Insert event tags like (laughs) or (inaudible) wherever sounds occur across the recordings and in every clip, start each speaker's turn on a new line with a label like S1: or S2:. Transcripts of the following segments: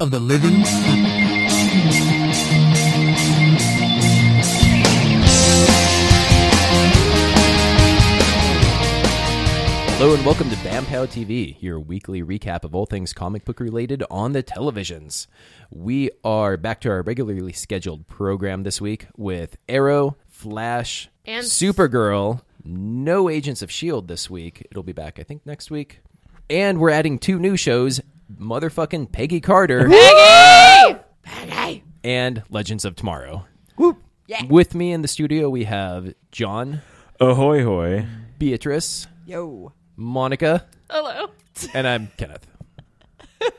S1: of the living.
S2: Hello and welcome to Bampow TV, your weekly recap of all things comic book related on the televisions. We are back to our regularly scheduled program this week with Arrow, Flash,
S3: And-
S2: Supergirl. No Agents of S.H.I.E.L.D. E this week. It'll be back, I think, next week. And we're adding two new shows motherfucking Peggy Carter and Legends of Tomorrow. With me in the studio, we have John,
S4: Ahoy hoy.
S2: Beatrice,
S5: Yo.
S2: Monica,
S3: Hello.
S2: and I'm Kenneth. (laughs)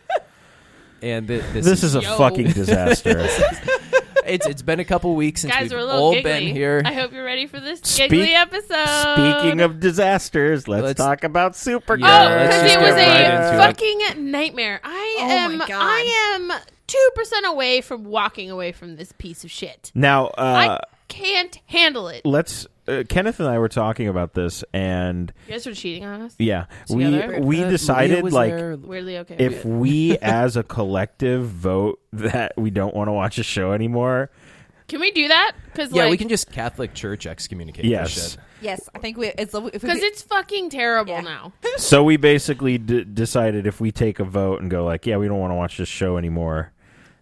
S2: And thi- this,
S4: This is a
S3: Yo. (laughs)
S4: fucking disaster.
S2: it's it's been a couple weeks since
S3: Guys,
S2: we've
S3: we're a little
S2: all
S3: giggly.
S2: been here.
S3: I hope you're ready for this
S4: Speak-
S3: giggly episode.
S4: Speaking of disasters, let's,
S2: Let's-
S4: talk about Supergirl.
S2: Yeah,
S3: Oh,
S2: let's
S3: because
S2: just
S3: it was
S2: get right into
S3: a
S2: it.
S3: fucking nightmare. I
S5: Oh my
S3: am
S5: God.
S3: I am two percent away from walking away from this piece of shit.
S4: Now, uh,
S3: I can't handle it. You
S4: let's. Uh, Kenneth and I were talking about this, and
S3: guys are cheating on us.
S4: yeah,
S3: Together?
S4: we we
S2: Uh, Leah
S4: decided
S2: was
S4: like
S2: there.
S3: Weirdly okay.
S2: (laughs)
S4: if we as a collective vote that we don't want to watch a show anymore.
S3: can we do that? Because
S2: yeah,
S3: like,
S2: we can just Catholic Church excommunicate. this
S4: Yes.
S2: shit.
S5: Yes, I think we. It's if we,
S3: because it's fucking terrible
S2: (laughs)
S5: Yeah.
S3: now.
S4: So we basically d- decided if we take a vote and go like, yeah, we don't want to watch this show anymore,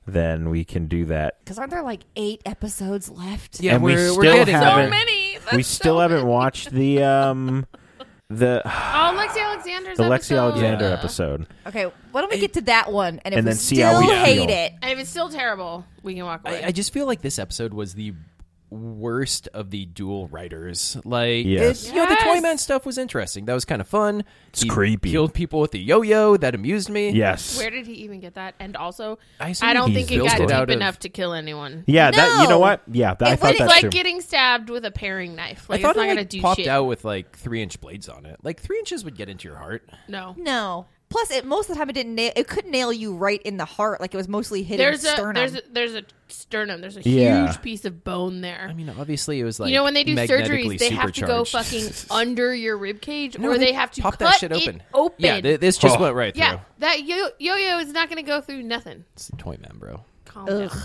S4: then we can do that.
S5: because aren't there like eight episodes left?
S2: yeah,
S4: And we
S2: we're, we're
S4: still
S2: getting
S4: haven't-
S3: So many. That's
S4: we still
S3: so
S4: haven't
S3: many.
S4: watched the um
S3: (laughs)
S4: the
S3: Oh, Lexi Alexander's
S4: the Lexi
S3: episode.
S4: Alexander
S3: Yeah.
S4: episode.
S5: Okay. Why don't we get to that one and if
S4: And
S5: we
S4: then see
S5: still
S4: how we
S5: hate
S4: feel.
S5: it?
S3: And if it's still terrible, we can walk away.
S2: I, I just feel like this episode was the worst of the dual writers. Like,
S4: Yes.
S2: you know, the
S3: Yes.
S2: Toy Man stuff was interesting. That was kind of fun. It's
S4: creepy.
S2: Killed people with the yo-yo. That amused me.
S4: Yes.
S3: Where did he even get that? And also,
S2: I
S3: I,
S2: assume
S3: don't
S2: he
S3: think it
S2: built
S3: got
S2: it
S3: deep
S2: out of-
S3: enough to kill anyone.
S4: yeah, that you know
S5: No.
S4: what? Yeah, that, I
S5: It
S4: thought
S3: It's
S4: that's
S3: like
S4: true.
S3: getting stabbed with a paring knife.
S2: I
S3: Like
S2: thought
S3: it's not
S2: it
S3: gonna
S2: like,
S3: do
S2: popped
S3: shit.
S2: out with like three-inch blades on it. Like three inches would get into your heart.
S3: No.
S5: No. Plus, it most of the time it didn't. Nail, it could nail you right in the heart. Like it was mostly hitting
S3: There's a
S5: sternum.
S3: there's a, there's a sternum. There's a
S4: Yeah.
S3: huge piece of bone there.
S2: I mean, obviously, it was like
S3: you know when they do
S2: magnetically
S3: surgeries, they have to go
S2: supercharged.
S3: fucking under your rib
S2: (laughs)
S3: cage,
S2: No,
S3: or they, have to
S2: pop
S3: cut
S2: that shit open.
S3: It open.
S2: Yeah, th- this just
S4: Oh.
S2: went right
S3: Yeah,
S2: through.
S3: that yo yo is not gonna go through nothing.
S2: It's the toy man, bro.
S3: Calm
S5: Ugh.
S3: down.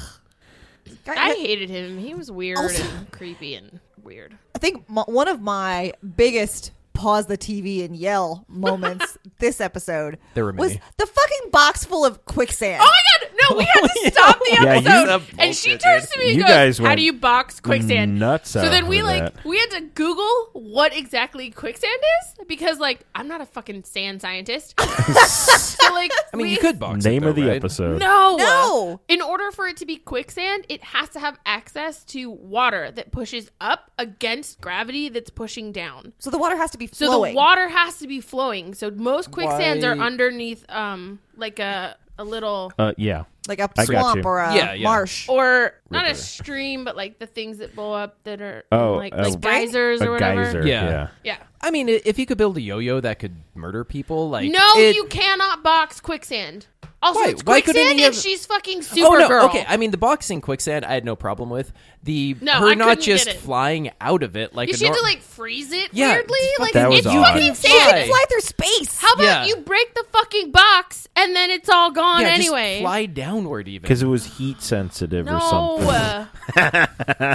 S5: Guy-
S3: I hated him. He was weird
S5: Also-
S3: and creepy and weird.
S5: I think m- one of my biggest pause the TV
S3: (laughs)
S5: and yell moments this episode
S2: There were
S5: was
S2: many.
S5: the fucking box full of quicksand.
S3: Oh my god! No, we had to stop the
S4: (laughs) Yeah,
S3: episode.
S4: you-
S3: and she
S2: Bullshit,
S3: turns to me and
S4: You
S3: goes,
S4: guys
S3: "How
S4: went
S3: do you box quicksand?"
S4: nuts
S3: So
S4: out
S3: then we
S4: with
S3: like
S4: that.
S3: we had to Google what exactly quicksand is because like I'm not a fucking sand
S4: (laughs)
S3: scientist. so like
S2: I mean,
S3: we,
S2: you could box. it,
S4: name of
S2: though,
S4: the
S2: right?
S4: episode.
S3: No,
S5: No.
S3: In order for it to be quicksand, it has to have access to water that pushes up against gravity that's pushing down.
S5: So the water has to be
S3: So
S5: flowing.
S3: the water has to be flowing. So most quicksands are
S2: Why-
S3: underneath, um, like a a little
S4: Uh, yeah.
S5: like a
S4: I got you.
S5: swamp or a
S2: Yeah, yeah.
S5: marsh.
S3: or not a stream, but like the things that blow up that are um,
S4: Oh,
S3: like,
S4: a-
S3: like geysers
S4: A
S3: or whatever.
S4: geyser.
S2: Yeah.
S4: Yeah.
S3: Yeah.
S2: I mean, i- if you could build a yo-yo that could murder people, like
S3: No,
S2: it-
S3: you cannot box quicksand. Also,
S2: Why-
S3: it's
S2: why couldn't
S3: quicksand
S2: he
S3: and
S2: have-
S3: she's fucking
S2: Oh
S3: Supergirl.
S2: no! Okay, I mean the boxing quicksand, I had no problem with the
S3: No,
S2: her
S3: I
S2: not
S3: couldn't
S2: just
S3: get it.
S2: flying out of it like
S3: you
S2: a
S3: should have
S2: nor-
S3: to like freeze it
S2: Yeah,
S3: weirdly.
S2: it's
S3: Like
S4: That was
S3: it's
S4: odd.
S3: fucking
S2: You
S5: She
S2: Why?
S5: can
S3: sand.
S5: fly through space.
S3: How about
S2: Yeah.
S3: you break the fucking box and then it's all gone
S2: yeah, just
S3: anyway?
S2: fly downward even.
S4: Because it was heat sensitive or
S3: no,
S4: something. (laughs)
S3: uh, (laughs)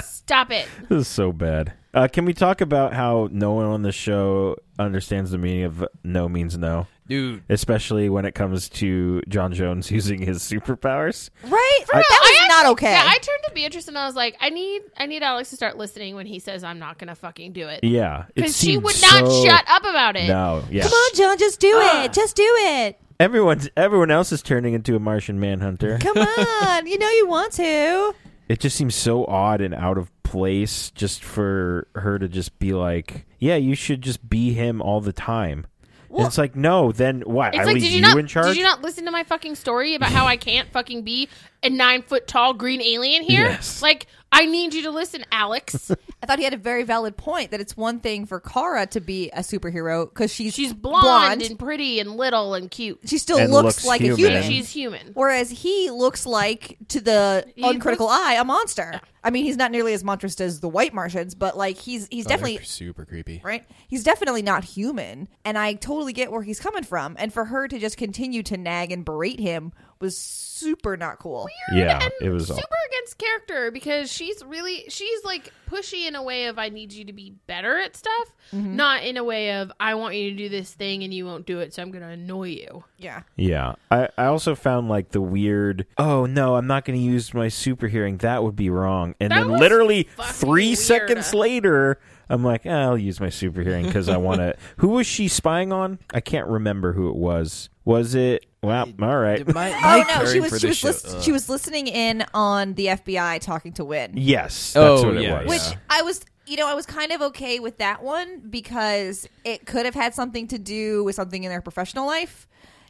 S2: (laughs)
S3: stop it.
S4: This is so bad. Uh, can we talk about how no one on the show understands the meaning of no means no, (laughs)
S2: dude,
S4: especially when it comes to John Jones (laughs) using his superpowers?
S5: Right?
S4: I-
S5: that was
S3: I
S5: not
S3: actually-
S5: okay.
S3: Yeah, I turned to Beatrice and I was like, I need, I need Alex to start listening when he says I'm not gonna fucking do it.
S4: Yeah, it
S3: because she
S4: seemed
S3: would not
S4: so-
S3: shut up about it.
S4: No, yeah.
S5: Come on, John, just do it. Just do it.
S4: Everyone's everyone else is turning into a Martian Manhunter.
S5: (laughs) Come on. you know you want to.
S4: it just seems so odd and out of place just for her to just be like, "Yeah, you should just be him all the time." And
S5: Well-
S4: it's like, no, then what?
S3: It's
S4: I
S3: like,
S4: leave
S3: did
S4: you,
S3: you, not?
S4: in charge.
S3: Did you not listen to my fucking story about how I can't fucking be a nine foot tall green alien here?
S4: Yes.
S3: Like, I need you to listen,
S4: (laughs)
S3: Alex.
S5: I thought he had a very valid point that it's one thing for Kara to be a superhero because she's
S3: She's blonde,
S5: blonde.
S3: and pretty and little and cute.
S5: she still
S4: And
S5: looks,
S4: looks
S5: like a
S4: human.
S5: human.
S3: She's human.
S5: Whereas he looks like, to the
S3: He
S5: uncritical eye, a monster. I mean, he's not nearly as monstrous as the white Martians, but like he's he's definitely
S2: super creepy.
S5: right? He's definitely not human, and I totally get where he's coming from. And for her to just continue to nag and berate him was super not cool.
S4: Yeah,
S3: and
S4: it was
S3: super against character because she's really she's like pushy in a way of I need you to be better at stuff, not in a way of I want you to do this thing and you won't do it, so I'm gonna annoy you.
S5: Yeah.
S4: Yeah. I, I also found like the weird, oh no, I'm not going to use my super hearing. That would be wrong. And
S3: That
S4: then
S3: was
S4: literally
S3: fucking
S4: three
S3: weird.
S4: seconds later, I'm like, "Ah, I'll use my super hearing because I want
S3: (laughs)
S4: to. who was she spying on? I can't remember who it was. Was it? Well, all right.
S2: My,
S5: Oh
S2: my
S5: no, she
S2: caring
S5: was
S2: for
S5: she
S2: this
S5: was
S2: show- Uh.
S5: lis-
S2: Ugh.
S5: she was listening in on the FBI talking to Win.
S4: yes. That's
S2: Oh,
S4: what
S2: yeah,
S4: it was.
S5: Which
S2: yeah.
S5: I was, you know, I was kind of okay with that one because it could have had something to do with something in their professional life.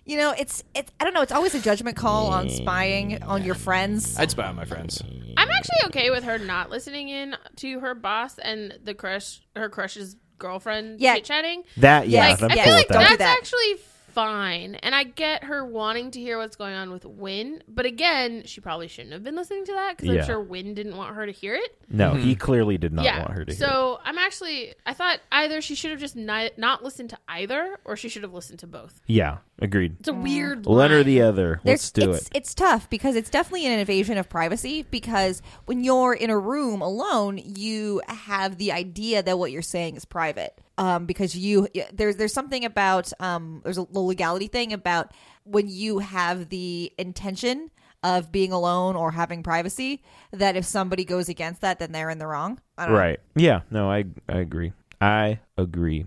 S5: You know, it's it's I don't know, it's always a judgment call on spying on your friends.
S2: I'd spy on my friends.
S3: I'm actually okay with her not listening in to her boss and the crush her crush's girlfriend
S5: Yeah.
S3: chit chatting.
S4: That, yeah.
S5: Yes.
S4: I'm
S3: I
S4: cool
S3: feel
S4: with
S3: like
S4: that.
S5: Don't
S3: that's
S5: do that.
S3: actually fine. And I get her wanting to hear what's going on with Win, but again, she probably shouldn't have been listening to that because
S4: Yeah.
S3: I'm sure Win didn't want her to hear it.
S4: No,
S2: Mm-hmm.
S4: he clearly did not want her to hear.
S3: So I'm actually, I thought either she should have just ni- not listened to either, or she should have listened to both.
S4: Yeah, agreed.
S3: It's a
S5: Mm.
S3: weird.
S4: One or
S3: line.
S4: the other. Let's do
S5: it's,
S4: it.
S5: It's tough because it's definitely an invasion of privacy because when you're in a room alone, you have the idea that what you're saying is private. Um, because you there's there's something about um, there's a legality thing about when you have the intention of being alone or having privacy that if somebody goes against that then they're in the wrong. I don't know.
S4: Right. Yeah. No, I I agree. I agree.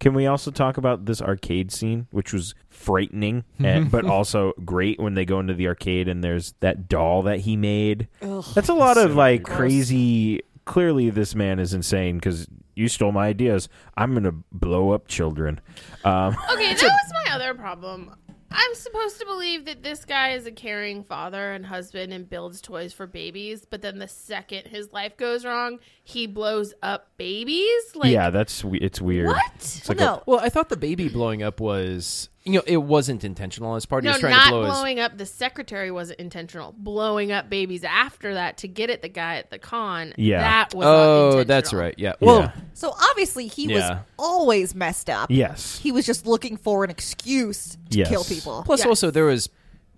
S4: Can we also talk about this arcade scene, which was frightening, and, but also great when they go into the arcade and there's that doll that he made. That's a lot of like crazy. Clearly, this man is insane because you stole my ideas. I'm gonna blow up children. Um,
S3: Okay, that was my other problem. I'm supposed to believe that this guy is a caring father and husband and builds toys for babies, but then the second his life goes wrong, he blows up babies. Like,
S4: yeah, that's we- it's weird.
S3: What?
S4: It's
S5: Well,
S4: like a-
S5: no,
S2: Well, I thought the baby blowing up was, you know, it wasn't intentional. His party
S3: no,
S2: was trying
S3: not
S2: to blow his.
S3: blowing up the secretary wasn't intentional. Blowing up babies after that to get at the guy at the con.
S4: Yeah.
S3: that was.
S2: Oh,
S3: unintentional.
S2: that's right. Yeah. Well,
S4: Yeah.
S5: so obviously he was
S2: Yeah.
S5: always messed up.
S4: yes,
S5: He was just looking for an excuse to
S4: Yes.
S5: kill people.
S2: plus
S3: Yes.
S2: also there was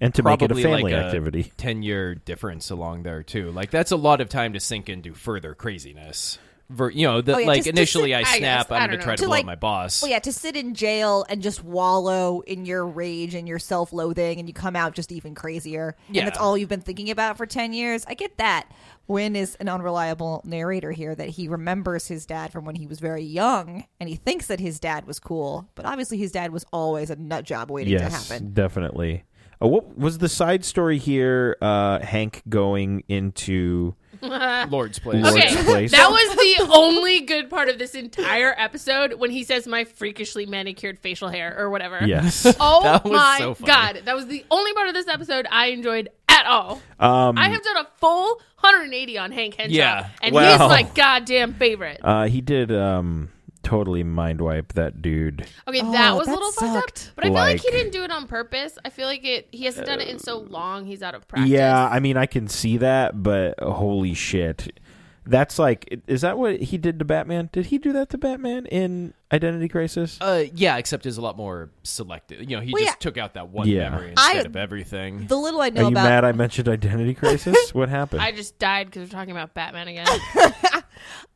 S4: and to make it a
S2: probably
S4: family
S2: like a
S4: activity.
S2: ten-year difference along there too. Like that's a lot of time to sink into further craziness. Ver, you know, the,
S5: Oh, yeah,
S2: like
S5: just- just
S2: initially
S5: to-
S2: I
S3: I
S2: snap,
S3: guess, I
S2: I'm going
S3: don't
S2: to
S3: know.
S2: try to,
S5: To,
S2: blow
S5: like-
S2: up my boss.
S5: Well, yeah, to sit in jail and just wallow in your rage and your self loathing, and you come out just even crazier.
S2: Yeah.
S5: And that's all you've been thinking about for 10 years. I get that. Wynn is an unreliable narrator here that he remembers his dad from when he was very young, and he thinks that his dad was cool, but obviously his dad was always a nut job waiting to
S4: yes,
S5: happen.
S4: definitely. Uh, what was the side story here? Uh, Hank going into
S2: Lord's place.
S4: Lord's
S3: Okay,
S4: place.
S3: that was the only good part of this entire episode when he says my freakishly manicured facial hair or whatever.
S4: yes.
S3: Oh
S2: That was
S3: my
S2: so funny.
S3: god, that was the only part of this episode I enjoyed at all.
S4: Um,
S3: I have done a full 180 on Hank Henshaw,
S2: Yeah.
S3: and
S4: Wow.
S3: he's my goddamn favorite.
S4: uh, he did um, totally mind wipe that dude.
S3: Okay,
S5: Oh,
S3: that was
S5: that
S3: a little fucked
S5: sucked.
S3: up, but I feel like, he
S4: Like-
S3: didn't do it on purpose. I feel like it. He hasn't done it in so long; he's out of practice.
S4: Yeah, I mean, I can see that, but holy shit. That's like, is that what he did to Batman? Did he do that to Batman in Identity Crisis?
S2: Uh, yeah, except it's a lot more selective. You know, he
S5: Well,
S2: just
S5: yeah.
S2: took out that one
S4: Yeah.
S2: memory
S5: I-
S2: instead of everything.
S5: The little I know
S4: Are you
S5: about.
S4: mad I mentioned Identity Crisis? what happened?
S3: I just died because we're talking about
S2: (laughs)
S3: Batman again.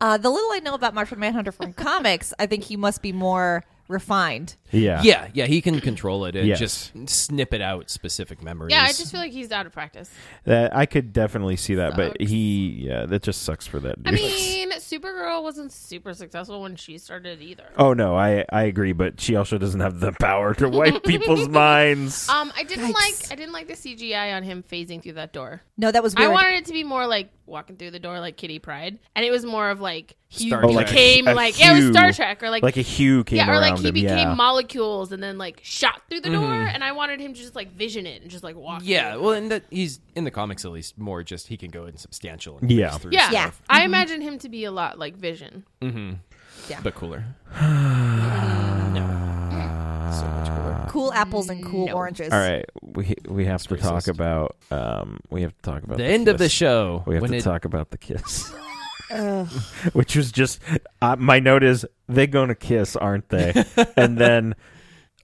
S5: Uh, the little I know about Martian Manhunter from comics, I think he must be more refined.
S4: yeah.
S2: yeah, yeah, he can control it and
S4: Yes.
S2: just snippet out specific memories.
S3: yeah, I just feel like he's out of practice.
S4: That, I could definitely see that, but
S3: Sucks.
S4: he, yeah, that just sucks for that dude.
S3: I mean, Supergirl wasn't super successful when she started either.
S4: Oh no, I I agree, but she also doesn't have the power to
S3: (laughs)
S4: wipe people's minds.
S3: Um, I didn't
S5: Yikes.
S3: like I didn't like the CGI on him phasing through that door.
S5: No, that was weird.
S3: I wanted it to be more like walking through the door like Kitty Pride, and it was more of like he
S2: Star Trek.
S3: became
S4: a- a
S3: like yeah, it was Star
S4: hue.
S3: Trek or like,
S4: like a hue came
S3: yeah, or like
S4: around
S3: he
S4: him,
S3: became
S4: yeah.
S3: molecules and then like shot through the door, and I wanted him to just like vision it and just like walk.
S2: Yeah,
S3: through.
S2: well, and that he's in the comics at least more just he can go insubstantial. And
S4: Yeah.
S2: breeze through
S3: yeah,
S5: Yeah.
S3: I imagine him to be a lot like Vision.
S2: stuff, but
S4: (sighs)
S2: cooler. no, so much cooler.
S5: cool apples and cool oranges.
S4: All right, we we have to talk
S2: racist.
S4: about um we have to talk about
S2: The end of the
S4: kiss.
S2: show.
S4: We have
S2: when
S4: to
S2: it-
S4: talk about the kiss,
S2: (laughs)
S5: Ugh.
S4: (laughs) which was just uh, my note is they're going to kiss,
S2: (laughs)
S4: aren't they? and then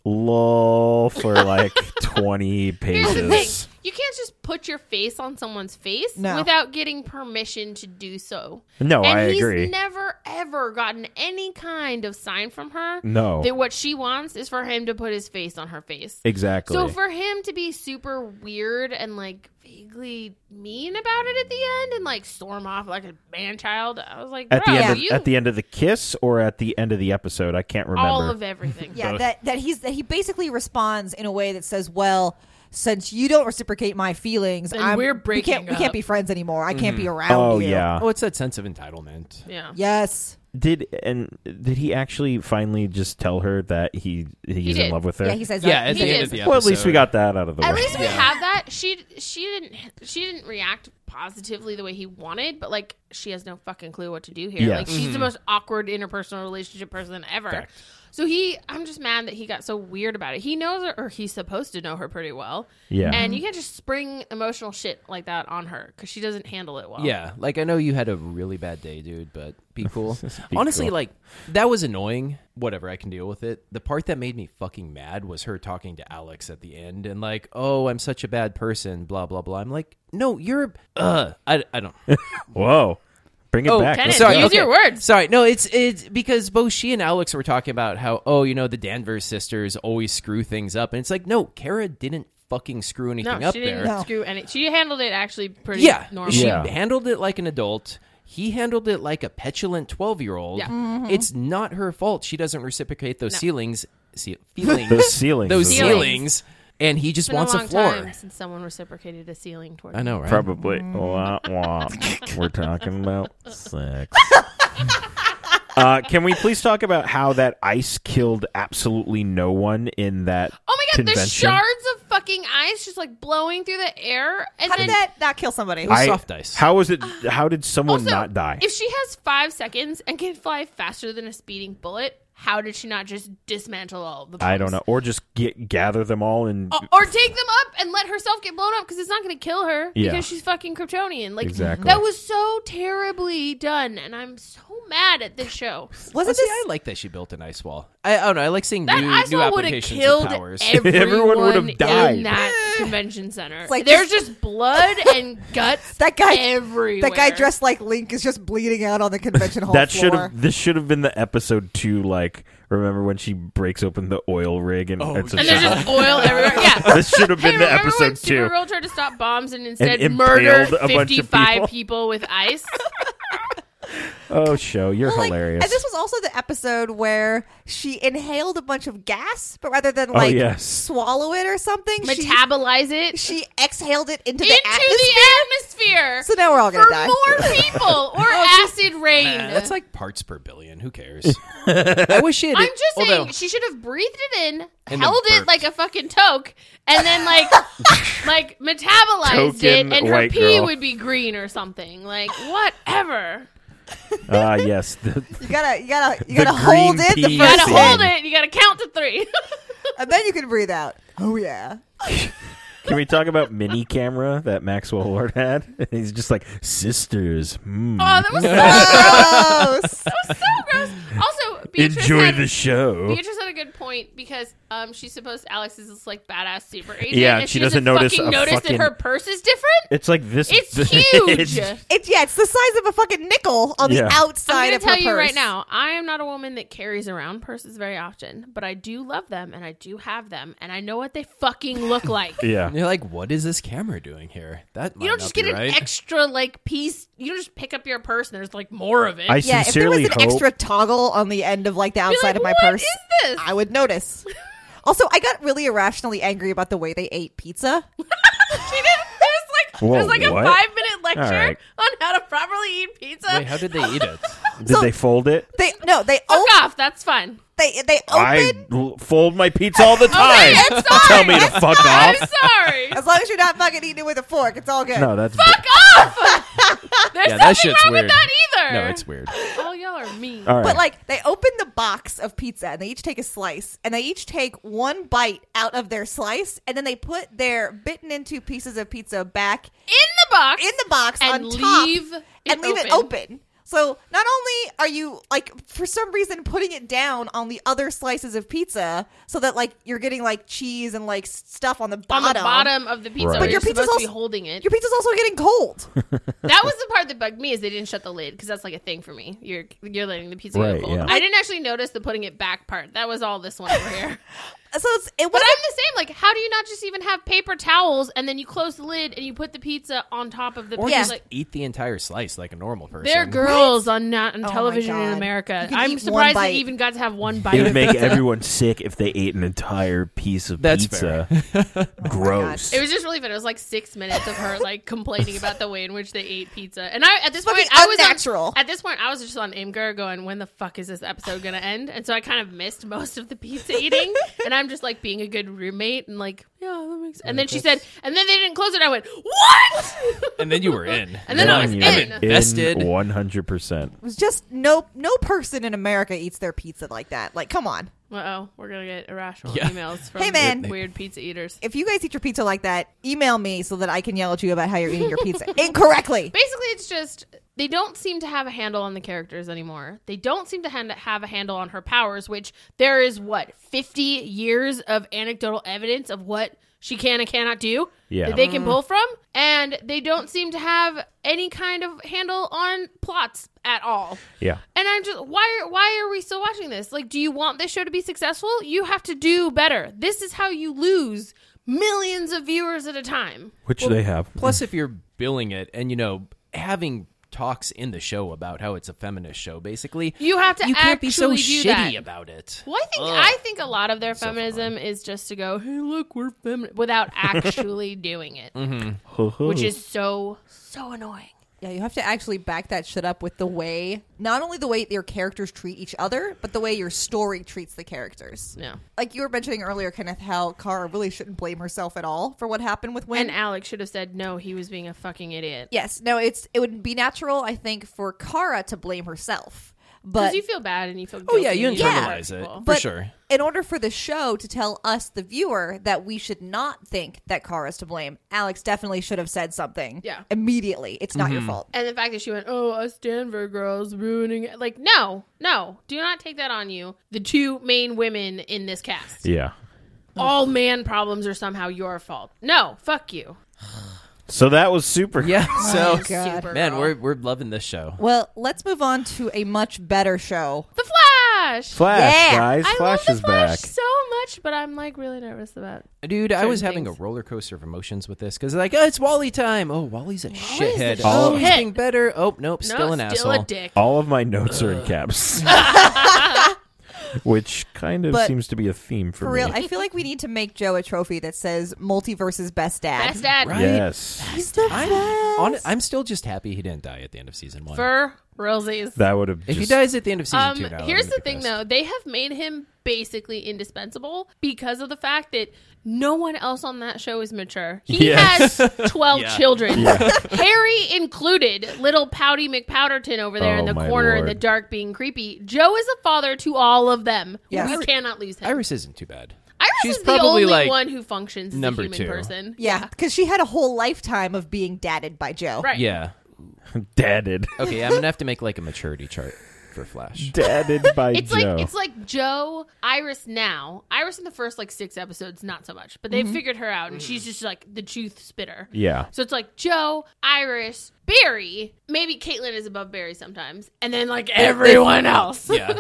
S4: lull for like twenty
S3: (laughs) Here's the thing:
S4: pages.
S3: You can't just put your face on someone's face
S5: No.
S3: without getting permission to do so.
S4: No,
S3: and
S4: I
S3: he's
S4: agree.
S3: never ever gotten any kind of sign from her.
S4: No.
S3: That what she wants is for him to put his face on her face.
S4: Exactly.
S3: So for him to be super weird and like vaguely mean about it at the end and like storm off like a man child, I was like,
S4: at the
S3: "Bro,
S4: end of,
S3: you
S4: at the end of the kiss or at the end of the episode, I can't remember.
S3: all of everything.
S5: Yeah,
S4: Both.
S5: that that he's that he basically responds in a way that says, "Well, since you don't reciprocate my feelings,
S3: Then
S5: I'm,
S3: we're
S5: we can't
S3: breaking
S5: we can't
S3: up."
S5: be friends anymore. I can't be around
S4: Oh,
S5: you."
S4: yeah.
S2: Oh, it's that sense of entitlement.
S3: Yeah.
S5: Yes.
S4: Did and did he actually finally just tell her that he he's in
S3: did.
S4: love with her?
S5: Yeah, he says
S2: Yeah,
S5: that.
S2: at
S5: He
S2: the end
S5: did.
S2: of the episode.
S4: well, at least we got that out of the
S3: At
S4: way.
S3: least we have that. She she didn't she didn't react positively the way he wanted, but like she has no fucking clue what to do here.
S4: Yes.
S3: Like she's the
S2: Mm-hmm.
S3: most awkward interpersonal relationship person ever.
S2: Correct.
S3: So he, I'm just mad that he got so weird about it. He knows her, or he's supposed to know her pretty well.
S4: Yeah.
S3: and you can't just spring emotional shit like that on her because she doesn't handle it well.
S2: Yeah, like I know you had a really bad day, dude, but
S4: (laughs)
S2: be cool.
S4: Be
S2: Honestly,
S4: cool.
S2: like that was annoying. Whatever, I can deal with it. The part that made me fucking mad was her talking to Alex at the end and like, "Oh, I'm such a bad person," blah blah blah. I'm like, "No, you're uh I I don't
S4: Whoa, bring it
S2: Oh,
S4: back.
S3: Dennis, (laughs)
S4: Let's-
S2: sorry.
S3: use
S2: okay.
S3: your words.
S2: Sorry, no, it's it's because both she and Alex were talking about how oh, you know, the Danvers sisters always screw things up, and it's like, no, Kara didn't fucking screw
S3: No,
S2: anything
S3: she
S2: up there.
S3: didn't
S5: No.
S3: screw any. She handled it actually pretty
S2: Yeah,
S3: normal.
S2: she
S4: Yeah.
S2: handled it like an adult. He handled it like a petulant twelve-year-old.
S3: Yeah.
S4: Mm-hmm.
S2: It's not her fault. She doesn't reciprocate those
S3: No.
S2: ceilings,
S4: (laughs)
S2: ce- feelings,
S4: Those ceilings.
S2: those
S4: is-
S3: Ceilings.
S2: ceilings, and he just
S3: It's been
S2: wants
S3: a
S2: a,
S3: long
S2: floor.
S3: time since someone reciprocated a ceiling toward.
S2: I
S3: me.
S2: know, right?
S4: Probably.
S3: Mm.
S4: Wah,
S3: (laughs)
S4: wah. We're talking about sex. Uh, can we please talk about how that ice killed absolutely no one in that?
S3: Oh my god,
S4: convention?
S3: there's shards of fucking ice just like blowing through the air. And
S5: How
S3: then
S5: did that not kill somebody?
S2: I- soft ice.
S4: How was it? How did someone
S3: also,
S4: not die?
S3: if she has five seconds and can fly faster than a speeding bullet, how did she not just dismantle all the?
S4: I
S3: bombs?
S4: don't know. Or just get gather them all and
S3: O- Or take them up and let herself get blown up because it's not going to kill her
S4: Yeah.
S3: because she's fucking Kryptonian. Like
S4: Exactly.
S3: that was so terribly done, and I'm so mad at this show.
S5: Wasn't
S2: See,
S5: this
S2: I like that she built an ice wall. I, I don't know. I like seeing
S3: That
S2: new,
S3: ice
S2: new
S3: wall would have
S2: applications
S3: killed
S2: of powers.
S3: everyone.
S4: (laughs) Everyone would have died.
S3: in that convention center.
S5: like
S3: There's
S5: just-
S3: just blood and guts.
S5: (laughs) That guy-
S3: everywhere.
S5: that guy dressed like Link is just bleeding out on the convention hall
S4: that should
S5: floor?
S4: have this should have been the episode two. Like, remember when she breaks open the oil rig and it's a
S3: And there's
S4: shot?
S3: just oil everywhere. Yeah.
S4: This
S3: (laughs)
S4: should have
S3: Hey,
S4: (laughs) been the
S3: remember when
S4: episode two.
S3: Supergirl tried to stop bombs and instead
S4: impaled
S3: murdered
S4: a bunch of
S3: 55
S4: people?
S3: people. with ice?
S4: Oh, show you're
S5: Well, like,
S4: hilarious.
S5: and this was also the episode where she inhaled a bunch of gas, but rather than like
S4: Oh, yes.
S5: swallow it or something, she-
S3: metabolize it
S5: she, exhaled it
S3: into
S5: into, the atmosphere.
S3: the atmosphere
S5: so now we're all gonna
S3: for
S5: die.
S3: more people or acid rain.
S2: That's like parts per billion. Who cares? I wish she had.
S3: I'm just
S2: although,
S3: saying she should have breathed it in,
S2: then
S3: held it
S2: burped.
S3: like a fucking toke, and then like
S4: (laughs)
S3: like metabolized
S4: Token
S3: it, and her
S4: white
S3: pee
S4: girl.
S3: would be green or something. Like whatever. (laughs)
S4: Ah, yes. The,
S5: You gotta, you gotta, you
S4: The
S5: gotta
S4: green
S5: hold it the
S4: peas.
S3: You
S5: first,
S4: Yes,
S3: gotta
S4: it-
S3: hold it. You gotta count to three. (laughs)
S5: and then you can breathe out. Oh yeah.
S4: can we talk about mini camera that Maxwell Lord had? (laughs) He's just like sisters. hmm.
S3: Oh, that was so,
S5: (laughs)
S3: (laughs)
S5: Gross.
S3: so gross. Also, Beatrice
S4: Enjoy
S3: had,
S4: the show.
S3: Beatrice had a good point because um, she's supposed to, Alex is this like badass super agent.
S4: Yeah,
S3: and
S4: she doesn't notice
S3: fucking
S4: a
S3: notice
S4: fucking-
S3: that her purse is different.
S4: It's like this.
S3: It's
S4: (laughs) it's-
S3: huge.
S5: It's yeah, it's the size of a fucking nickel on
S4: Yeah.
S5: the
S3: I'm
S5: outside
S3: gonna
S5: of
S3: tell
S5: her
S3: you right
S5: purse.
S3: now, I am not a woman that carries around purses very often, but I do love them and I do have them and I know what they fucking
S4: (laughs)
S3: look like.
S4: yeah.
S2: you're like, what is this camera doing here? That
S3: You don't just get an
S2: right.
S3: extra like piece. You don't just pick up your purse and there's like more of it.
S4: I
S3: Be
S5: Yeah, if there was
S4: sincerely
S5: an
S4: hope.
S5: extra toggle on the end of like the outside
S3: like,
S5: of my
S3: "What
S5: purse,
S3: is this?
S5: I would notice. Also, I got really irrationally angry about the way they ate pizza.
S3: she did. (laughs) There's like
S4: Whoa,
S3: there's like
S4: what?
S3: a five minute lecture
S4: right.
S3: on how to properly eat pizza.
S2: Wait, how did they eat it?
S4: Did
S3: (gasps)
S5: So-
S4: they fold it?
S5: They no, they
S3: Fuck
S5: opened.
S3: off. That's fine.
S5: They they
S4: I
S5: opened.
S4: l- fold my pizza
S3: (laughs)
S4: all the time.
S3: it's
S4: Don't
S3: fine.
S4: tell me to (laughs) fuck
S3: I'm
S4: off. (laughs)
S3: sorry.
S5: As long as you're not fucking eating it with a fork, it's all good.
S4: No, that's
S3: Fuck off. There's
S2: yeah, that
S3: nothing
S2: shit's
S3: wrong
S2: weird.
S3: with that either.
S2: No, it's weird.
S3: Oh, y'all are mean.
S4: all right.
S5: But like they open the box of pizza and they each take a slice and they each take one bite out of their slice and then they put their bitten into pieces of pizza back
S3: in the box.
S5: in the box
S3: And
S5: on top
S3: leave it
S5: and leave it
S3: open.
S5: open. So not only are you like for some reason putting it down on the other slices of pizza so that like you're getting like cheese and like s- stuff on the
S3: on
S5: bottom.
S3: the bottom of the pizza.
S4: Right.
S3: Right.
S4: But
S3: But
S5: your
S3: you're
S5: pizza's
S3: supposed to be
S5: also-
S3: holding it.
S5: Your pizza's also
S4: (laughs)
S5: getting cold.
S3: That was the part that bugged me is they didn't shut the lid because that's like a thing for me. You're you're letting the pizza
S4: Right,
S3: go cold.
S4: yeah.
S3: I didn't actually notice the putting it back part. That was all this one over here. (laughs)
S5: so it's it
S3: But
S5: was
S3: I'm the same. Like, how do you not just even have paper towels and then you close the lid and you put the pizza on top of the
S2: Or
S3: pizza?
S5: just
S3: Like,
S2: Eat the entire slice like a normal person.
S3: they're girls on not on
S5: Oh my
S3: television in
S5: God.
S3: America.
S5: You can eat
S3: I'm
S5: one
S3: surprised
S5: bite.
S3: they even got to have one
S4: It
S3: bite.
S4: would (laughs)
S3: Of
S4: make
S3: pizza.
S4: everyone sick if they ate an entire piece of
S2: That's
S4: pizza. (laughs) Gross.
S3: It was just really fun. It was like six minutes of her like complaining about the way in which they ate pizza. And I at this
S5: Fucking
S3: point I was on-
S5: unnatural.
S3: at this point I was just on Imgur going, when the fuck is this episode gonna end? And so I kind of missed most of the pizza
S5: (laughs)
S3: eating. and I'm just like being a good roommate and like yeah, that makes. And then she said, and then they didn't close it. I went
S5: (laughs)
S3: what?
S2: And then you were in.
S3: (laughs) And then I was
S4: One
S3: in.
S4: year.
S2: in. Invested.
S4: One hundred percent.
S5: it was just no no person in America eats their pizza like that. Like come on.
S3: Uh oh, we're gonna get irrational
S2: Yeah.
S3: emails from
S5: Hey, man.
S3: weird pizza eaters.
S5: If you guys eat your pizza like that, email me so that I can yell at you about how you're eating your pizza (laughs) incorrectly.
S3: Basically, it's just they don't seem to have a handle on the characters anymore. They don't seem to hand- have a handle on her powers, which there is what fifty years of anecdotal evidence of what she can and cannot do
S4: Yeah.
S3: that they can pull from, and they don't seem to have any kind of handle on plots at all.
S4: Yeah.
S3: And I'm just why are why are we still watching this? Like, do you want this show to be successful? You have to do better. This is how you lose millions of viewers at a time.
S4: Which they have.
S2: Plus, if you're billing it and, you know, having talks in the show about how it's a feminist show, basically,
S3: You have to
S2: you can't be so
S3: actually do
S2: shitty
S3: that.
S2: about it.
S3: Well, I think
S2: Ugh.
S3: I think a lot of their feminism is just to go, "Hey, look, we're
S2: (laughs)
S3: feminine," without actually doing it,
S2: Mm-hmm.
S3: which is so so annoying.
S5: Yeah, you have to actually back that shit up with the way, not only the way your characters treat each other, but the way your story treats the characters.
S3: No.
S5: Like you were mentioning earlier, Kenneth, how Kara really shouldn't blame herself at all for what happened with Wynn.
S3: And Alex should have said no. He was being a fucking idiot.
S5: yes, no, it's it would be natural, I think, for Kara to blame herself, but
S3: Because you feel bad and you feel.
S2: Oh, yeah,
S3: guilty
S2: you
S3: and feel bad
S2: internalize
S3: for
S2: it.
S3: people.
S2: For
S5: but
S2: sure.
S5: In order for the show to tell us, the viewer, that we should not think that Kara's to blame, Alex definitely should have said something.
S3: Yeah.
S5: immediately. It's not
S2: Mm-hmm.
S5: your fault.
S3: And the fact that she went, oh, us Denver girls ruining it. Like, no, no, do not take that on you. The two main women in this cast.
S4: (laughs) Yeah.
S3: All man problems are somehow your fault. No, fuck you.
S4: So that was super.
S2: Yeah,
S3: Oh
S2: so,
S5: God.
S3: Supergirl.
S2: man, we're, we're loving this show.
S5: Well, let's move on to a much better show.
S3: The Flash.
S4: Flash,
S5: Yeah.
S4: guys.
S3: I
S4: Flash
S3: love the
S4: is
S3: Flash
S4: back.
S3: so much, but I'm like really nervous about.
S2: Dude, I was
S3: certain
S2: having a
S3: things.
S2: roller coaster of emotions with this because, like, oh, it's Wally time. Oh, Wally's a shithead.
S3: a
S2: oh, he's
S3: shithead.
S2: getting better. Oh, nope,
S3: No,
S2: still an asshole.
S3: still
S2: Oh.
S3: a dick.
S4: All of my notes are in
S2: (laughs)
S4: caps. (laughs) Which kind of
S5: But-
S4: seems to be a theme for,
S5: For real,
S4: me.
S5: I feel like we need to make Joe a trophy that says multiverse's best dad.
S3: Best dad
S2: Right?
S4: yes.
S5: He's the
S2: I'm, on, I'm still just happy he didn't die at the end of season one.
S3: for realsies.
S4: That would have
S2: if he
S4: just
S2: dies at the end of season
S3: Um,
S2: two, now,
S3: here's the thing, though. They have made him basically indispensable because of the fact that no one else on that show is mature. He
S4: Yes.
S3: has
S2: (laughs)
S3: 12
S2: Yeah.
S3: children, (laughs) Harry included, little pouty McPowderton over there in
S4: Oh,
S3: the
S4: my
S3: corner in
S4: lord.
S3: the dark being creepy. Joe is a father to all of them.
S5: Yes.
S3: We cannot lose him. Iris,
S2: Iris isn't too bad. she's
S3: is the
S2: probably,
S3: only
S2: like,
S3: one who functions as
S2: number
S3: a human
S2: two.
S3: person.
S5: Yeah, because she had a whole lifetime of being dadded by Joe.
S3: Right.
S2: Yeah.
S4: (laughs) dadded.
S2: Okay, I'm gonna have to make like a maturity chart for Flash.
S4: dadded by
S3: It's
S4: Joe.
S3: like it's like Joe, Iris now. Iris in the first like six episodes, not so much, but they figured her out, and she's just like the truth spitter.
S4: Mm-hmm. yeah.
S3: So it's like Joe, Iris, Barry. Maybe Caitlin is above Barry sometimes, and then like everyone else.
S4: (laughs)
S2: Yeah.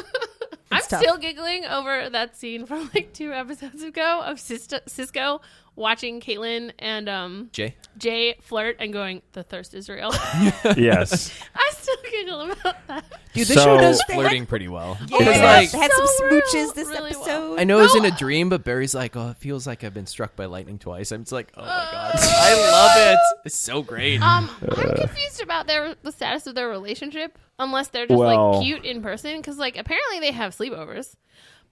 S3: I'm
S5: tough.
S3: still giggling over that scene from like two episodes ago of Cisco, Cisco watching Caitlin and um,
S2: Jay.
S3: Jay flirt and going, "The thirst is
S4: (laughs)
S3: real." (laughs)
S2: (laughs)
S4: Yes.
S3: I still giggle about that.
S2: Dude, this
S4: So-
S2: show does flirting pretty well.
S5: Yeah,
S2: It's
S5: they
S2: like
S5: had some
S3: so real,
S5: smooches this
S3: really well.
S5: episode.
S2: I know it was in a dream, but Barry's like, Oh, it feels like I've been struck by lightning twice. I'm just like, Oh my
S3: Uh.
S2: god. I love it. It's so great.
S3: Um,
S4: Uh.
S3: I'm confused about their the status of their relationship, unless they're just
S4: Well-
S3: like cute in person, because like apparently they have sleepovers.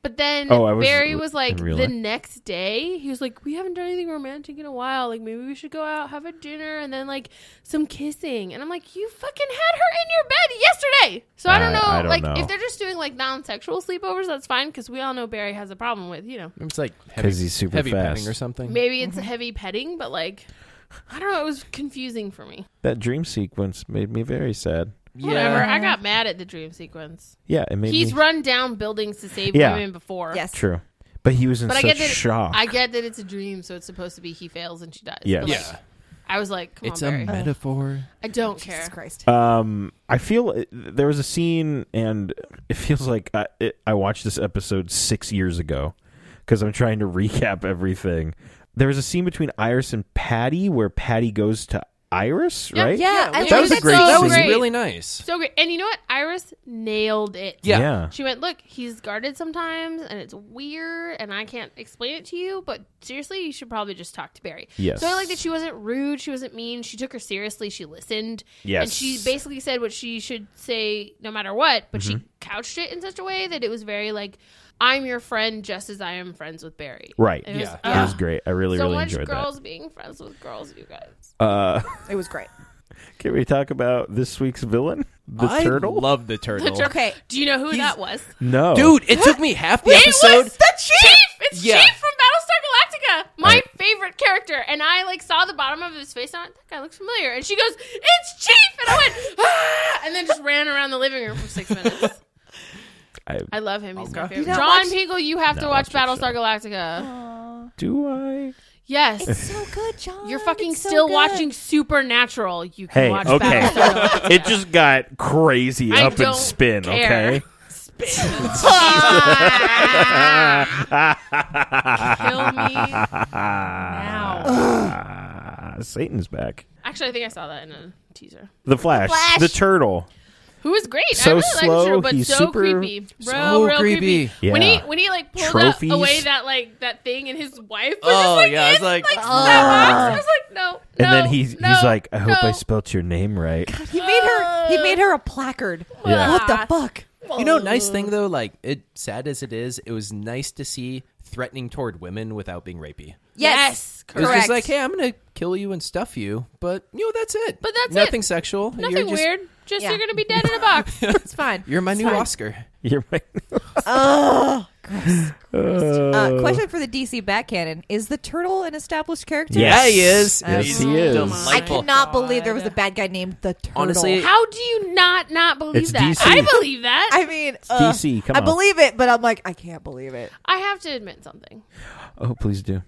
S3: But then
S4: Oh, I was-
S3: Barry was like
S4: in real
S3: the
S4: life?
S3: next day, he was like, "We haven't done anything romantic in a while. Like maybe we should go out, have a dinner, and then like some kissing." And I'm like, "You fucking had her in your bed yesterday." So I don't
S4: I-
S3: know,
S4: I don't
S3: like
S4: know.
S3: if they're just doing like non-sexual sleepovers, that's fine because we all know Barry has a problem with you know
S2: it's like
S4: 'Cause he's super
S2: heavy
S4: fast.
S2: petting or something.
S3: maybe it's
S4: Mm-hmm.
S3: heavy petting, but like I don't know, it was confusing for me.
S4: That dream sequence made me very sad.
S3: Whatever. I got mad at the dream sequence.
S4: Yeah, it made
S3: He's
S4: me
S3: run down buildings to save
S4: Yeah.
S3: women before.
S5: Yes.
S4: true, but he was in
S3: But I
S4: such
S3: get that
S4: shock.
S3: I get that it's a dream, so it's supposed to be he fails and she dies.
S4: Yes.
S3: But, like,
S2: Yeah.
S3: I was like, come
S2: It's
S3: on,
S2: a
S3: Barry.
S2: metaphor.
S3: I don't
S5: Jesus
S3: care.
S5: Christ.
S4: Um, I feel it- there was a scene, and it feels like I, it, I watched this episode six years ago because I'm trying to recap everything. There was a scene between Iris and Patty where Patty goes to Iris,
S3: Yeah,
S4: right?
S5: yeah, I
S2: That
S3: we
S5: That Dude,
S2: was
S5: was
S2: a
S5: that's
S2: great
S5: so
S2: scene.
S5: great.
S2: Really nice.
S3: So great. And you know what? Iris nailed it.
S2: Yeah.
S4: yeah.
S3: She went, look, he's guarded sometimes, and it's weird, and I can't explain it to you. But seriously, you should probably just talk to Barry.
S4: Yes.
S3: So I like that she wasn't rude, she wasn't mean, she took her seriously, she listened.
S4: Yes.
S3: And she basically said what she should say no matter what, but
S4: Mm-hmm.
S3: she couched it in such a way that it was very like, I'm your friend just as I am friends with Barry.
S4: Right.
S3: And it was-
S2: Yeah.
S4: It was
S3: ugh.
S4: great. I really,
S3: so
S4: really
S3: much
S4: enjoyed
S3: girls being friends with girls, you guys.
S4: that. Uh, (laughs)
S5: It was great.
S4: can we talk about this week's villain, the
S2: I
S4: turtle?
S2: love the turtle. (laughs)
S5: Okay.
S3: Do you know who that was?
S4: no,
S2: Dude, it took me half the episode.
S5: the chief.
S3: It's
S2: Yeah.
S3: Chief from Battlestar Galactica, my
S4: Right.
S3: favorite character. And I like saw the bottom of his face. And I went, that guy looks familiar. And she goes, "It's Chief," and I went, (laughs) ah! and then just ran around the living room for
S4: (laughs)
S3: six minutes.
S4: I,
S3: I love him. He's my favorite.
S5: don't
S3: John
S5: watch-
S3: Pegel, you have to
S4: Not
S3: watch
S4: watch the
S3: Battlestar Galactica.
S4: do I?
S5: It's
S3: Yes,
S5: so good, John.
S3: you're fucking
S5: It's so
S3: still
S5: good.
S3: watching Supernatural. You can
S4: Hey,
S3: watch
S4: okay.
S3: Battlestar Galactica.
S4: (laughs) It just got crazy
S3: I
S4: up
S3: don't
S4: and spin.
S3: care.
S4: (laughs) Okay,
S3: Kill me now.
S4: Ah, Satan's back.
S3: Actually, I think I saw that in a teaser.
S4: The Flash,
S5: Flash.
S4: the turtle.
S3: Who was great.
S4: So
S3: I really liked
S4: slow,
S3: the turtle, but
S4: he's
S3: so
S4: super-
S3: creepy. Real,
S2: So
S3: real creepy.
S4: creepy.
S3: When he
S4: Yeah.
S3: when he like pulled
S4: Trophies.
S3: up away that like that thing and his wife was
S2: Oh,
S3: just like
S2: yeah, I
S3: in,
S2: was like, "Ah."
S3: like, that box. I was like, no.
S4: And
S3: no,
S4: then he's
S3: no,
S4: he's like, I hope
S3: no."
S4: I spelt your name right.
S5: He made her. He made her a placard.
S4: Yeah.
S5: What the fuck?
S2: You know, nice thing though, like it sad as it is, it was nice to see threatening toward women without being rapey.
S3: Yes,
S5: Yes.
S2: It was
S5: correct.
S2: just like, hey, I'm gonna kill you and stuff you, but you know that's it.
S3: But that's it.
S2: nothing sexual.
S3: Nothing
S2: you're just,
S3: weird. Just
S5: Yeah.
S3: you're gonna be dead in a
S4: (laughs)
S3: box.
S5: it's fine.
S2: You're my
S5: It's
S2: new
S5: fine.
S2: Oscar.
S4: (laughs) You're right.
S5: Oh, gross. Uh,
S4: Uh,
S5: question for the DC Batcanon: Is the turtle an established character?
S4: Yes.
S2: Yeah, he is.
S4: Yes,
S2: He's
S4: he is.
S5: I
S2: Delightful.
S5: cannot believe there was a bad guy named the turtle.
S2: Honestly-
S3: How do you not not believe
S4: It's
S3: that?
S4: DC.
S3: I believe that.
S5: (laughs) I
S3: I,
S5: mean, uh,
S4: DC, come
S5: I
S4: on.
S5: believe it, but I'm like, I can't believe it.
S3: have to admit something.
S4: oh, please do.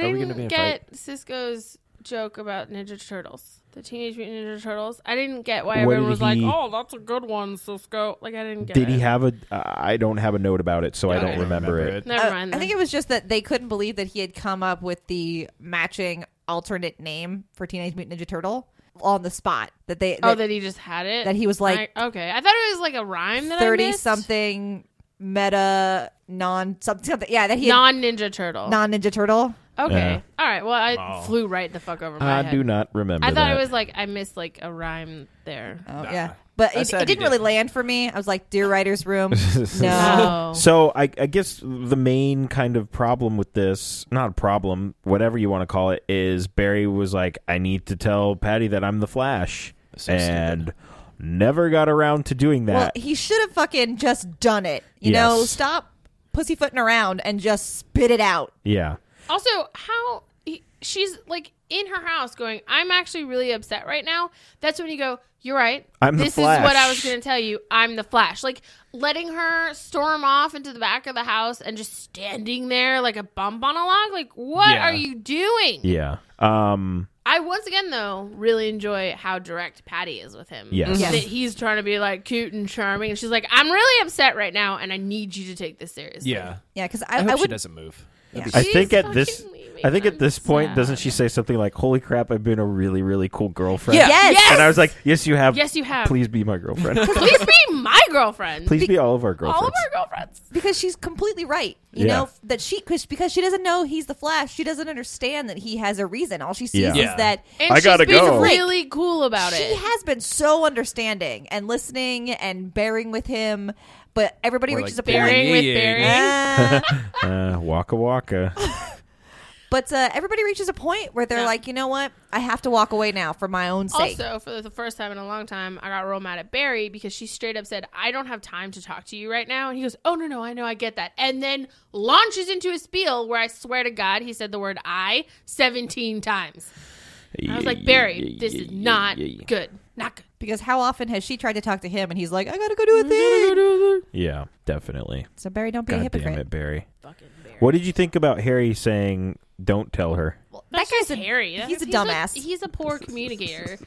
S2: we gonna be
S3: didn't
S2: in a
S3: get Cisco's joke about Ninja Turtles, the Teenage Mutant Ninja Turtles. I didn't get why
S4: What
S3: everyone
S4: did
S3: was like,
S4: he-
S3: "Oh, that's a good one, Cisco." Like I didn't get. it.
S4: Did he have a? Uh, I don't have a note about it, so I don't remember, it.
S3: Never
S5: Uh,
S3: mind.
S5: I
S3: then.
S5: think it was just that they couldn't believe that he had come up with the matching alternate name for Teenage Mutant Ninja Turtle on the spot. That they
S3: Oh, that he just had it.
S5: that he was like-
S3: I- okay. I thought it was like a rime that I
S5: thirty
S3: missed.
S5: something meta non something, something yeah that he had
S3: non Ninja Turtle.
S5: non Ninja Turtle.
S3: okay. All right. Well, I
S2: Wow.
S3: flew right the fuck over my
S4: I
S3: head.
S4: do not remember.
S3: I thought
S4: that.
S3: it was like I missed like a rhyme there.
S5: Oh, yeah. But
S2: That's
S5: it,
S2: sad
S5: it
S2: he
S5: didn't really
S2: didn't.
S5: land for me. I was like, Dear Writer's
S4: (laughs)
S5: Room.
S3: (laughs)
S5: no.
S3: Oh.
S4: So I, I guess the main kind of problem with this, not a problem, whatever you want to call it, is Barry was like, I need to tell Patty that I'm the Flash,
S2: So
S4: and never got around to doing
S5: Well,
S4: that.
S5: he should have fucking just done it. You know,
S4: Yes.
S5: stop pussyfooting around and just spit it out.
S4: yeah,
S3: Also, how he, she's like in her house going, "I'm actually really upset right now." That's when you go, "You're right.
S4: I'm the
S3: this is what I
S4: Flash."
S3: was going to tell you. I'm the Flash." Like letting her storm off into the back of the house and just standing there like a bump on a log. Like, what
S2: Yeah.
S3: are you doing?
S4: yeah. Um,
S3: I once again though really enjoy how direct Patty is with him.
S4: Yes.
S5: Yes.
S3: That he's trying to be like cute and charming, and she's like, "I'm really upset right now, and I need you to take this seriously."
S2: Yeah.
S5: Yeah, because
S2: I
S5: I,
S2: hope
S5: I
S2: she
S5: would.
S2: doesn't move. That'd
S4: I
S3: She's
S4: think at this,
S3: fucking leaving.
S4: I think at
S3: I'm
S4: this point,
S3: sad.
S4: doesn't she say something like, "Holy crap, I've been a really, really cool girlfriend"?
S2: Yeah.
S5: Yes.
S4: And I was like, "Yes, you have.
S3: Yes, you have.
S4: Please be
S3: (laughs)
S4: my girlfriend.
S3: Please be my girlfriend.
S4: (laughs) Please be all of our girlfriends."
S3: all of our girlfriends.
S5: because she's completely right. You
S4: Yeah.
S5: know that she cause, because she doesn't know he's the Flash. She doesn't understand that he has a reason. All she sees
S4: Yeah.
S2: Yeah.
S5: is that
S3: And
S4: I
S3: she's
S4: gotta
S3: being
S4: go.
S3: Really cool about
S5: she
S3: it.
S5: has been so understanding and listening and bearing with him. But everybody
S2: Or,
S5: reaches
S2: like,
S5: a point.
S3: Bearing (laughs) with
S2: Yeah.
S3: Barry.
S5: Ah.
S4: uh,
S3: (laughs)
S4: waka waka.
S5: but uh, everybody reaches a point where they're
S3: Yeah.
S5: like, you know what? I have to walk away now for my own sake.
S3: Also, for the first time in a long time, I got real mad at Barry because she straight up said, I don't have time to talk to you right now. And he goes, Oh, no, no, I know, I get that. And then launches into a spiel where I swear to God, he said the word I 17 times. I was like, Barry, this is not good. Not good.
S5: Because how often has she tried to talk to him and he's like, I gotta go
S3: Mm-hmm.
S5: do a thing?
S4: Yeah, definitely.
S5: So Barry, don't be a
S4: God damn
S5: hypocrite.
S4: it, Barry.
S3: Fucking Barry.
S4: What did you think about Harry saying, "Don't tell her"?
S5: Well,
S3: That's
S5: that
S3: just
S5: guy's a,
S3: Harry.
S5: He's a
S3: That's-
S5: dumbass.
S3: he's a poor
S4: (laughs)
S3: communicator.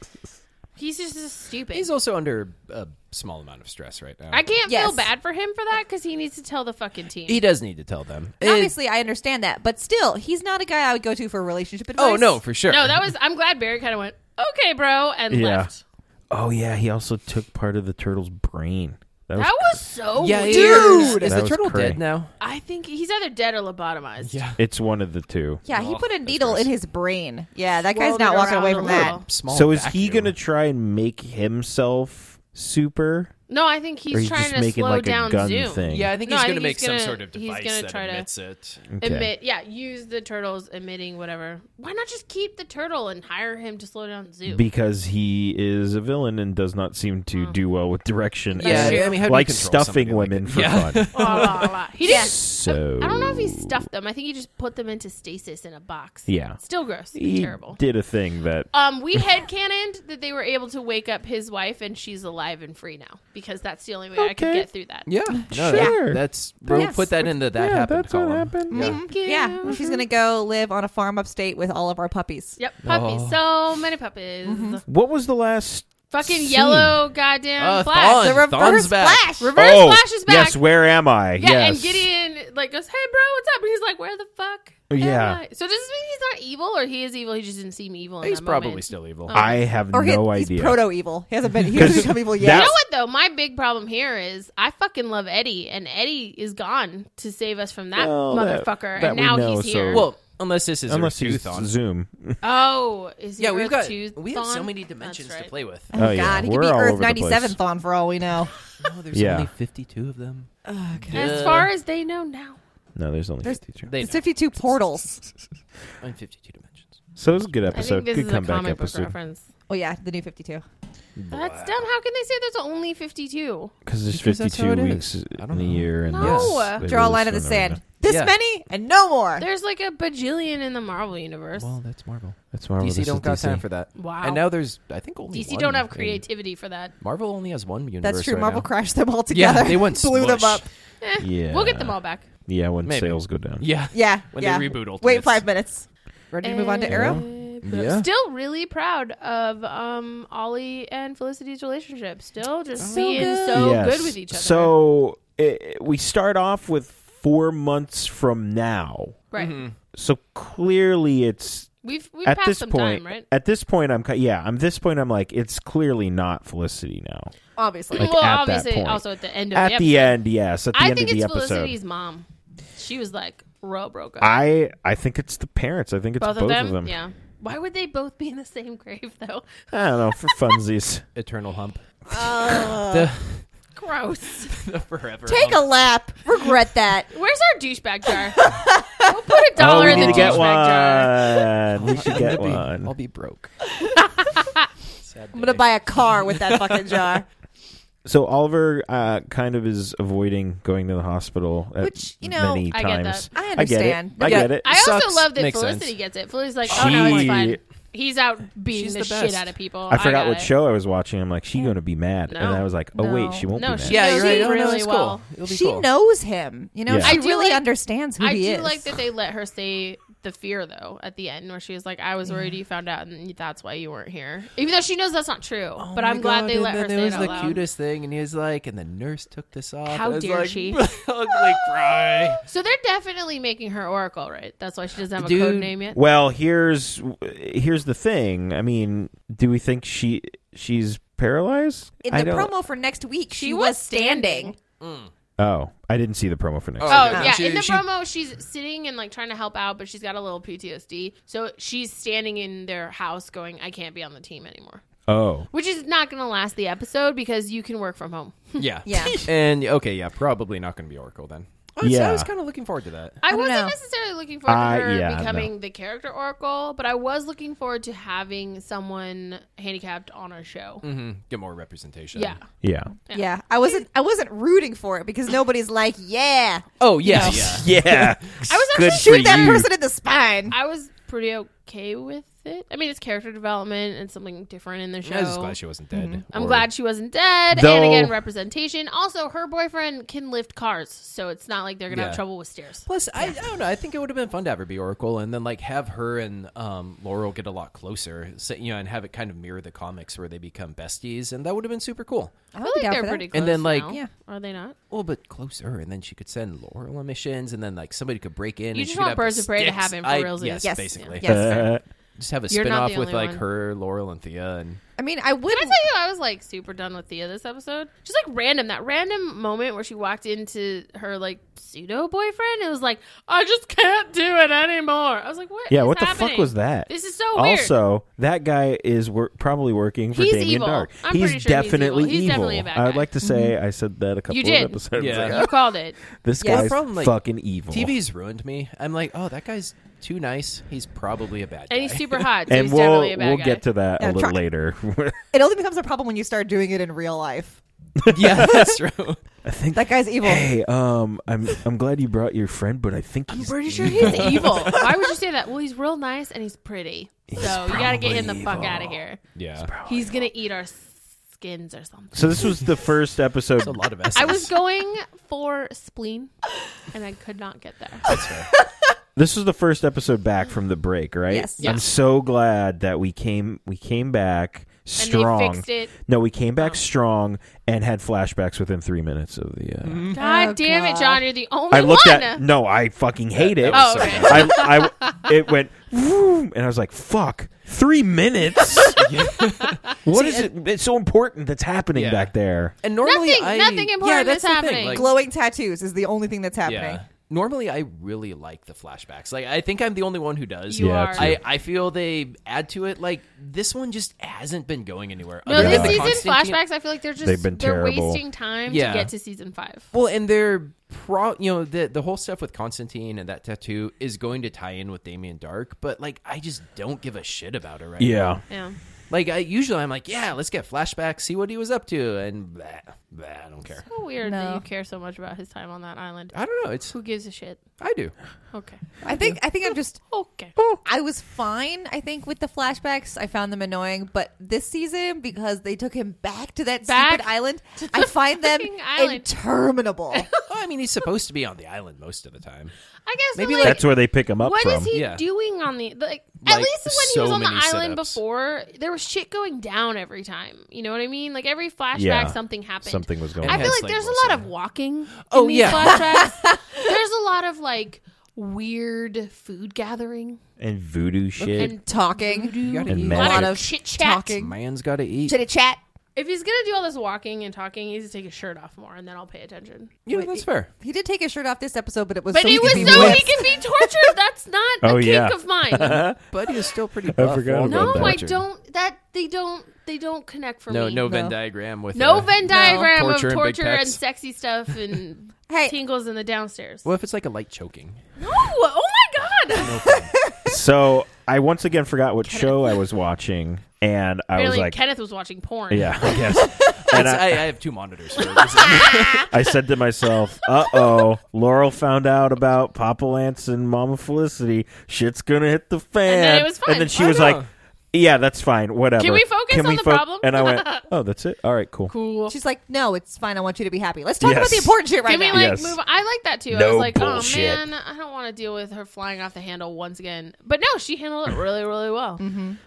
S3: he's just, just stupid.
S2: He's also under a small amount of stress right now.
S3: I can't
S5: Yes.
S3: feel bad for him for that because he needs to tell the fucking team.
S2: he does need to tell them.
S5: And Obviously, I understand that, but still, he's not a guy I would go to for relationship advice.
S2: oh no, for sure.
S3: no, that was. I'm glad Barry kind of went, okay, bro, and
S4: Yeah.
S3: left.
S4: Oh yeah, he also took part of the turtle's brain. That was,
S3: That was so
S2: yeah,
S3: weird.
S5: Dude!
S2: Is
S4: That
S2: the
S4: was
S2: turtle
S4: cray.
S2: dead now?
S3: I think he's either dead or lobotomized.
S2: Yeah.
S4: it's one of the two.
S5: Yeah, he
S2: Oh,
S5: put a
S2: that's
S5: needle in
S2: gross.
S5: his brain. Yeah, that guy's
S3: Swirled
S5: not
S3: it
S5: walking away
S3: around
S5: from
S3: a
S5: that.
S3: little.
S2: Small
S4: so is he
S2: vacuum.
S4: gonna try and make himself super?
S3: No, I think
S4: Or
S3: he's
S4: he's
S3: trying
S4: just
S3: to
S4: making,
S3: slow
S4: like, a
S3: down
S4: gun
S3: Zoom.
S4: thing.
S2: Yeah, I think
S3: No,
S2: he's
S3: I
S2: going to
S3: think
S2: make
S3: he's
S2: some
S3: gonna-
S2: sort of
S3: he's
S2: device
S3: gonna
S2: that
S3: try to-
S2: emits it.
S4: Okay.
S3: Emit, yeah, use the turtles emitting whatever. Why not just keep the turtle and hire him to slow down Zoo?
S4: because he is a villain and does not seem to
S3: Oh.
S4: do well with direction.
S2: Yeah,
S4: and
S2: I mean, how do you
S4: like
S2: control
S4: stuffing
S2: somebody like
S4: women
S2: that?
S3: (laughs)
S4: for
S2: Yeah.
S4: fun.
S3: Blah, blah,
S4: (laughs)
S3: blah. He just.
S4: So
S3: I don't know if he stuffed them. I think he just put them into stasis in a box.
S4: Yeah.
S3: Still gross.
S4: he
S3: Terrible.
S4: did a thing that
S3: Um, we headcanoned that they were able to wake up his wife and she's alive and free now because that's the only way I could
S4: Okay.
S3: get through that.
S2: Yeah, no,
S4: Sure.
S2: That, that's we'll
S5: Yes.
S2: put that into that
S4: yeah,
S2: happened
S4: that's what
S2: column.
S4: happened.
S2: Yeah.
S3: Thank you.
S5: Yeah, she's
S3: mm-hmm.
S5: gonna go live on a farm upstate with all of our puppies.
S3: Yep, puppies. So many puppies.
S4: What was the last?
S3: Fucking
S4: Scene.
S3: yellow goddamn
S2: Uh,
S3: flash.
S5: The
S2: Thon.
S5: reverse
S2: Thon's back.
S5: flash.
S3: Reverse
S4: oh,
S3: flash is back.
S4: yes. Where am I?
S3: Yeah,
S4: yes.
S3: and Gideon like goes, "Hey, bro, what's up?" And he's like, "Where the fuck?" am
S4: Oh, Yeah.
S3: I?" So does this mean he's not evil, or he is evil? He just didn't seem evil. in
S2: He's
S3: that
S2: probably
S3: moment?
S2: still evil.
S3: Oh.
S4: I have
S5: Or he-
S4: no
S5: he's
S4: idea.
S5: proto evil. He hasn't been.
S4: (laughs)
S5: He hasn't
S4: 'Cause
S5: become evil
S3: You
S5: yet.
S4: that-
S3: know what though? My big problem here is I fucking love Eddie, and Eddie is gone to save us from that
S4: Well, that-
S3: motherfucker,
S4: that
S3: and
S4: we
S3: now
S4: know,
S3: he's here.
S4: so-
S2: well, unless this is
S4: Unless
S2: Unless
S4: you
S2: Earth 2 Thon.
S4: zoom.
S3: oh, is he
S2: Yeah, we've
S3: Earth
S2: got
S3: two
S2: we have so
S3: Thon?
S2: many dimensions
S3: That's
S2: to
S3: right.
S2: play with.
S4: (laughs)
S5: Oh,
S4: Oh, yeah,
S5: God, he could
S4: we're
S5: be
S4: all
S5: Earth
S4: over the place.
S5: ninety seven Thon for all
S4: (laughs)
S5: we know.
S2: No, Oh, there's
S4: Yeah.
S2: only 52 of them.
S3: As
S2: Yeah.
S3: far as they know now,
S4: No, there's only
S5: There's-
S4: 52.
S2: They
S5: It's
S2: know.
S5: fifty two portals.
S2: I'm 52 dimensions.
S4: So it was a good
S3: I think
S4: episode.
S3: this
S4: Good
S3: is a
S4: comeback
S3: comic book
S4: episode.
S3: reference.
S5: Oh yeah, the new fifty two.
S3: That's dumb. How can they say there's only fillery
S4: Because there's
S2: Because that's how
S4: 52
S2: it
S4: weeks
S2: is. I
S4: in
S2: don't
S4: a
S2: know.
S4: year. And
S3: No.
S4: that's- they
S5: Draw a
S4: really
S5: line in the
S4: swing around.
S5: sand. This
S2: Yeah.
S5: many and no more.
S3: There's like a bajillion in the Marvel universe.
S2: Well, that's Marvel.
S4: That's Marvel.
S2: DC
S4: this is
S2: don't got
S4: DC.
S2: time for that.
S3: Wow.
S2: And now there's I think only
S3: DC
S2: one
S3: don't have
S2: in-
S3: creativity for that.
S2: Marvel only has one universe.
S5: That's true.
S2: right
S5: Marvel
S2: now.
S5: crashed them all
S2: Yeah,
S5: together.
S2: they went
S5: (laughs) blew them
S2: smush.
S5: up.
S3: Eh, (laughs)
S4: Yeah.
S3: We'll get them all back.
S4: Yeah, when
S2: Maybe.
S4: sales go down.
S2: Yeah.
S5: Yeah,
S2: When they
S5: yeah.
S2: reboot
S5: Wait
S2: Ultimates.
S5: five minutes. Ready to move on to
S3: Eh,
S5: Arrow?
S3: bro-
S2: Yeah.
S3: Still really proud of um Ollie and Felicity's relationship. Still just
S5: So
S3: being
S5: good.
S3: so
S4: Yes.
S3: good with each other.
S4: So eh, we start off with four months from now.
S3: right.
S2: Mm-hmm.
S4: So clearly, it's
S3: We've we've
S4: at
S3: passed
S4: this
S3: some
S4: point.
S3: time, right?
S4: At this point, I'm ki- yeah. I'm this point. I'm like, it's clearly not Felicity now.
S5: Obviously.
S4: like,
S3: well,
S4: at that
S3: obviously,
S4: point.
S3: also at the end of
S4: at
S3: the,
S4: the
S3: episode.
S4: end, yes. At the
S3: I
S4: end
S3: think
S4: of the
S3: it's
S4: episode,
S3: Felicity's mom. She was like real broke up.
S4: I I think it's the parents. I think it's both,
S3: Yeah. Why would they both be in the same grave though? (laughs)
S4: I don't know for funsies.
S2: Eternal hump. Uh. (laughs)
S3: Gross.
S2: The forever.
S5: Take a lap.
S2: (laughs)
S5: Regret that.
S3: Where's our douchebag (laughs) jar? we'll put a dollar
S4: oh,
S3: in
S4: we
S3: the
S4: need to get
S3: douchebag jar.
S4: one.
S2: (laughs)
S4: we should get
S2: I'll
S4: one.
S2: be broke. Sad
S5: I'm gonna
S2: day.
S5: buy a car with that fucking jar.
S4: So Oliver uh, kind of is avoiding going to the hospital, at
S5: Which, you know,
S4: many
S3: I get
S4: times.
S5: that. I
S4: get it.
S5: understand.
S4: I
S5: Yeah.
S4: get it.
S3: I also
S2: Sucks.
S3: love that
S2: Makes
S3: Felicity
S2: sense.
S3: gets it. Felicity's like, oh no, it's
S4: She-
S3: fine. He's out beating
S2: She's
S3: the,
S2: the
S3: shit
S2: best.
S3: out of people.
S4: I forgot
S3: got
S4: what
S3: it.
S4: show I was watching. I'm like, she gonna be mad, and
S3: No.
S4: I was like, oh
S5: No.
S4: wait, she won't
S3: No,
S4: be mad.
S3: she-
S2: Yeah, you're
S3: knows
S2: right.
S3: him
S2: Oh, no,
S3: really
S2: it's
S3: well.
S2: cool. (laughs) It'll be
S5: She
S2: cool.
S5: knows him. You know,
S4: Yeah.
S5: she
S3: I do
S5: really
S3: like-
S5: understands who
S3: I
S5: he
S3: do
S5: is.
S3: like that they let her say the fear though at the end, where she was like, "I was worried you found out, and that's why you weren't here." Even though she knows that's not true,
S2: Oh
S3: but
S2: my
S3: I'm glad
S2: God,
S3: they
S2: and
S3: let
S2: then
S3: her
S2: there
S3: say
S2: was
S3: it out
S2: the
S3: loud.
S2: cutest thing, and he was like, and the nurse took this off. (laughs)
S3: How
S2: I was
S3: dare
S2: Oh, like,
S3: she.
S2: Ugly cry.
S3: So they're definitely making her Oracle, right? That's why she doesn't have a
S2: Dude.
S3: code name yet.
S4: Well, here's here's the thing. I mean, do we think she she's paralyzed?
S5: In
S4: I
S5: the
S4: don't.
S5: promo for next week, she,
S3: She
S5: was
S3: was
S5: standing.
S4: oh, I didn't see the promo for next.
S2: Oh.
S4: week.
S3: Oh
S2: Yeah.
S3: yeah,
S2: She-
S3: in the
S2: she-
S3: promo, she's sitting and like trying to help out, but she's got a little PTSD. So she's standing in their house, going, "I can't be on the team anymore,"
S4: Oh,
S3: which is not going to last the episode because you can work from home.
S2: Yeah.
S5: Yeah.
S2: and okay, yeah, probably not going to be Oracle then. I was,
S4: Yeah.
S2: I was kind of looking forward to that.
S3: I,
S5: don't
S3: wasn't
S5: know.
S3: necessarily looking forward
S4: I-
S3: to her
S4: yeah,
S3: becoming the character Oracle, but I was looking forward to having someone handicapped on our show.
S2: Mm-hmm. Get more representation.
S3: Yeah.
S4: yeah,
S5: Yeah. I wasn't. I wasn't rooting for it because nobody's like, yeah,
S2: Oh yeah, (laughs) yeah.
S4: yeah.
S3: I was
S4: Good
S3: actually
S4: for
S5: shoot that
S4: you.
S5: person in the spine.
S3: I was pretty okay with it. I mean, it's character development and something different in the show.
S2: I was just glad she wasn't dead.
S3: mm-hmm. I'm
S2: or-
S3: glad she wasn't dead. and
S4: Though-
S3: again, representation. Also, her boyfriend can lift cars, so it's not like they're gonna
S2: Yeah.
S3: have trouble with stairs.
S2: Plus, I, I don't know. I think it would have been fun to have her be Oracle, and then like have her and um, Laurel get a lot closer, so, you know, and have it kind of mirror the comics where they become besties, and that would have been super cool.
S3: I
S5: I would
S3: feel
S5: be
S3: like
S5: down
S3: they're
S5: for that.
S3: pretty close.
S2: And then, like-
S3: now.
S5: Yeah.
S3: are they not?
S2: Well, but closer, and then she could send Laurel on missions, and then like somebody could break in.
S3: You
S2: and
S3: just
S2: she could
S3: want
S2: have
S3: Birds of Prey to
S2: sticks.
S3: have him for
S2: I-
S3: realsies.
S2: Yes,
S5: Yes.
S2: basically.
S5: Yes.
S4: Uh,
S2: Just have a
S3: You're not
S2: spin-off
S3: the
S2: with
S3: only
S2: like
S3: one.
S2: her, Laurel, and Thea, and
S5: I mean, I would.
S3: Did I tell you I was like super done with Thea this episode? Just like random that random moment where she walked into her like pseudo boyfriend. It was like I just can't do it anymore. I was like, what?
S4: Yeah,
S3: is
S4: what the
S3: happening?
S4: fuck was that?
S3: This is so weird.
S4: Also, that guy is wor- probably working for
S3: He's
S4: Damien
S3: evil.
S4: Dark.
S3: I'm
S4: he's
S3: pretty sure he's
S4: definitely
S3: evil. He's definitely a bad
S4: I would
S3: guy. Mm-hmm.
S4: like to say I said that a couple
S3: You
S4: of
S3: did.
S4: episodes
S2: Yeah.
S4: ago.
S3: you called it.
S4: This
S5: Yes.
S4: guy's
S2: Problem, like,
S4: fucking evil.
S2: TV's ruined me. I'm like, oh, that guy's too nice. He's probably a bad guy.
S3: And he's
S4: (laughs)
S3: super hot, so
S4: and
S3: he's
S4: we'll
S3: definitely a bad
S4: we'll
S3: guy.
S4: get to that
S5: Yeah,
S4: a little
S5: try-
S4: later. (laughs)
S5: It only becomes a problem when you start doing it in real life.
S2: (laughs)
S3: (laughs)
S2: yeah, that's true.
S4: I think
S5: That guy's evil.
S4: Hey, um, I'm I'm glad you brought your friend, but I think
S3: I'm
S4: he's
S3: pretty sure
S4: (laughs)
S3: he's evil. Why would you say that? Well, he's real nice and he's pretty. so you gotta get him the fuck
S4: probably
S3: out of
S4: evil.
S3: here.
S2: Yeah,
S3: He's gonna eat our skins or something.
S4: So this was the first episode.
S2: It's a lot of S's.
S3: I
S4: (laughs)
S3: was going for spleen, and I could not get there.
S2: That's fair.
S4: This was the first episode back from the break, right?
S5: Yes.
S3: Yeah.
S4: I'm so glad that we came we came back strong.
S3: And they fixed it. Oh.
S4: No, we came back strong and had flashbacks within three minutes of the. Uh,
S3: God
S5: Oh,
S3: damn it,
S5: God.
S3: John! You're the only
S4: I looked
S3: one.
S4: at no, I fucking hate it.
S3: that was Oh,
S4: (laughs) I, I it went vroom, and I was like, "Fuck, three minutes! (laughs) What is it? It's so important that's happening
S2: Yeah.
S4: back there."
S2: And normally,
S3: Nothing-
S2: I,
S3: nothing important
S2: that's
S3: is
S2: the thing,
S3: happening.
S2: like-
S5: Glowing tattoos is the only thing that's happening.
S2: yeah. Normally, I really like the flashbacks. Like, I think I'm the only one who does.
S3: You
S4: Yeah,
S3: are.
S4: it's
S2: I, I feel they add to it. Like this one just hasn't been going anywhere.
S3: no,
S2: other
S4: Yeah.
S2: than
S3: this
S2: the
S3: season
S2: Constantine-
S3: flashbacks. I feel like they're just
S4: They've been
S3: they're
S4: terrible.
S3: wasting time
S2: Yeah.
S3: to get to season five.
S2: Well, and they're pro. You know, the the whole stuff with Constantine and that tattoo is going to tie in with Damien Dark. But like, I just don't give a shit about it right now.
S4: Yeah,
S3: Yeah,
S2: Like, I usually I'm like, yeah, let's get flashbacks, see what he was up to, and blah, blah, I don't care.
S3: so weird that
S5: No.
S3: you care so much about his time on that island.
S2: I don't know. It's
S3: Who gives a shit?
S2: I do.
S3: Okay,
S5: I think. I think I'm just.
S3: okay.
S5: I was fine. I think with the flashbacks, I found them annoying. But this season, because they took him back to that
S3: Back
S5: stupid island, I find them
S3: fucking island. (laughs)
S5: interminable.
S2: Well, Oh, I mean, he's supposed to be on the island most of the time.
S3: I guess
S2: Maybe,
S3: maybe like,
S2: like,
S4: that's where they pick him up
S3: What is
S4: from.
S3: he
S2: Yeah.
S3: doing on the like,
S2: Like,
S3: at least when he
S2: so
S3: was on the
S2: many
S3: island
S2: setups.
S3: before there was shit going down every time you know what i mean like every flashback
S4: Yeah.
S3: something happened
S4: Something was going.
S3: i
S4: on.
S3: feel
S2: Yes,
S3: like
S2: like
S3: there's
S2: Wilson.
S3: a lot of walking
S2: Oh,
S3: in these
S2: yeah. (laughs)
S3: flashbacks there's a lot of like weird food gathering
S4: and voodoo shit.
S3: and
S5: Talking,
S3: voodoo
S2: gotta
S4: And
S2: eat.
S3: a lot
S4: magic.
S3: of chit chat
S5: talking,
S2: Man's got to eat.
S5: chit chat.
S3: if he's gonna do all this walking and talking he needs to take his shirt off more and then i'll pay attention
S2: You know, that's fair.
S5: He did take his shirt off this episode, but it was
S3: but
S5: so
S3: it
S5: he
S3: was
S5: could be
S3: so
S5: with-
S3: he can be tortured that's
S4: (laughs)
S3: not
S4: Oh,
S3: a kink
S4: yeah.
S3: of mine
S2: But he was still pretty
S4: (laughs) I
S2: buff.
S4: forgot
S2: all
S4: about
S3: No,
S2: the
S4: that.
S2: way
S3: I
S2: through.
S3: don't. That they don't. They don't connect for
S2: No,
S3: me.
S2: no Venn
S5: No.
S2: diagram with
S3: No
S2: uh,
S3: Venn diagram
S2: Torture and
S3: of
S2: big
S3: torture and,
S2: pecs.
S3: sexy stuff and
S5: Hey.
S3: tingles in the downstairs.
S2: Well, if it's like a light choking,
S3: No! Oh my god!
S4: so I once again forgot what show I was watching, and I was
S3: Apparently,
S4: like,
S3: Kenneth was watching porn.
S4: "Yeah, I guess." and
S2: I, I
S4: (laughs) I,
S2: have two monitors. For a reason.
S4: I said to myself, "Uh oh, Laurel found out about Papa Lance and Mama Felicity. Shit's gonna hit the fan."
S3: And then it was fine.
S4: And then she
S2: I
S4: was
S2: know.
S4: like, "Yeah, that's fine. Whatever.
S3: Can we focus on the problem?
S4: And
S3: (laughs)
S4: I went, "Oh, that's it. All right, cool."
S3: Cool.
S5: She's like, "No, it's fine. I want you to be happy. Let's talk
S4: Yes.
S5: about the important shit right
S3: Give me
S5: now."
S3: like
S4: Yes.
S3: move. I like that too. I
S4: No
S3: was like,
S4: bullshit.
S3: oh man, I don't want to deal with her flying off the handle once again. But no, she handled it really, really well.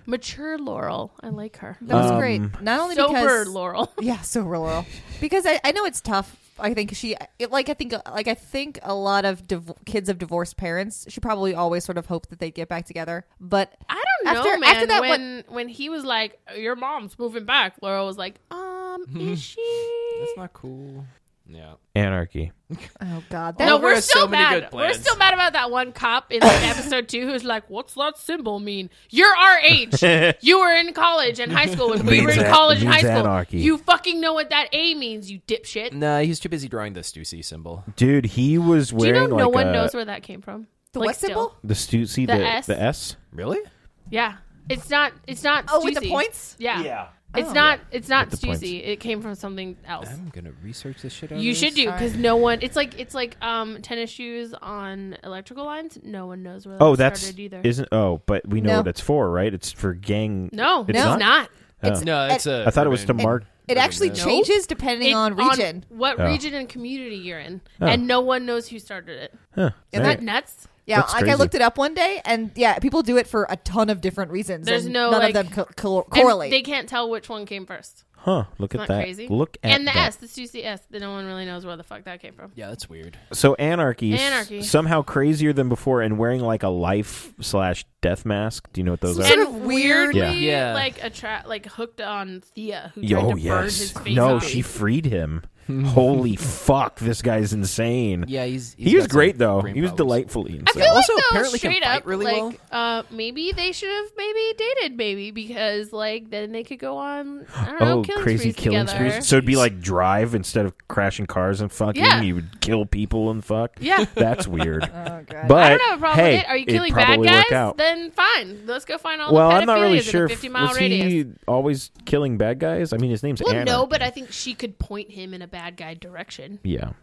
S3: Mature Laurel, I like her.
S5: that was
S4: Um,
S5: great. Not only
S3: Sober
S5: because
S3: Laurel.
S5: (laughs) Yeah, sober Laurel. Because I, I know it's tough. I think she it, like I think like I think a lot of div- kids of divorced parents should probably always sort of hope that they get back together. But
S3: I don't know,
S5: After-
S3: man.
S5: after that
S3: when when he was like, "Your mom's moving back," Laurel was like, "Um, is she?" (laughs)
S2: that's not cool. Yeah.
S4: Anarchy.
S5: oh god, that
S3: No,
S2: Oliver
S3: we're
S2: has
S3: still
S2: so many
S3: mad.
S2: good
S3: we're
S2: plans.
S3: still mad about that one cop in
S5: (laughs)
S3: like episode two who's like, "What's that symbol mean? You're our age.
S5: (laughs)
S3: you were in college and high school when we
S4: Means
S3: were in
S4: an-
S3: college and
S4: means
S3: high school.
S4: anarchy.
S3: You fucking know what that A means, you dipshit."
S2: Nah, he's too busy drawing the Stussy symbol.
S4: Dude, he was
S3: Do you
S4: wearing
S3: know
S4: like
S3: no one
S4: a,
S3: knows where that came from?
S5: the
S3: Like,
S5: what
S3: still.
S5: symbol?
S4: the stu- see
S3: The
S4: the
S3: S.
S4: the S.
S2: Really?
S3: Yeah, it's not. It's not.
S5: Oh, with the
S3: Stussy.
S5: points?
S3: Yeah. It's
S5: Oh.
S3: not. It's not
S4: With the points.
S3: Stussy. It came from something else.
S2: I'm gonna research this shit. out
S3: You
S2: of
S3: should
S2: this.
S3: do because no one. It's like it's like um tennis shoes on electrical lines. No one knows where. That
S4: Oh, that's
S3: started either.
S4: isn't. Oh, but we know
S5: No.
S4: what it's for, right? It's for gang.
S3: no,
S4: It's
S3: no,
S4: not?
S2: (laughs)
S3: it's not.
S5: It's-
S2: No, it's a.
S4: I thought it was to
S2: urban-
S4: mark.
S5: It actually
S2: No.
S5: changes depending
S3: It-
S5: on region.
S3: what
S4: Oh.
S3: region and community you're in,
S4: Oh.
S3: and no one knows who started it.
S4: Huh,
S3: Isn't
S4: right.
S3: that nuts?
S5: yeah,
S4: That's
S5: like I
S4: crazy.
S5: looked it up one day, and yeah, people do it for a ton of different reasons.
S3: There's
S5: and
S3: no,
S5: none
S3: like-
S5: of them co- co-
S3: And
S5: correlate.
S3: they can't tell which one came first.
S4: Huh? Look at
S3: Isn't that
S4: that.
S3: crazy?
S4: Look at
S3: and the
S4: that.
S3: S, the Stussy S, that no one really knows where the fuck that came from.
S2: Yeah, that's weird.
S4: So anarchy, is
S3: Anarchy.
S4: somehow crazier than before, and wearing like a life slash death mask. Do you know what those
S5: Some
S4: are?
S5: sort
S3: and
S5: of weird-
S3: weirdly,
S2: Yeah. Yeah.
S3: like attract, like hooked on Thea, who
S4: Yo,
S3: tried to burn his face
S4: no,
S3: off.
S4: she
S2: (laughs)
S4: freed him. Holy fuck, this guy's insane.
S2: Yeah, he's.
S4: he was great though. He was delightfully
S3: I
S4: insane.
S3: feel
S2: Also,
S3: like though,
S2: apparently can
S3: straight
S2: fight
S3: up,
S2: really
S3: like uh, maybe they should have maybe dated baby because like then they could go on I don't know
S4: Oh,
S3: killing
S4: crazy
S3: sprees
S4: killing
S3: together.
S4: sprees! So it'd be like drive instead of crashing cars and fucking.
S3: Yeah.
S4: You would kill people and fuck.
S5: (laughs)
S3: Yeah.
S4: that's weird.
S5: oh, God.
S3: (laughs)
S4: But
S3: I don't have a problem
S4: hey,
S3: with it. Are you
S4: it'd
S3: killing bad
S4: probably work
S3: guys?
S4: out.
S3: Then fine. Let's go find all
S4: well,
S3: the
S4: I'm not really
S3: pedophilias
S4: sure.
S3: in a
S4: if-
S3: 50 mile
S4: was
S3: radius.
S4: he always killing bad guys? I mean, his name's
S3: well,
S4: Anna.
S3: no, but I think she could point him in a bad guy direction.
S4: yeah,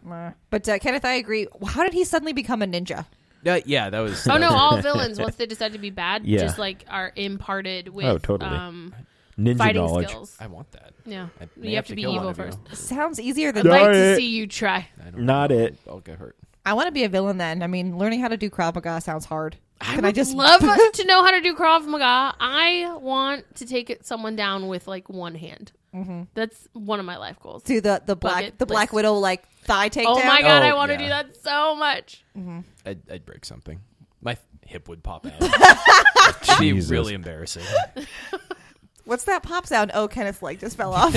S5: But uh, Kenneth, I agree. How did he suddenly become a ninja?
S2: Uh, yeah, that was.
S3: Oh
S2: that
S3: no!
S2: was-
S4: (laughs)
S3: All villains once they decide to be bad,
S4: Yeah.
S3: just like are imparted with
S4: Oh, totally.
S3: um,
S4: ninja
S3: fighting
S4: knowledge.
S3: skills.
S2: I want that.
S3: Yeah,
S2: I may
S3: you have to be
S2: kill one
S3: evil
S2: of you.
S3: first.
S5: Sounds easier
S3: I'd
S5: than
S3: like
S4: Got
S3: to
S4: it.
S3: see you try.
S2: I don't
S4: Not
S2: know.
S4: it.
S2: I'll get hurt.
S5: I want to be a villain then. I mean, learning how to do Krav Maga sounds hard.
S3: I
S5: Can
S3: would
S5: I
S4: (laughs)
S5: just
S3: love to know how to do Krav Maga. I want to take it- someone down with like one hand. That's one of my life goals.
S5: do the the black
S3: Bucket
S5: the Black
S3: list.
S5: Widow like thigh takedown?
S3: Oh my god,
S2: Oh,
S3: I want
S2: yeah.
S3: to do that so much.
S2: I'd, I'd break something. My f- hip would pop
S3: (laughs)
S2: out. It'd be
S4: Jesus.
S2: really embarrassing.
S5: What's that pop sound? Oh, Kenneth's leg just fell
S3: (laughs)
S5: off.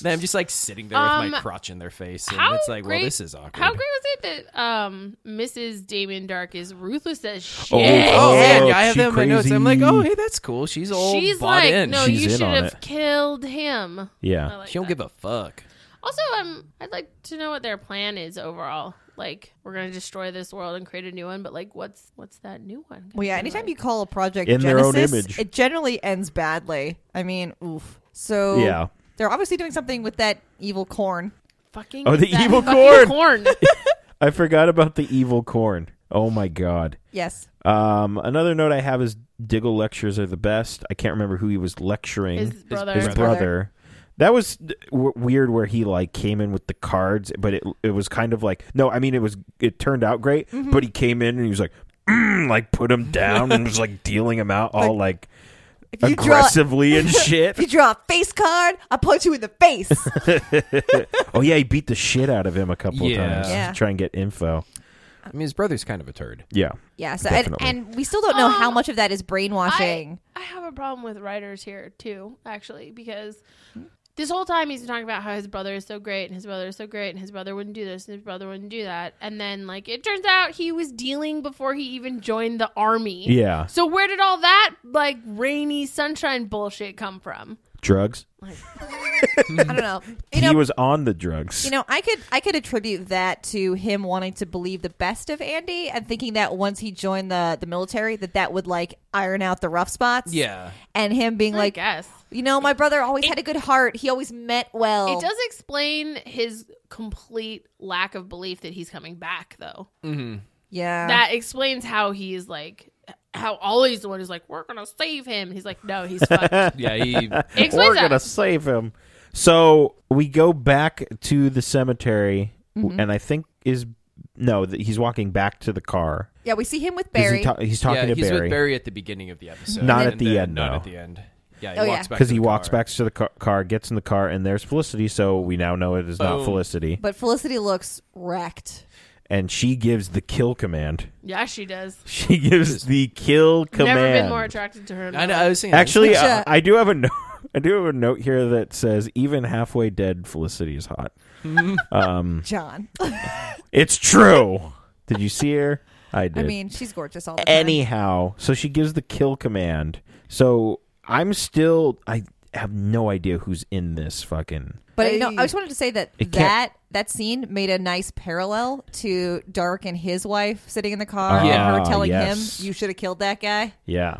S2: Then I'm just like sitting there with my
S3: Um,
S2: crotch in their face, and
S3: How
S2: it's like,
S3: great-
S2: well, this is awkward.
S3: How great was it that um, Mrs. Damon Dark is ruthless as shit?
S4: Oh,
S2: Oh,
S4: Oh,
S2: man, I have
S4: she
S2: that in my notes. I'm like,
S4: crazy.
S2: oh, hey, that's cool. She's all
S3: She's
S2: bought
S3: like,
S2: in.
S3: no,
S2: she,
S4: She's
S3: you
S4: in
S3: should
S4: on
S3: have
S4: it."
S3: killed him. I
S4: Yeah,
S3: like
S2: she don't
S3: that.
S2: give a fuck.
S3: Also, um, I'd like to know what their plan is overall. Like, we're gonna destroy this world and create a new one, but like, what's what's that new one?
S5: well, yeah. Anytime you call a project
S4: In their own
S5: Genesis,
S4: image.
S5: it generally ends badly. I mean, oof. So
S4: Yeah.
S5: they're obviously doing something with that evil corn.
S3: fucking
S4: Oh, the
S3: that
S4: evil
S3: fucking (laughs) corn.
S4: I forgot about the evil corn. Oh my god.
S5: Yes,
S4: Um, another note I have is Diggle lectures are the best. I can't remember who he was lecturing.
S3: His brother.
S4: His brother. That was w- weird where he like came in with the cards, but it it was kind of like no, I mean it was it turned out great,
S5: Mm-hmm.
S4: but he came in and he was like mm, like put him down and was like dealing him out all like
S5: if you draw
S4: aggressively
S5: (laughs)
S4: and shit.
S5: if you draw a face card, I punch you in the face.
S4: (laughs) oh yeah, he beat the shit out of him a couple
S2: Yeah.
S4: of times
S5: Yeah.
S4: to try and get info.
S2: I mean, his brother's kind of a turd.
S4: Yeah.
S5: yeah. So and,
S4: Definitely.
S5: and we still don't know how
S3: Um,
S5: much of that is brainwashing.
S3: I, I have a problem with writers here too, actually, because this whole time he's been talking about how his brother is so great and his brother is so great and his brother wouldn't do this and his brother wouldn't do that, and then like it turns out he was dealing before he even joined the army.
S4: Yeah.
S3: So where did all that like rainy sunshine bullshit come from?
S4: Drugs.
S5: I,
S4: (laughs)
S5: don't know. You know,
S4: he was on the drugs.
S5: You know, I could I could attribute that to him wanting to believe the best of Andy and thinking that once he joined the the military that that would like iron out the rough spots.
S2: Yeah.
S5: And him being
S3: I
S5: like,
S3: guess
S5: you know, my brother always had a good heart. He always meant well.
S3: it does explain his complete lack of belief that he's coming back, though.
S5: Yeah.
S3: that explains how he's like how Ollie's the one who's like we're gonna save him he's like no he's fucked
S2: Yeah,
S4: (laughs)
S2: he.
S3: It explains
S4: We're
S3: that.
S4: gonna save him. So we go back to the cemetery,
S5: Mm-hmm.
S4: and I think is no, th- he's walking back to the car.
S5: yeah, we see him with
S4: 'Cause
S5: Barry.
S4: He ta- he's talking
S2: yeah,
S4: to
S2: he's
S4: Barry
S2: with Barry at the beginning of the episode.
S4: Not
S2: and
S4: at the
S2: then-
S4: end,
S2: Not
S4: no.
S2: at the end. Yeah, he
S5: Oh,
S2: walks
S5: yeah.
S2: back
S4: because
S2: to
S4: he
S2: the
S4: walks
S2: car.
S4: back to the car, car, gets in the car, and there's Felicity. So we now know it is not
S2: Boom.
S4: Felicity,
S5: but Felicity looks wrecked.
S4: and she gives the kill command. (laughs)
S3: yeah she does
S4: She gives the kill command.
S3: never been more attracted to her in my
S2: I know.
S3: life.
S2: I was thinking
S4: Actually, I,
S5: Gotcha.
S4: I do have a note. (laughs) I do have a note here that says even halfway dead Felicity is hot. Hmm.
S5: John. (laughs)
S4: It's true. Did you see her? I did.
S5: I mean, she's gorgeous all the time.
S4: Anyhow, so she gives the kill command. So I'm still I have no idea who's in this fucking
S5: But you know, I just wanted to say that
S4: It can't-
S5: that that scene made a nice parallel to Dark and his wife sitting in the car and
S4: Ah,
S5: her telling
S4: yes.
S5: him, "You should have killed that guy."
S4: Yeah.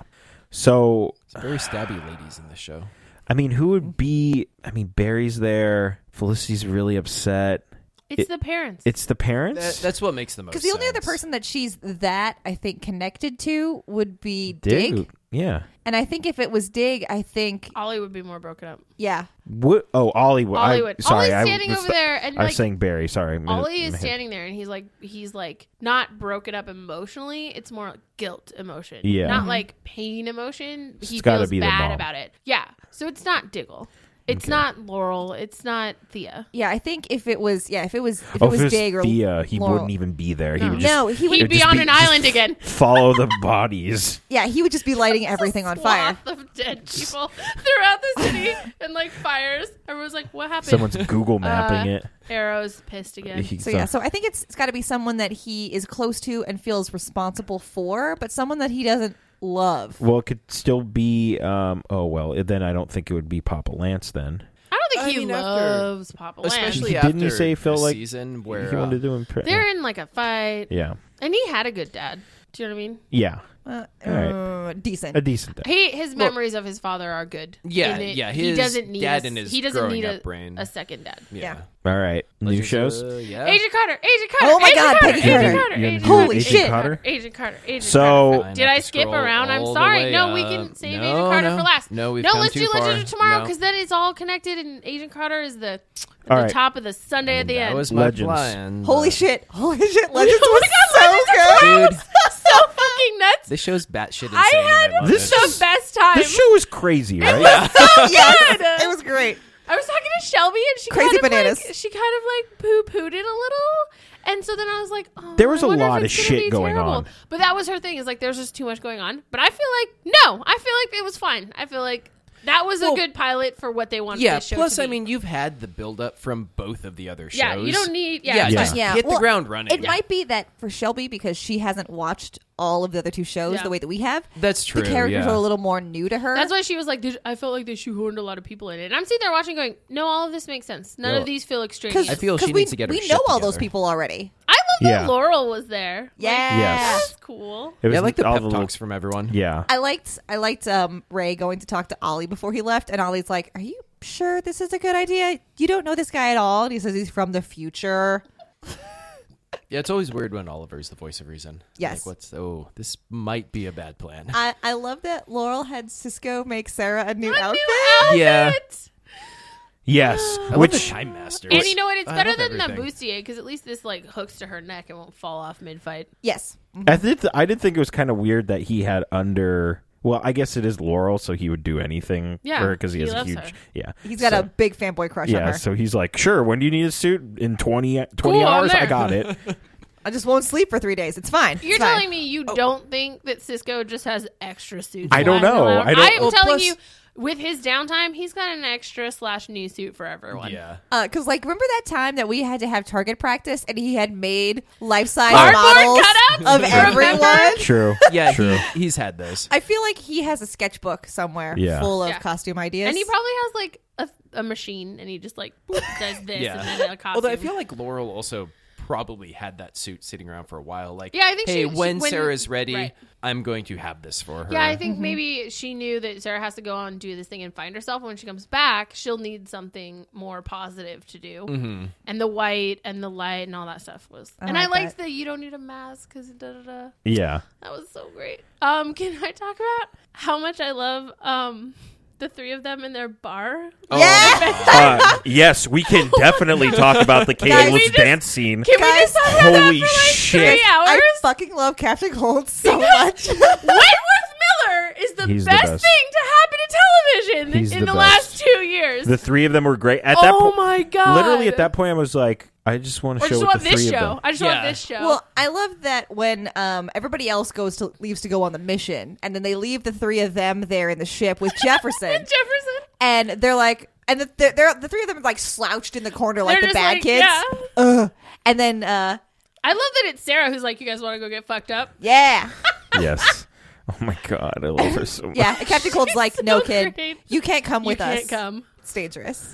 S4: So
S2: It's very stabby ladies in this show.
S4: I mean, who would be? I mean, Barry's there. Felicity's really upset.
S3: It's
S4: It-
S3: the parents.
S4: It's the parents.
S2: That, that's what makes the most.
S5: Because the only other
S2: sense.
S5: person that she's that I think connected to would be Dig.
S4: Dig. Yeah.
S5: And I think if it was Dig, I think
S3: Ollie would be more broken up.
S5: yeah.
S4: What? Oh, Ollie. Well, I,
S3: Hollywood.
S4: sorry,
S3: Ollie's
S4: I
S3: standing
S4: was-
S3: over there and
S4: I was
S3: like
S4: saying Barry. Sorry. I'm-
S3: Ollie is
S4: I'm-
S3: standing there and he's like he's like not broken up emotionally. It's more like guilt emotion.
S4: Yeah.
S3: Not
S4: Mhm.
S3: like pain emotion. He
S4: gotta
S3: feels
S4: be the
S3: bad
S4: mom.
S3: about it. Yeah. So it's not Diggle. It's not Laurel. It's not Thea.
S5: Yeah, I think if it was yeah, if it was if
S4: Oh,
S5: it was
S4: if it
S5: Dig
S4: was
S5: or
S4: Thea, he
S5: Laurel-
S4: wouldn't even be there. He
S3: No.
S4: would just
S5: No, he would-
S4: it
S3: He'd be
S4: just
S3: on an
S4: just
S3: island again.
S4: (laughs) Follow the
S3: (laughs)
S4: bodies.
S5: Yeah, he would just be lighting everything on fire.
S3: Swath of dead people (laughs) throughout the city
S4: (laughs)
S3: and like fires. Everyone's like, what happened?
S4: Someone's Google mapping
S3: Uh,
S4: it.
S3: Arrow's pissed again.
S4: He-
S5: So yeah, so I think it's it's got to be someone that he is close to and feels responsible for, but someone that he doesn't love.
S4: Well, it could still be. Um, oh well, it- then I don't think it would be Papa Lance. Then
S3: I don't think
S2: I
S3: he
S2: mean, after-
S3: loves Papa Lance.
S2: especially
S4: Didn't
S2: after
S4: you say it felt
S2: the
S4: like
S2: season where
S4: he
S2: uh,
S4: wanted to impress.
S3: They're in like a fight.
S4: yeah,
S3: And he had a good dad. Do you know what I mean?
S4: yeah,
S5: Uh,
S4: All right.
S5: uh, decent.
S4: a decent. Day.
S3: He his memories of his father are good.
S2: Yeah,
S3: in it.
S2: yeah,
S3: he
S2: his
S3: doesn't need
S2: dad
S3: a,
S2: and his
S3: he doesn't
S2: growing
S3: need a,
S2: up brain.
S3: a second dad.
S2: yeah.
S4: All right, new
S2: Legends,
S4: shows.
S2: uh, yeah.
S3: Agent Carter, Agent Carter.
S5: Oh my
S3: Agent
S5: God,
S3: Carter,
S5: Peggy
S3: Agent
S5: Carter.
S3: Carter,
S4: You're
S3: Agent
S4: gonna
S3: Carter,
S5: do Agent
S3: Agent
S4: Carter?
S3: Carter, Agent Carter, Agent
S4: So-
S3: Carter.
S2: Fine,
S3: did
S2: have
S3: I
S2: to
S3: skip
S2: scroll
S3: around? I'm
S2: all the
S3: sorry.
S2: way
S3: No, we
S2: up.
S3: can save
S2: No,
S3: Agent Carter
S2: no.
S3: for last.
S2: No, we've
S3: no.
S2: come
S3: let's
S2: too
S3: do
S2: far.
S3: Legends tomorrow
S2: No.
S3: because then it's all connected, and Agent Carter is the
S4: All
S3: the
S4: right.
S3: top of the Sunday at the
S2: That
S3: end. (laughs)
S2: was my
S4: Legends.
S2: plan.
S5: Holy
S4: uh,
S2: but
S5: shit! Holy (laughs) shit! Legends
S3: Oh
S5: was
S3: my God, Legends
S5: so
S3: of
S5: good.
S3: Tomorrow (laughs)
S2: Dude.
S3: was so, so fucking nuts.
S2: This show's batshit insane.
S3: I
S2: and
S3: had
S2: love
S4: This
S2: it.
S3: the
S4: is-
S3: best time.
S4: This show is crazy, right?
S5: (laughs) yes, it was great.
S3: I was talking to Shelby and she
S5: Crazy
S3: kind of
S5: bananas.
S3: like she kind of like poo pooed it a little, and so then I was like, oh,
S4: There was
S3: a
S4: a lot of shit going on.
S3: But that was her thing is like there's just too much going on. But I feel like no, I feel like it was fine. I feel like that was
S2: Well,
S3: a good pilot for what they wanted.
S2: Yeah.
S3: this show
S2: Plus,
S3: to
S2: I
S3: be.
S2: mean, you've had the build up from both of the other shows.
S3: Yeah, you don't need- yeah,
S2: yeah,
S3: it's
S2: just
S4: fine.
S5: Yeah,
S2: hit
S5: well,
S2: the ground running.
S5: It might be that for Shelby because she hasn't watched all of the other two shows
S3: Yeah.
S5: the way that we have.
S2: That's true.
S5: the characters
S2: yeah.
S5: are a little more new to her.
S3: that's why she was like, "Did- I felt like they shoehorned a lot of people in it. And I'm sitting there watching, going, no, all of this makes sense. None
S2: Yeah.
S3: of these feel
S5: because
S3: extraneous.
S2: I feel she
S5: we,
S2: needs to get her
S5: we
S2: shit
S5: know all those
S2: together.
S5: people already.
S3: I love that
S4: Yeah.
S3: Laurel was there. Like,
S5: Yeah.
S4: Yes.
S3: that's cool.
S4: It was
S2: Yeah, I like the
S4: all
S2: pep
S4: little-
S2: talks from everyone.
S4: Yeah,
S5: I liked I liked um, Ray going to talk to Ollie before he left, and Ollie's like, "Are you sure this is a good idea? You don't know this guy at all." And he says he's from the future.
S2: Yeah, it's always weird when Oliver's the voice of reason.
S5: Yes.
S2: Like, what's oh, this might be a bad plan.
S5: I, I love that Laurel had Cisco make Sarah a new
S3: A new
S5: outfit.
S3: outfit.
S2: Yeah.
S4: yes.
S2: I love the
S4: Which
S2: Time Master.
S3: And you know what? It's
S2: I
S3: better
S2: love
S3: than
S2: everything.
S3: Nabusier because at least this like hooks to her neck and won't fall off mid fight.
S5: Yes,
S4: I did. I did think it was kind of weird that he had under. Well, I guess it is Laurel, so he would do anything
S3: Yeah,
S4: for her because he,
S3: he
S4: has a
S3: loves
S4: huge.
S3: her.
S4: Yeah,
S5: he's got
S4: so,
S5: a big fanboy crush on
S4: Yeah,
S5: her.
S4: so he's like, sure. When do you need a suit? In 20, 20
S3: Cool, I'm
S4: hours, I
S3: there."
S4: got it.
S5: I just won't sleep for three days. It's fine.
S3: You're
S5: It's fine.
S3: telling me you don't think that Cisco just has extra suits?
S4: I don't
S3: lying
S4: know.
S3: around?
S4: I don't-
S3: am
S4: Well,
S3: telling
S2: plus-
S3: you, with his downtime, he's got an extra slash new suit for everyone.
S2: Yeah.
S5: because Uh, like remember that time that we had to have target practice and he had made life size
S3: Cardboard
S5: models
S3: cutouts?
S5: of everyone.
S4: True.
S2: Yeah, he-
S4: True.
S2: he's had those.
S5: I feel like he has a sketchbook somewhere
S4: Yeah.
S5: full of
S3: Yeah.
S5: costume ideas.
S3: And he probably has like a, a machine, and he just like (laughs) does this
S2: Yeah.
S3: and then a costume.
S2: Although I feel like Laurel also probably had that suit sitting around for a while. Like,
S3: Yeah, I think
S2: hey,
S3: she- she-
S2: when
S3: when-
S2: Sarah's ready,
S3: right.
S2: I'm going to have this for her.
S3: yeah, I
S5: Mm-hmm.
S3: think maybe she knew that Sarah has to go on and do this thing and find herself. When she comes back, she'll need something more positive to do.
S4: Mm-hmm.
S3: And the white and the light and all that stuff was. and I
S5: like
S3: liked
S5: that.
S3: the you don't need a mask because da da da.
S4: Yeah.
S3: That was so great. Um, (laughs) can I talk about how much I love um the three of them in their bar? (laughs)
S2: Oh,
S5: Yeah.
S4: Uh, yes, we can definitely talk about the Kate
S5: Guys,
S4: Woods
S5: we
S3: just-
S4: dance scene.
S3: Can we
S5: Guys,
S3: just talk about
S4: Holy
S3: that for like
S4: shit!
S3: three hours?
S5: I fucking love Captain
S3: (laughs)
S5: Cold so much. (laughs)
S3: Wentworth Miller is the
S4: He's
S3: best,
S4: the best.
S3: thing to happen to television
S4: He's
S3: in
S4: the
S3: the,
S4: best.
S3: last two years.
S4: The three of them were great. At that
S3: oh
S4: point,
S3: my god!
S4: literally at that point, I was like, I just want
S3: I
S4: to show
S3: just
S4: what the
S3: want
S4: three
S3: this
S4: of
S3: show.
S4: them.
S3: I just
S2: Yeah.
S3: want this show.
S5: well, I love that when um, everybody else goes to leaves to go on the mission, and then they leave the three of them there in the
S3: (laughs)
S5: ship with Jefferson,
S3: Jefferson.
S5: and they're like, and the, they're, they're the three of them are like slouched in the corner like
S3: They're
S5: the
S3: just
S5: bad
S3: like,
S5: kids,
S3: yeah.
S5: Ugh. and then uh,
S3: I love that it's Sarah who's like, "You guys want to go get fucked up?"
S5: yeah.
S3: (laughs)
S4: Yes. Oh my god, I love her so much.
S5: Yeah, and
S3: (laughs)
S5: Captain Cold's like, no
S3: so
S5: kid,
S3: great.
S5: you can't come with
S3: you
S5: us.
S3: can't come. (laughs)
S5: It's dangerous.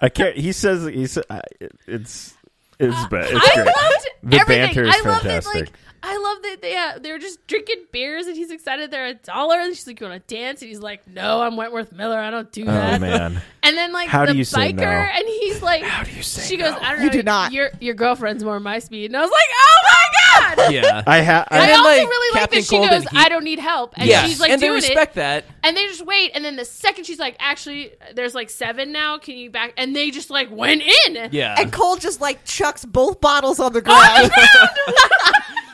S4: I can't. He says he says, I, it's it's ba- it's
S3: I
S4: great.
S3: Uh, loved
S4: The
S3: everything.
S4: banter is
S3: I loved that, (laughs)
S4: fantastic.
S3: like I love that they uh, they were just drinking beers and he's excited they're a dollar and she's like, You wanna dance? And he's like, No, I'm Wentworth Miller, I don't do that.
S4: Oh man.
S3: And then like
S4: How
S3: the
S4: do you
S3: biker
S4: say no?
S3: and he's like
S4: How do you say
S3: She
S4: no?
S3: goes, I don't know.
S5: You do not.
S3: Your your girlfriend's more my speed. And I was like, Oh my god
S2: Yeah.
S4: I ha- I,
S3: I
S2: And,
S3: also
S2: like,
S3: really like
S2: Captain
S3: that she
S2: Cold
S3: goes,
S2: and Heat-
S3: I don't need help. (laughs) And
S2: yes.
S3: she's like
S2: and they
S3: doing
S2: respect
S3: it.
S2: that.
S3: And they just wait. And then the second she's like, actually, there's like seven now. Can you back? And they just like went in.
S2: Yeah.
S4: Uh.
S5: And Cole just like chucks both bottles on
S3: Oh,
S5: the ground.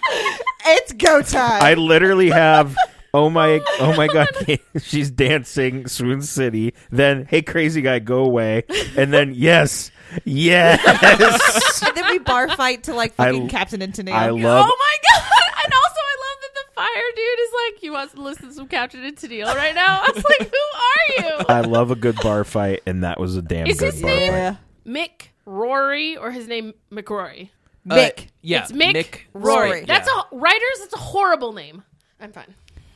S5: (laughs) it's go time.
S4: I literally have oh my oh my god (laughs) she's dancing swoon city then hey crazy guy go away and then yes
S3: (laughs)
S4: yes
S5: and then we bar fight to like
S4: I-
S5: fucking Captain and Tennille.
S4: I love
S3: Oh my god! (laughs) And also, I love that the fire dude is like, he wants to listen to some Captain and Tennille right now. I was like, who are
S4: (laughs)
S3: you?
S4: I love a good bar fight and that was a damn
S3: Is
S4: good
S3: his
S4: bar
S3: name-
S4: fight.
S5: yeah.
S3: Mick Rory or his name McRory.
S2: Uh,
S5: Mick.
S2: yeah.
S3: It's Mick,
S5: Rory.
S2: Rory.
S3: That's a writers. It's a horrible name. I'm fine.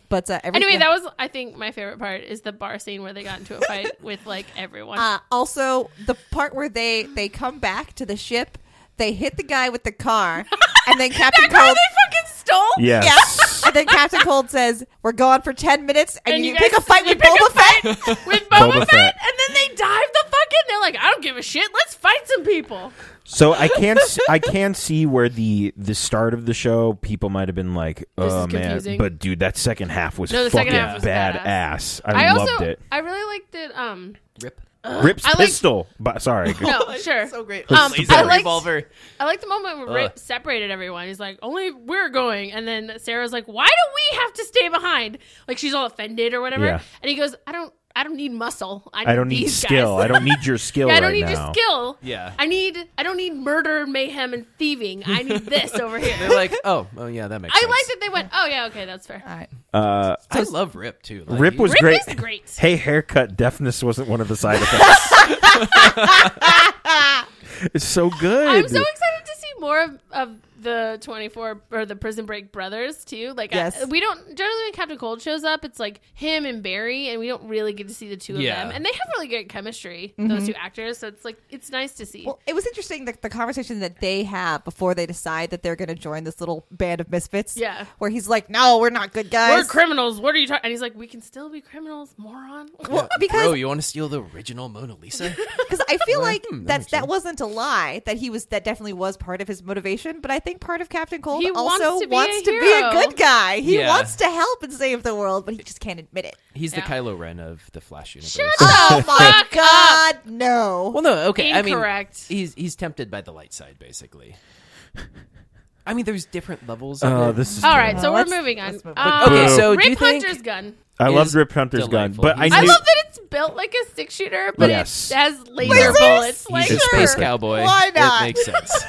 S5: but uh, every,
S3: Anyway,
S5: yeah.
S3: that was I think my favorite part is the bar scene where they got into a fight with like everyone.
S5: Uh, also, the part where they they come back to the ship, they hit the guy with the car, and then Captain
S3: (laughs) that car (laughs)
S5: Cold.
S3: they fucking stole.
S4: yes
S5: Yeah. and then Captain Cold says, "We're gone for ten minutes, and, you,
S3: guys-
S5: pick a fight
S3: you
S5: with
S3: pick a
S5: Boba Fett."
S3: fight with Boba,
S4: Boba
S3: Fett,
S4: Fett.
S3: and then they dive the fucking. They're like, I don't give a shit. Let's fight some people.
S4: So I can s- I can see where the the start of the show people might have been like,
S3: is
S4: oh man,
S3: confusing.
S4: but dude, that second half was
S3: No, the
S4: fucking
S3: second half was badass.
S4: badass. I, loved
S3: also,
S4: it.
S3: (sighs) I really liked that. (laughs) Um,
S2: Rip.
S4: Rip's
S3: I like-
S4: pistol.
S3: (laughs)
S4: but sorry,
S3: no, sure.
S2: great.
S3: Um,
S2: Laser
S3: I liked-
S2: revolver.
S3: I like the moment where
S2: Ugh.
S3: Rip separated everyone. He's like, only we're going. And then Sarah's like, why do we have to stay behind? Like she's all offended or whatever.
S4: Yeah.
S3: And he goes, I don't, I don't need muscle. I,
S4: I don't need
S3: these (laughs)
S4: skill.
S3: guys."
S4: I don't need your skill.
S3: Yeah, I don't
S4: right
S3: need
S4: now.
S3: your skill.
S2: Yeah.
S3: I need. I don't need murder, mayhem, and thieving. I
S4: (laughs)
S3: need this over here.
S2: They're
S3: (laughs)
S2: like, oh, oh yeah, that makes
S3: I
S2: sense.
S3: like that they went. Oh yeah, okay, that's fair.
S5: All right.
S4: Uh,
S2: I love Rip too. Like,
S4: Rip
S2: he-
S4: was
S3: Rip
S4: great.
S3: is great.
S4: Hey, haircut deafness wasn't one of
S3: (laughs)
S4: the side effects. it's so good.
S3: I'm so excited to see more of, of the 24 or the Prison Break brothers too. Like, I-
S5: Yes.
S3: we don't generally when Captain Cold shows up, it's like him and Barry, and we don't really get to see the two of
S2: Yeah.
S3: them. And they have really good chemistry, those two actors. So it's like it's nice to see.
S5: (laughs) Well, it was interesting that the conversation that they have before they decide that they're going to join this little band of misfits.
S3: Yeah.
S5: where he's like, "No, we're not good
S3: We're
S5: guys.
S3: criminals. What are you talking? And he's like, we can still be criminals, moron.
S2: Bro,
S5: Well, because
S2: you want to steal the original Mona
S3: (laughs)
S2: Lisa?
S5: because I feel like
S2: hmm, that
S5: that's
S2: makes
S5: that
S2: sense.
S5: wasn't a lie that he was that definitely was part of his motivation. But I think part of Captain Cold
S3: He wants
S5: also
S3: to be
S5: wants
S3: a
S5: to be a
S3: hero.
S5: good guy. He
S2: Yeah.
S5: wants to help and save the world, but he just can't
S3: (laughs)
S5: admit it.
S2: He's the
S3: Yeah.
S2: Kylo Ren of the Flash universe.
S3: (laughs) Shut
S5: Oh my
S3: Fuck
S5: god, no!
S2: Well, no, okay.
S3: Incorrect.
S2: I mean, he's he's tempted by the light side, basically. I mean, there's different levels. Of
S4: Oh,
S2: it.
S4: this is.
S3: All right, so
S5: Let's-
S3: we're moving on.
S5: let's move on.
S3: Um,
S2: Okay, so do
S3: Rip
S2: you think-
S3: Hunter's gun.
S4: I
S2: is
S4: loved Rip Hunter's
S2: delightful.
S4: gun, but I
S2: He's-
S4: knew
S3: I love that it's built like a six shooter, but
S4: Yes.
S3: it has laser
S5: Lasers?
S3: bullets. Like,
S2: He's a
S4: sure.
S2: space cowboy.
S5: Why
S2: It
S5: not?
S2: makes
S5: (laughs)
S2: sense.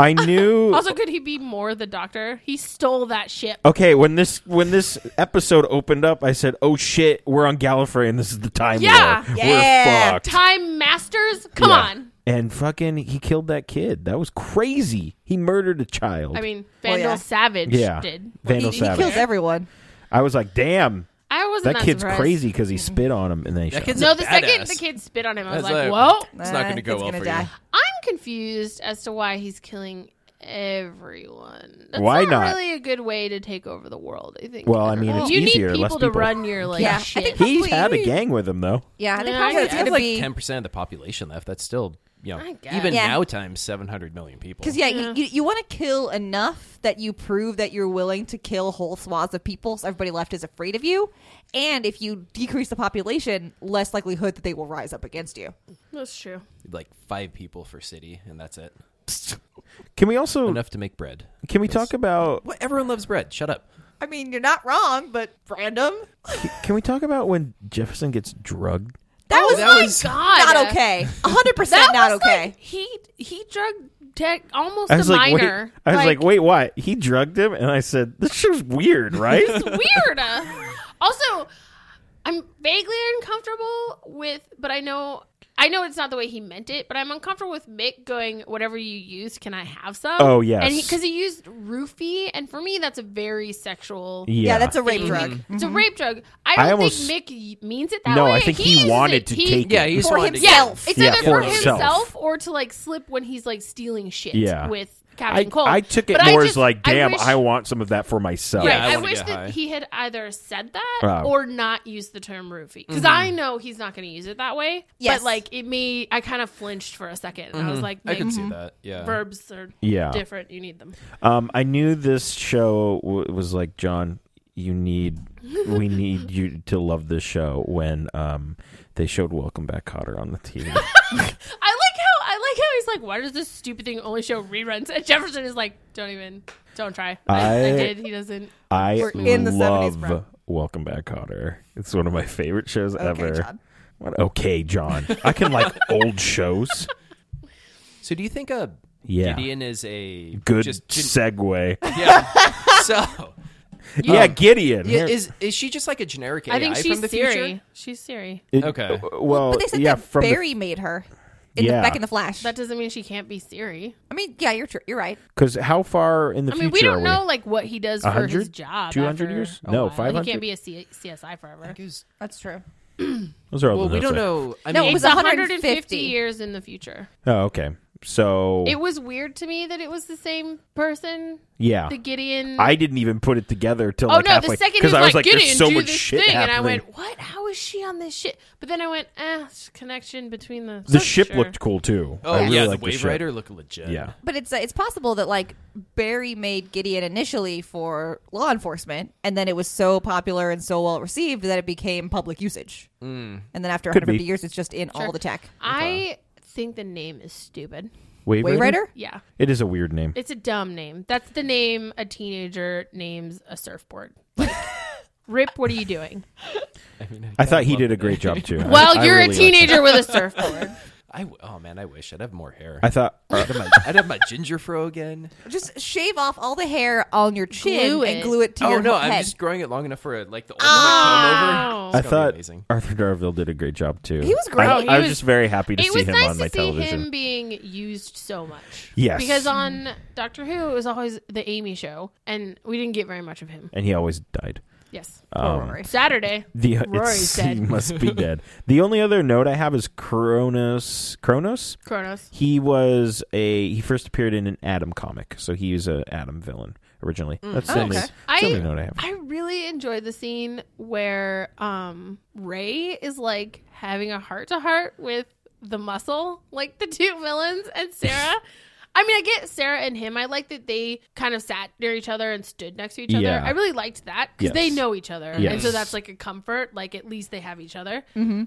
S4: I knew.
S3: (laughs) Also, could he be more the doctor? He stole that ship.
S4: Okay, when this when this episode opened up, I said, "Oh shit, we're on Gallifrey, and this is the time
S3: Yeah.
S4: war.
S5: Yeah.
S4: We're fucked."
S3: Time Masters? Come
S4: Yeah.
S3: on.
S4: And fucking, he killed that kid. That was crazy. He murdered a child.
S3: I mean,
S5: Well,
S3: Vandal
S5: yeah.
S3: Savage
S4: yeah,
S3: did.
S5: he,
S4: Vandal
S5: he
S4: Savage.
S5: kills everyone.
S4: I was like, damn,
S3: I wasn't
S4: that
S3: that,
S4: kid's
S3: surprised.
S4: crazy because he spit on him, and then he
S2: That
S4: shot
S2: kid's
S4: him.
S3: No,
S2: a
S3: the
S2: badass.
S3: second the kid spit on him, I was
S2: That's
S3: like,
S2: like-
S3: "Whoa!"
S2: It's not
S5: Uh,
S2: gonna go
S5: it's
S2: well
S5: gonna
S2: for
S5: die.
S2: you.
S3: I'm confused as to why he's killing everyone. That's
S4: Why not?
S3: Really, a good way to take over the world. I think.
S4: Well, I mean, it's
S3: you
S4: easier,
S3: need
S4: less
S3: people, to
S4: people.
S3: run your like
S5: Yeah, I
S3: shit.
S5: think-
S4: He had a gang with him though.
S5: Yeah, I think
S3: Yeah,
S5: probably
S3: I
S5: it's
S3: guess.
S5: going to
S2: like
S5: be
S2: ten percent of the population left. That's still you know
S3: I guess.
S2: even
S5: Yeah.
S2: now times seven hundred million people.
S5: Because yeah, you- you, you want to kill enough that you prove that you're willing to kill whole swaths of people, so everybody left is afraid of you. And if you decrease the population, less likelihood that they will rise up against you.
S3: That's true.
S2: like five people for city, and that's it.
S4: Can we also
S2: Enough to make bread.
S4: can we talk about
S2: What everyone loves bread. Shut up.
S5: I mean, you're not wrong, but random.
S4: can we talk about when Jefferson gets drugged?
S5: That
S2: Oh,
S5: was
S2: that
S5: my
S2: was-
S3: God,
S5: not okay. (laughs) hundred percent
S3: That
S5: not
S3: was
S5: okay.
S3: like he he drugged tech almost
S4: I was
S3: a
S4: like,
S3: minor.
S4: wait. I was like, wait, what? He drugged him, and I said, this shit's
S3: (laughs)
S4: weird, right?
S3: weird. also, I'm vaguely uncomfortable with, but I know, I know it's not the way he meant it, but I'm uncomfortable with Mick going, "Whatever you used, can I have some?"
S4: Oh, yes.
S3: and because he, used roofie, and for me, that's a very sexual.
S5: yeah. that's a rape
S3: thing.
S5: drug. Mm-hmm.
S3: It's a rape drug. I
S4: I
S3: don't
S4: almost-
S3: think Mick y- means it that
S4: No,
S3: way.
S4: I think he
S3: uses
S4: wanted
S3: it.
S4: to
S3: He-
S4: take
S2: Yeah,
S4: it.
S2: he just
S5: For
S2: wanted to
S5: himself.
S2: get-
S3: It's
S4: Yeah,
S3: either
S4: for
S3: for
S4: himself.
S3: himself. or to like slip when he's like stealing shit
S4: Yeah.
S3: with Captain
S4: I,
S3: Cold.
S4: I took it
S3: But I
S4: more
S3: just-
S4: as like, damn, I,
S3: wish-
S4: want some of that for myself.
S2: Yeah,
S3: Right.
S2: I
S3: I,
S2: wanna
S3: wish
S2: get
S3: that
S2: high.
S3: he had either said that
S4: Wow.
S3: or not used the term roofie
S2: Mm-hmm.
S3: because I know he's not going to use it that way.
S5: Yes.
S3: But like it me, I kind of flinched for a second. And I was like,
S2: Mm-hmm. I can
S3: "Nick,
S5: Mm-hmm.
S2: see that. Yeah.
S3: verbs are
S4: Yeah.
S3: different. You need them.
S4: Um, I knew this show w- was like John. You need, we need you to love this show when um they showed Welcome Back Cotter on the TV.
S3: I like how I like how he's like, why does this stupid thing only show reruns? And Jefferson is like, don't even, don't try. I, I
S4: I-
S3: did. He doesn't.
S4: I
S5: We're in the 70s,
S4: love
S5: bro.
S4: Welcome Back Cotter. It's one of my favorite shows ever.
S5: John.
S4: What? Okay, John. I can like old shows.
S2: So do you think a
S4: Yeah.
S2: Gideon is a
S4: Good
S2: Just, gen-
S4: segue.
S2: (laughs) yeah. so
S4: yeah, Gideon.
S2: yeah,
S4: Here-
S2: is is she just like a generic AI
S3: I think she's
S2: from the
S3: Siri.
S2: future?
S3: She's Siri.
S4: it- uh,
S2: okay.
S4: Well,
S5: but they said
S4: Oh, yeah,
S5: that
S4: from the-
S5: Barry made her in
S4: Yeah.
S5: the, back in the Flash.
S3: That doesn't mean she can't be Siri.
S5: I mean, yeah, you're tr- you're right.
S4: Because how far in the
S3: I mean,
S4: future
S3: we
S4: are
S3: don't
S4: we?
S3: know like what he does for
S4: 100?
S3: his job.
S4: 200
S3: after
S4: years?
S3: a
S4: No,
S3: while. Like,
S4: 500?
S3: He can't be a C- CSI forever.
S2: Because-
S5: That's true.
S4: Those are all
S2: Well,
S4: the
S2: we don't
S4: notes I-
S2: know. I
S5: No,
S2: mean,
S5: it was
S3: It's
S5: 150.
S3: 150 years in the future.
S4: Oh, okay. So
S3: It was weird to me that it was the same person,
S4: yeah,
S3: the Gideon.
S4: I didn't even put it together till
S3: oh
S4: like
S3: no,
S4: halfway
S3: the second
S4: because
S3: he's
S4: I was
S3: like,
S4: like,
S3: Gideon,
S4: "There's so
S3: do
S4: much
S3: this
S4: shit
S3: thing,
S4: happening."
S3: and I went, "What? How is she on this shit?" But then I went, "Ah, it's connection between the
S4: the ship
S3: Sure.
S4: looked cool too.
S2: oh
S4: I really
S2: yeah,
S4: liked
S2: the
S4: the
S2: Wave
S4: ship.
S2: Rider looked legit.
S4: Yeah,
S5: But it's uh, it's possible that like Barry made Gideon initially for law enforcement, and then it was so popular and so well received that it became public usage. Mm. And then after
S4: Could
S5: 150
S4: be.
S5: years, it's just in all the tech.
S3: I think the name is stupid.
S4: Wave,
S5: Wave Rider.
S3: Yeah,
S4: It is a weird name.
S3: it's a dumb name. That's the name a teenager names a surfboard. (laughs) Like, Rip, what are you doing?
S2: I mean,
S4: I
S2: kinda
S4: thought he
S2: love
S4: did
S2: the
S4: a great
S2: name.
S4: job too.
S3: Well,
S4: I- I
S3: you're
S4: really
S3: a
S4: liked it.
S3: teenager with a surfboard.
S2: I w- oh man, I wish I'd have more hair.
S4: I thought
S2: I'd, have my, I'd have my ginger fro again.
S5: Just shave off all the hair on your chin
S3: Glue
S5: and
S3: it.
S5: glue it to
S2: Oh
S5: your
S2: no,
S5: head.
S2: I'm just growing it long enough for a, like the old oh. comb over. It's
S4: I
S2: gonna be
S4: thought
S2: amazing.
S4: Arthur Darville did a great job too.
S5: He was great.
S4: I,
S3: He
S4: I was,
S3: was-
S4: just very happy to
S3: It
S4: see
S3: was
S4: him
S3: nice
S4: on
S3: to
S4: my
S3: see
S4: television.
S3: him being used so much.
S4: Yes.
S3: because on Doctor Who it was always the Amy show, and we didn't get very much of him.
S4: And he always died.
S3: Yes,
S5: Poor Rory.
S3: Saturday.
S4: The
S3: Rory's
S4: it's, he
S3: dead.
S4: must be dead. The only other note I have is Kronos. Kronos.
S3: Kronos.
S4: He was a he first appeared in an Adam comic, so he was an Adam villain originally. That's the
S5: Oh,
S4: only,
S5: okay.
S4: that's
S3: Mm. I-
S4: the only note I have.
S3: I really enjoyed the scene where um Ray is like having a heart to heart with the muscle, like the two villains and
S4: (laughs)
S3: Sarah. I mean, I get Sarah and him. I like that they kind of sat near each other and stood next to each other.
S4: Yeah.
S3: I really liked that because
S4: Yes.
S3: they know each other, and so
S4: Yes. Mm-hmm.
S3: that's like a comfort. Like at least they have each other.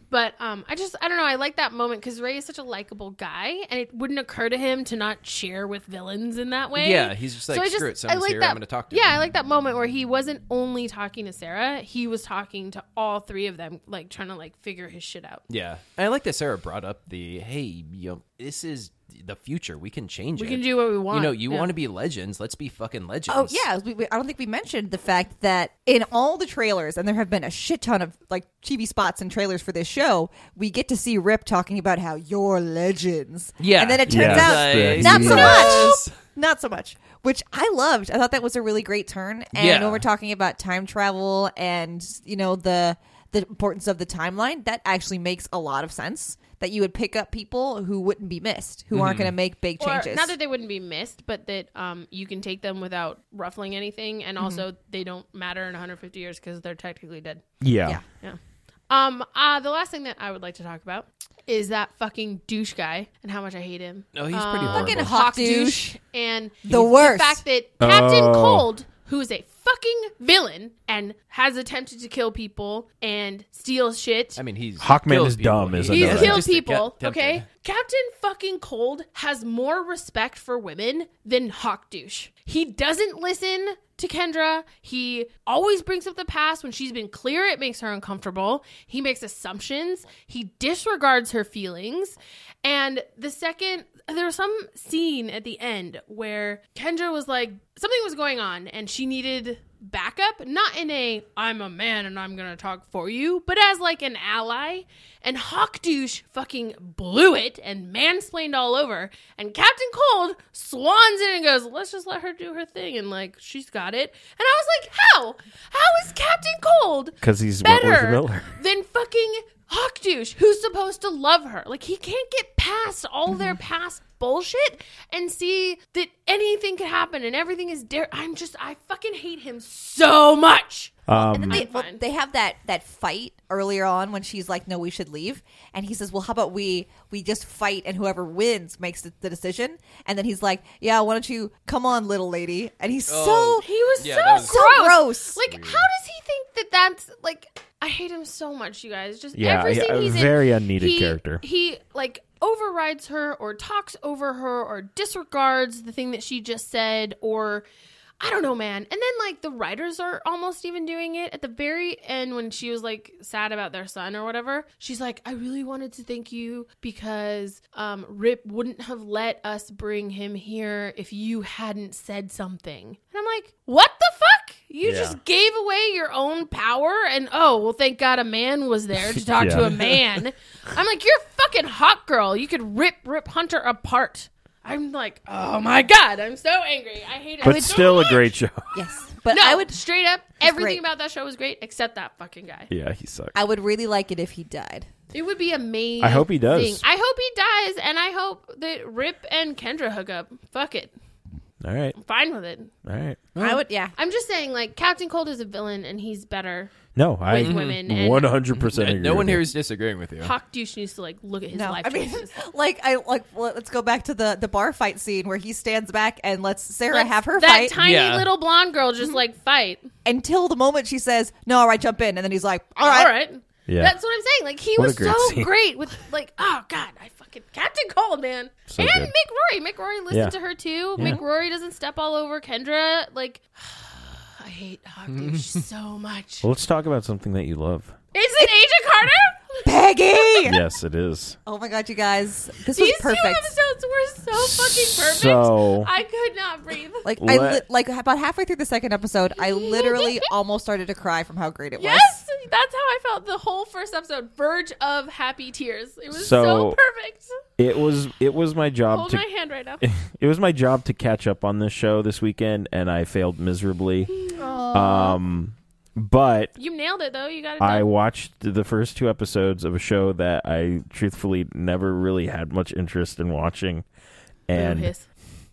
S3: But um, I just I don't know. I like that moment because Ray is such a likable guy, and it wouldn't occur to him to not cheer with villains in that way.
S2: Yeah, he's just like,
S3: I
S2: "Screw it, someone's here, I'm gonna talk to
S3: yeah,
S2: him."
S3: I like that moment where he wasn't only talking to Sarah, he was talking to all three of them, like trying to like figure his shit out.
S2: Yeah, and I like that Sarah brought up the hey, you know, this is the future. We can change
S3: We
S2: it.
S3: can do what we want.
S2: You know, you
S3: Yeah.
S2: want to be legends. Let's be fucking legends.
S5: Oh yeah, we, we, I don't think we mentioned the fact that in all the trailers, and there have been a shit ton of like TV spots and trailers for this show, we get to see Rip talking about how you're legends.
S2: yeah.
S5: and then it turns
S4: Yeah.
S5: out
S4: Yes.
S5: not so
S2: Yes.
S5: much, not so much, which I loved. I thought that was a really great turn. And
S2: Yeah.
S5: when we're talking about time travel and you know the the importance of the timeline, that actually makes a lot of sense. That you would pick up people who wouldn't be missed, who
S2: Mm-hmm.
S5: aren't going to make big
S3: Or,
S5: changes.
S3: not that they wouldn't be missed, but that um, you can take them without ruffling anything, and also they don't matter in 150 years because they're technically dead.
S4: yeah.
S5: yeah.
S3: Yeah. Um. Uh. The last thing that I would like to talk about is that fucking douche guy and how much I hate him.
S2: No, Oh, he's pretty
S3: Um,
S2: horrible.
S5: Fucking hawk douche.
S3: and
S5: The worst.
S3: fact that Captain
S4: Oh.
S3: Cold, who is a fucking villain and has attempted to kill people and steal shit,
S2: I mean, he's
S4: Hawkman
S2: kills
S4: is
S2: people.
S4: dumb,
S2: He-
S4: is
S3: he's
S4: another-
S2: just
S3: killed
S2: a cat-
S3: people.
S2: tempted.
S3: okay, Captain fucking Cold has more respect for women than Hawk douche. He doesn't listen. To Kendra, he always brings up the past when she's been clear it makes her uncomfortable. He makes assumptions, he disregards her feelings, and the second there was some scene at the end where Kendra was like something was going on and she needed backup, not in a I'm a man and I'm gonna talk for you, but as like an ally. And Hawk douche fucking blew it and mansplained all over. And Captain Cold swans in and goes, Let's just let her do her thing and like she's got it. And I was like, How? How is Captain Cold
S4: Because he's
S3: better
S4: Wentworth Miller.
S3: than fucking Hawk douche, who's supposed to love her. Like he can't get past, all their
S4: Mm-hmm.
S3: past bullshit, and see that anything could happen and everything is dare. I'm just, I fucking hate him so much.
S4: Uh, Um,
S5: and then they, well,
S3: fine.
S5: they have that that fight earlier on when she's like, "No, we should leave," and he says, "Well, how about we we just fight and whoever wins makes the, the decision?" And then he's like, "Yeah, why don't you come on, little lady?" And he's
S2: Oh.
S5: so
S3: He was
S2: Yeah,
S3: so,
S2: that was-
S5: So
S3: gross.
S5: gross.
S3: Like, how does he think that that's like? I hate him so much, you guys. Just
S4: Yeah,
S3: every
S4: yeah,
S3: scene
S4: a
S3: he's
S4: very
S3: in,
S4: unneeded
S3: he-
S4: character.
S3: He like overrides her, or talks over her, or disregards the thing that she just said, or I don't know, man. And then like the writers are almost even doing it at the very end when she was like sad about their son or whatever. She's like, I really wanted to thank you because um, Rip wouldn't have let us bring him here if you hadn't said something. And I'm like, what the fuck? You
S4: Yeah.
S3: just gave away your own power and oh well thank god a man was there to talk to
S4: Yeah.
S3: a man i'm like you're a fucking hot girl you could rip rip hunter apart i'm like oh my god i'm so angry i hate it
S4: but
S3: so
S4: still a
S3: much.
S4: great show.
S5: yes. But
S3: no,
S5: I would
S3: straight up everything
S5: great.
S3: about that show was great except that fucking guy
S4: Yeah, he sucks.
S5: I would really like it if he died.
S3: it would be amazing
S4: I hope he does.
S3: i hope he dies and i hope that rip and kendra hook up fuck it
S4: All right,
S3: I'm fine with it
S4: all right.
S5: I would, yeah.
S3: i'm just saying like captain cold is a villain and he's better
S4: No, I
S3: with women and
S4: one hundred percent agree.
S2: no one
S4: with
S2: here
S4: you.
S2: is disagreeing with you.
S3: Hawk Douche needs to like look at his
S5: No,
S3: life
S5: I mean,
S3: choices.
S5: (laughs) like I like. well, Let's go back to the the bar fight scene where he stands back and lets Sarah
S3: Let's-
S5: have her
S3: that
S5: fight
S3: tiny
S2: Yeah.
S3: little blonde girl just like fight.
S5: until the moment she says, "No, all right, jump in," and then he's like, "All
S3: All
S5: right,
S3: right.
S4: Yeah.
S3: That's what I'm saying. Like he
S4: What a
S3: was
S4: great
S3: so
S4: scene.
S3: great with like oh god, I fucking Captain Cold man.
S4: So
S3: and
S4: good.
S3: Mick Rory. Mick Rory listened
S4: Yeah.
S3: to her too.
S4: Yeah.
S3: Mick Rory doesn't step all over Kendra. Like (sighs) I hate Hawk
S4: (laughs)
S3: Douche so much.
S4: Well, let's talk about something that you love.
S3: Is it Agent
S4: (laughs)
S3: Carter?
S5: Peggy."
S3: (laughs)
S4: yes, it is.
S5: Oh my god, you guys, this
S3: These
S5: was perfect.
S3: two episodes were so fucking perfect.
S4: So-
S3: I could not breathe.
S5: like I
S4: Let-
S5: li- like about halfway through the second episode,
S3: (laughs)
S5: I literally almost started to cry from how great it
S3: Yes, that's how I felt the whole first episode, verge of happy tears. It was so,
S4: So-
S3: perfect.
S4: It was it was my job
S3: Hold
S4: to
S3: my hand right now.
S4: it was my job to catch up on this show this weekend, and I failed miserably.
S5: was.
S4: Um, but
S3: You nailed it though. You got it.
S4: I
S3: Done.
S4: watched the first two episodes of a show that I truthfully never really had much interest in watching, and
S3: Lucas.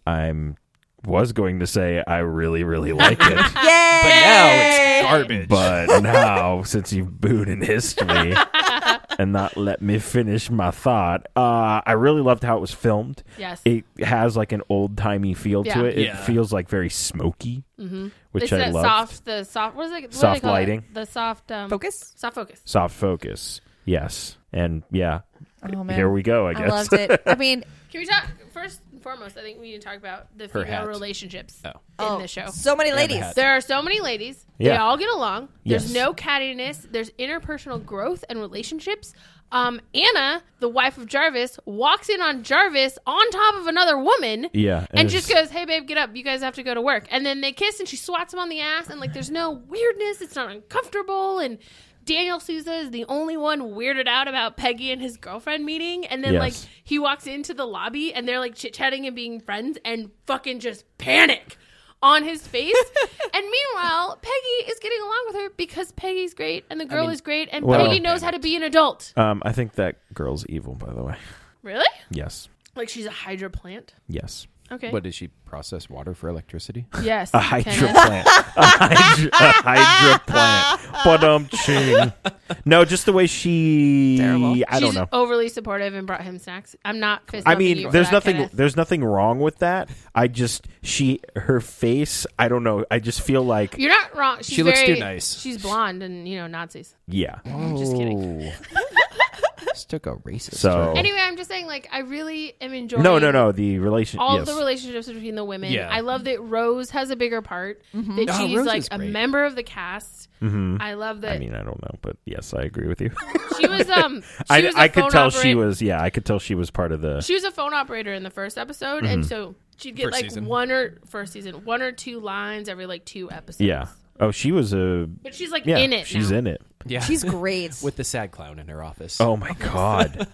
S4: I'm was going to say I really really like
S3: (laughs)
S4: it.
S5: Yay!
S2: But now it's garbage.
S4: But now, since you've booed and hissed
S3: (laughs)
S4: me and not let me finish my thought, uh, I really loved how it was filmed.
S3: yes.
S4: It has like an old timey feel
S3: Yeah.
S4: to it. It
S2: Yeah.
S4: feels like very smoky, mm-hmm. which
S3: it's
S4: I
S3: that
S4: love.
S3: soft. The soft. What is it? What do they
S4: Soft
S3: call it?
S4: lighting.
S3: The soft um,
S5: Focus.
S3: Soft focus.
S4: Soft focus. Yes. And yeah,
S5: Oh
S4: here we go, I
S5: I,
S4: guess.
S5: loved it. I mean,
S3: Can we talk first and foremost? I think we need to talk about the
S2: Her
S3: female
S2: hat.
S3: relationships
S2: Oh.
S3: (laughs) in
S5: oh,
S3: the show.
S5: so many ladies.
S2: hat.
S3: There are so many ladies. They
S4: Yeah.
S3: all get along. There's
S4: Yes.
S3: no cattiness. There's interpersonal growth and relationships. Um, Anna, the wife of Jarvis, walks in on Jarvis on top of another woman.
S4: Yeah,
S3: And,
S4: and
S3: just
S4: it's-
S3: goes, hey, babe, get up. You guys have to go to work. And then they kiss and she swats him on the ass. And, like, there's no weirdness. It's not uncomfortable. And Daniel Sousa is the only one weirded out about Peggy and his girlfriend meeting. And then,
S4: Yes.
S3: like, he walks into the lobby and they're like chit chatting and being friends and fucking just panic on his face. and meanwhile, Peggy is getting along with her because Peggy's great and the girl
S2: mean-
S3: is great and
S4: Well-
S3: Peggy knows how to be an adult.
S4: Um, I think that girl's evil, by the way.
S3: Really?
S4: Yes.
S3: Like she's a hydro plant.
S4: Yes.
S3: Okay.
S2: What does she process water for
S4: (laughs)
S2: electricity?
S3: Yes.
S4: A hydro plant. (laughs) a, hydro, a hydro plant. But um, ching. No, just the way she.
S5: Terrible.
S4: I don't
S3: She's
S4: know.
S3: overly supportive and brought him snacks. I'm not fist
S4: I
S3: bumping you
S4: mean,
S3: for
S4: there's
S3: that,
S4: nothing.
S3: Kenneth.
S4: There's nothing wrong with that. I just she her face. I don't know. I just feel like
S3: You're not wrong. She's
S2: She looks
S3: very-
S2: too nice.
S3: She's blonde and you know Nazis.
S4: yeah.
S2: just
S3: kidding.
S2: this took a racist.
S4: So
S2: turn.
S3: Anyway, I'm just saying, like, I really am enjoying.
S4: no, no, no. The relation.
S3: all
S4: yes.
S3: the relationships between the women.
S2: Yeah.
S3: I love that Rose has a bigger part.
S4: Mm-hmm.
S3: That
S2: Oh,
S3: she's
S2: Rose
S3: like
S2: is
S3: a
S2: great.
S3: member of the cast. I love that
S4: I mean, I don't know, but yes, I agree with you.
S3: she
S4: (laughs)
S3: was um she
S4: I
S3: was a
S4: I could
S3: phone
S4: tell she
S3: operator-
S4: was. Yeah, I could tell she was part of the.
S3: she was a phone operator in the first episode and
S4: Mm-hmm.
S3: so she'd get
S2: First
S3: like
S2: season.
S3: one or first season, one or two lines every like two episodes.
S4: yeah. Oh, she was a.
S3: But she's like
S4: Yeah,
S3: in it.
S4: she's in it.
S2: yeah,
S5: She's
S4: (laughs)
S5: great.
S2: (laughs) with the sad clown in her office.
S4: Oh my
S3: (laughs)
S4: god,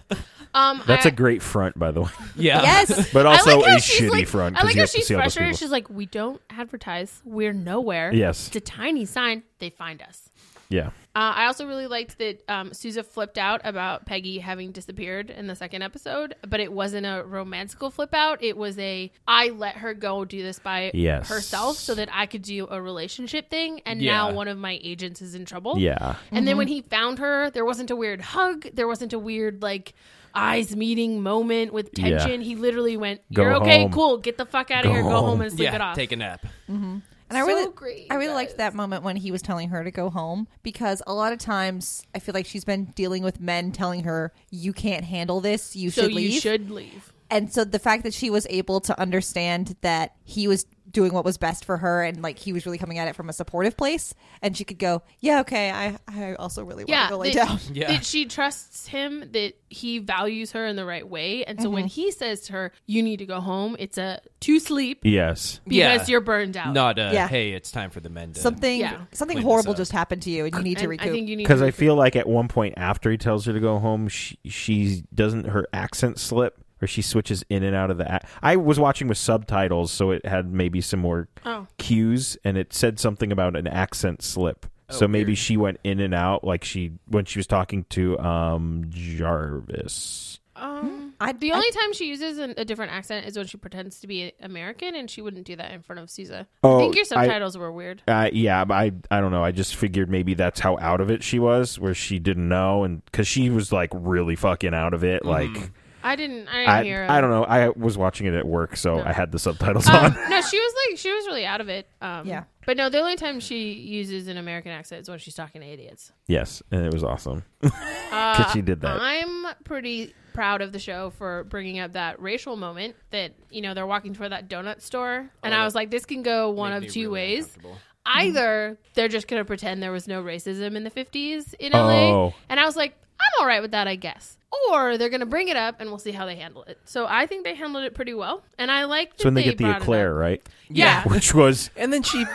S3: Um
S4: that's
S3: I,
S4: a great front, by
S3: (laughs)
S4: the way.
S2: yeah.
S5: yes.
S4: But
S3: I
S4: also
S3: like how
S4: a
S3: she's
S4: shitty
S3: like,
S4: front.
S3: I
S4: 'cause
S3: like
S4: you
S3: how
S4: have to
S3: she's
S4: see all those
S3: frustrated.
S4: people.
S3: She's like, we don't advertise. We're nowhere.
S4: Yes.
S3: It's a tiny sign. They find us.
S4: Yeah.
S3: Uh, I also really liked that um, Sousa flipped out about Peggy having disappeared in the second episode, but it wasn't a romantical flip out. It was a I let her go do this by
S4: Yes.
S3: herself so that I could do a relationship thing, and
S2: Yeah.
S3: now one of my agents is in trouble.
S4: Yeah.
S3: And then when he found her, there wasn't a weird hug. There wasn't a weird like eyes meeting moment with
S4: Yeah.
S3: tension. He literally went,
S4: Go
S3: "You're okay,
S4: home.
S3: cool. Get the fuck out of
S4: Go
S3: here. Go
S4: home."
S3: home and sleep it off."
S2: take a nap.
S5: And I
S3: So
S5: really,
S3: great,
S5: I really
S3: guys.
S5: liked that moment when he was telling her to go home because a lot of times I feel like she's been dealing with men telling her you can't handle this, you
S3: so
S5: should
S3: you
S5: leave.
S3: should leave.
S5: And so the fact that she was able to understand that he was doing what was best for her and like he was really coming at it from a supportive place, and she could go, yeah, okay, I, I also really want
S3: yeah,
S5: to go lay
S3: that,
S5: down. (laughs)
S2: Yeah.
S3: that she trusts him, that he values her in the right way, and so
S4: Mm-hmm.
S3: when he says to her, "You need to go home," it's a to sleep
S4: Yes.
S2: Yeah.
S3: because you're burned out.
S2: Not a
S5: Yeah.
S2: hey, it's time for the men to
S5: Something,
S3: Yeah.
S5: something
S2: Clean this
S5: horrible
S2: up.
S5: just happened to you, and you need to
S3: And I
S5: recoup.
S3: think you need
S4: Because
S3: to
S4: I feel like at one point after he tells her to go home, she, she doesn't her accent slip or she switches in and out of the. ac I was watching with subtitles, so it had maybe some more
S3: Oh.
S4: cues, and it said something about an accent slip.
S3: Oh,
S4: so maybe
S2: weird.
S4: she went in and out, like she when she was talking to um Jarvis. Hmm.
S3: Um,
S5: I-
S3: the
S5: I-
S3: only time she uses an, a different accent is when she pretends to be American, and she wouldn't do that in front of Sousa.
S4: Oh,
S3: I think your
S4: I-
S3: subtitles were weird.
S4: Uh, yeah, but I I don't know. I just figured maybe that's how out of it she was, where she didn't know, and because she was like really fucking out of
S3: Mm-hmm.
S4: it. Like
S3: I didn't. I didn't
S4: I
S3: hear. (laughs)
S4: I don't know. I was watching it at work, so I had the subtitles on. (laughs)
S3: Um, no, she was like she was really out of it. Um,
S5: Yeah.
S3: But no, the only time she uses an American accent is when she's talking to idiots.
S4: Yes, and it was awesome (laughs) because she did
S3: Uh,
S4: that.
S3: I'm pretty proud of the show for bringing up that racial moment that you know they're walking toward that donut store, and
S4: Oh,
S3: I was like, this can go one
S2: Made
S3: of
S2: me
S3: two
S2: really
S3: ways.
S2: uncomfortable.
S4: Mm-hmm.
S3: Either they're just gonna pretend there was no racism in the 50s in LA,
S4: Oh.
S3: and I was like, I'm all right with that, I guess. Or they're gonna bring it up, and we'll see how they handle it. So I think they handled it pretty well, and I like.
S4: So when they, get the
S3: brought it
S4: eclair,
S3: up.
S4: right?
S3: Yeah. (laughs)
S4: Which was
S2: And then (laughs) she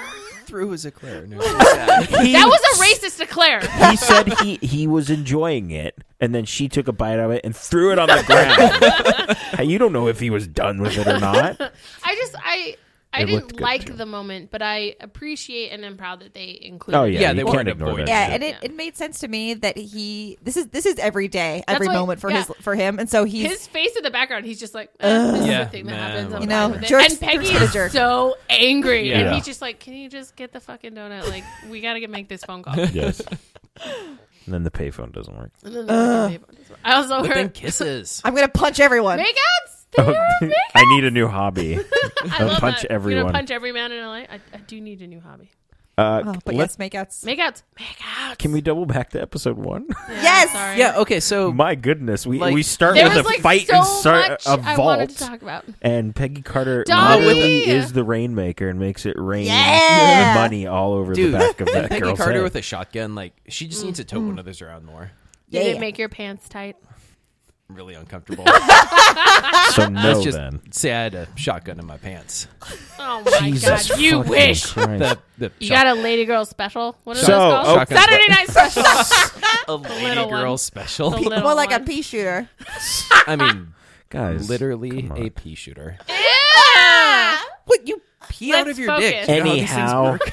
S2: threw his eclair. No, she's sad.
S4: he,
S3: That was a racist eclair.
S4: He said he he was enjoying it, and then she took a bite of it and threw it on the ground.
S3: (laughs)
S4: Hey, you don't know if he was done with it or not.
S3: I just I I
S4: It looked
S3: didn't
S4: good,
S3: like
S4: too.
S3: the moment, but I appreciate and am proud that they included.
S4: Oh
S3: it.
S4: yeah,
S2: Yeah,
S4: you
S2: they
S4: can't
S2: weren't
S4: ignore
S2: avoiding
S4: that
S5: yeah,
S4: shit.
S5: and it, it made sense to me that he this is this is every day, every
S3: why-
S5: moment for
S3: yeah.
S5: his for him, and so he's
S3: His face in the background, he's just like, eh, "This
S2: Yeah,
S3: is the thing that
S2: man,
S3: happens." I'm
S2: You
S5: know,
S3: fine with it.
S5: jerks-
S3: and Peggy
S5: jerks get a
S3: is
S5: jerk.
S3: so angry,
S4: Yeah.
S3: and he's just like, "Can you just get the fucking donut? Like, we gotta get make this phone call." And
S4: Yes. and then the payphone doesn't work.
S3: then the
S5: Uh,
S3: fucking babe- I also
S2: But then
S3: heard
S2: kisses.
S5: I'm gonna punch
S4: (laughs)
S5: everyone.
S3: makeouts. They are makeouts.
S4: I need a new hobby.
S3: I love that.
S4: punch
S3: You
S4: everyone.
S3: know, punch every man in LA. I, I do need a new hobby.
S4: Uh,
S5: Oh, but
S4: let's-
S5: yes, makeouts.
S3: Makeouts. Makeouts.
S4: Can we double back to episode one?
S3: Yeah,
S5: Yes!
S2: (laughs)
S3: sorry.
S2: Yeah. Okay. So
S4: (laughs) My goodness, we
S2: Like-
S4: we start
S3: There
S4: with a
S3: was like
S4: fight
S3: so
S4: inside
S3: much
S4: a
S3: I
S4: vault.
S3: wanted to talk about.
S4: And Peggy Carter
S3: Dolly!
S4: literally is the rainmaker and makes it rain
S5: Yeah!
S4: money all over
S2: Dude,
S4: the back of
S2: (laughs)
S4: that
S2: Peggy
S4: girl's
S2: Carter
S4: head.
S2: with a shotgun, like she just needs to tote one of those around more.
S3: Did
S5: Yeah.
S3: it make your pants tight?
S2: Really (laughs) uncomfortable.
S4: so no,
S2: Let's just
S4: then.
S2: say I had a shotgun in my pants.
S3: Oh my
S4: (laughs) Jesus
S3: god! You
S4: fucking
S3: wish.
S4: Christ.
S2: The the
S3: Oh, You
S2: shot-
S3: got a lady girl special. What is
S4: So,
S3: those called?
S4: okay.
S3: Saturday
S5: (laughs)
S3: night special.
S2: a lady
S3: little
S2: girl
S3: one.
S2: special.
S3: The little
S5: More like a
S3: one.
S5: pea shooter.
S2: (laughs) I mean,
S4: guys,
S2: literally
S4: come on.
S2: a pea shooter.
S3: (laughs) Yeah!
S5: What you?
S2: Pee
S3: Let's
S2: out of your dick.
S3: focus.
S2: You know how these things
S4: Anyhow,
S2: work?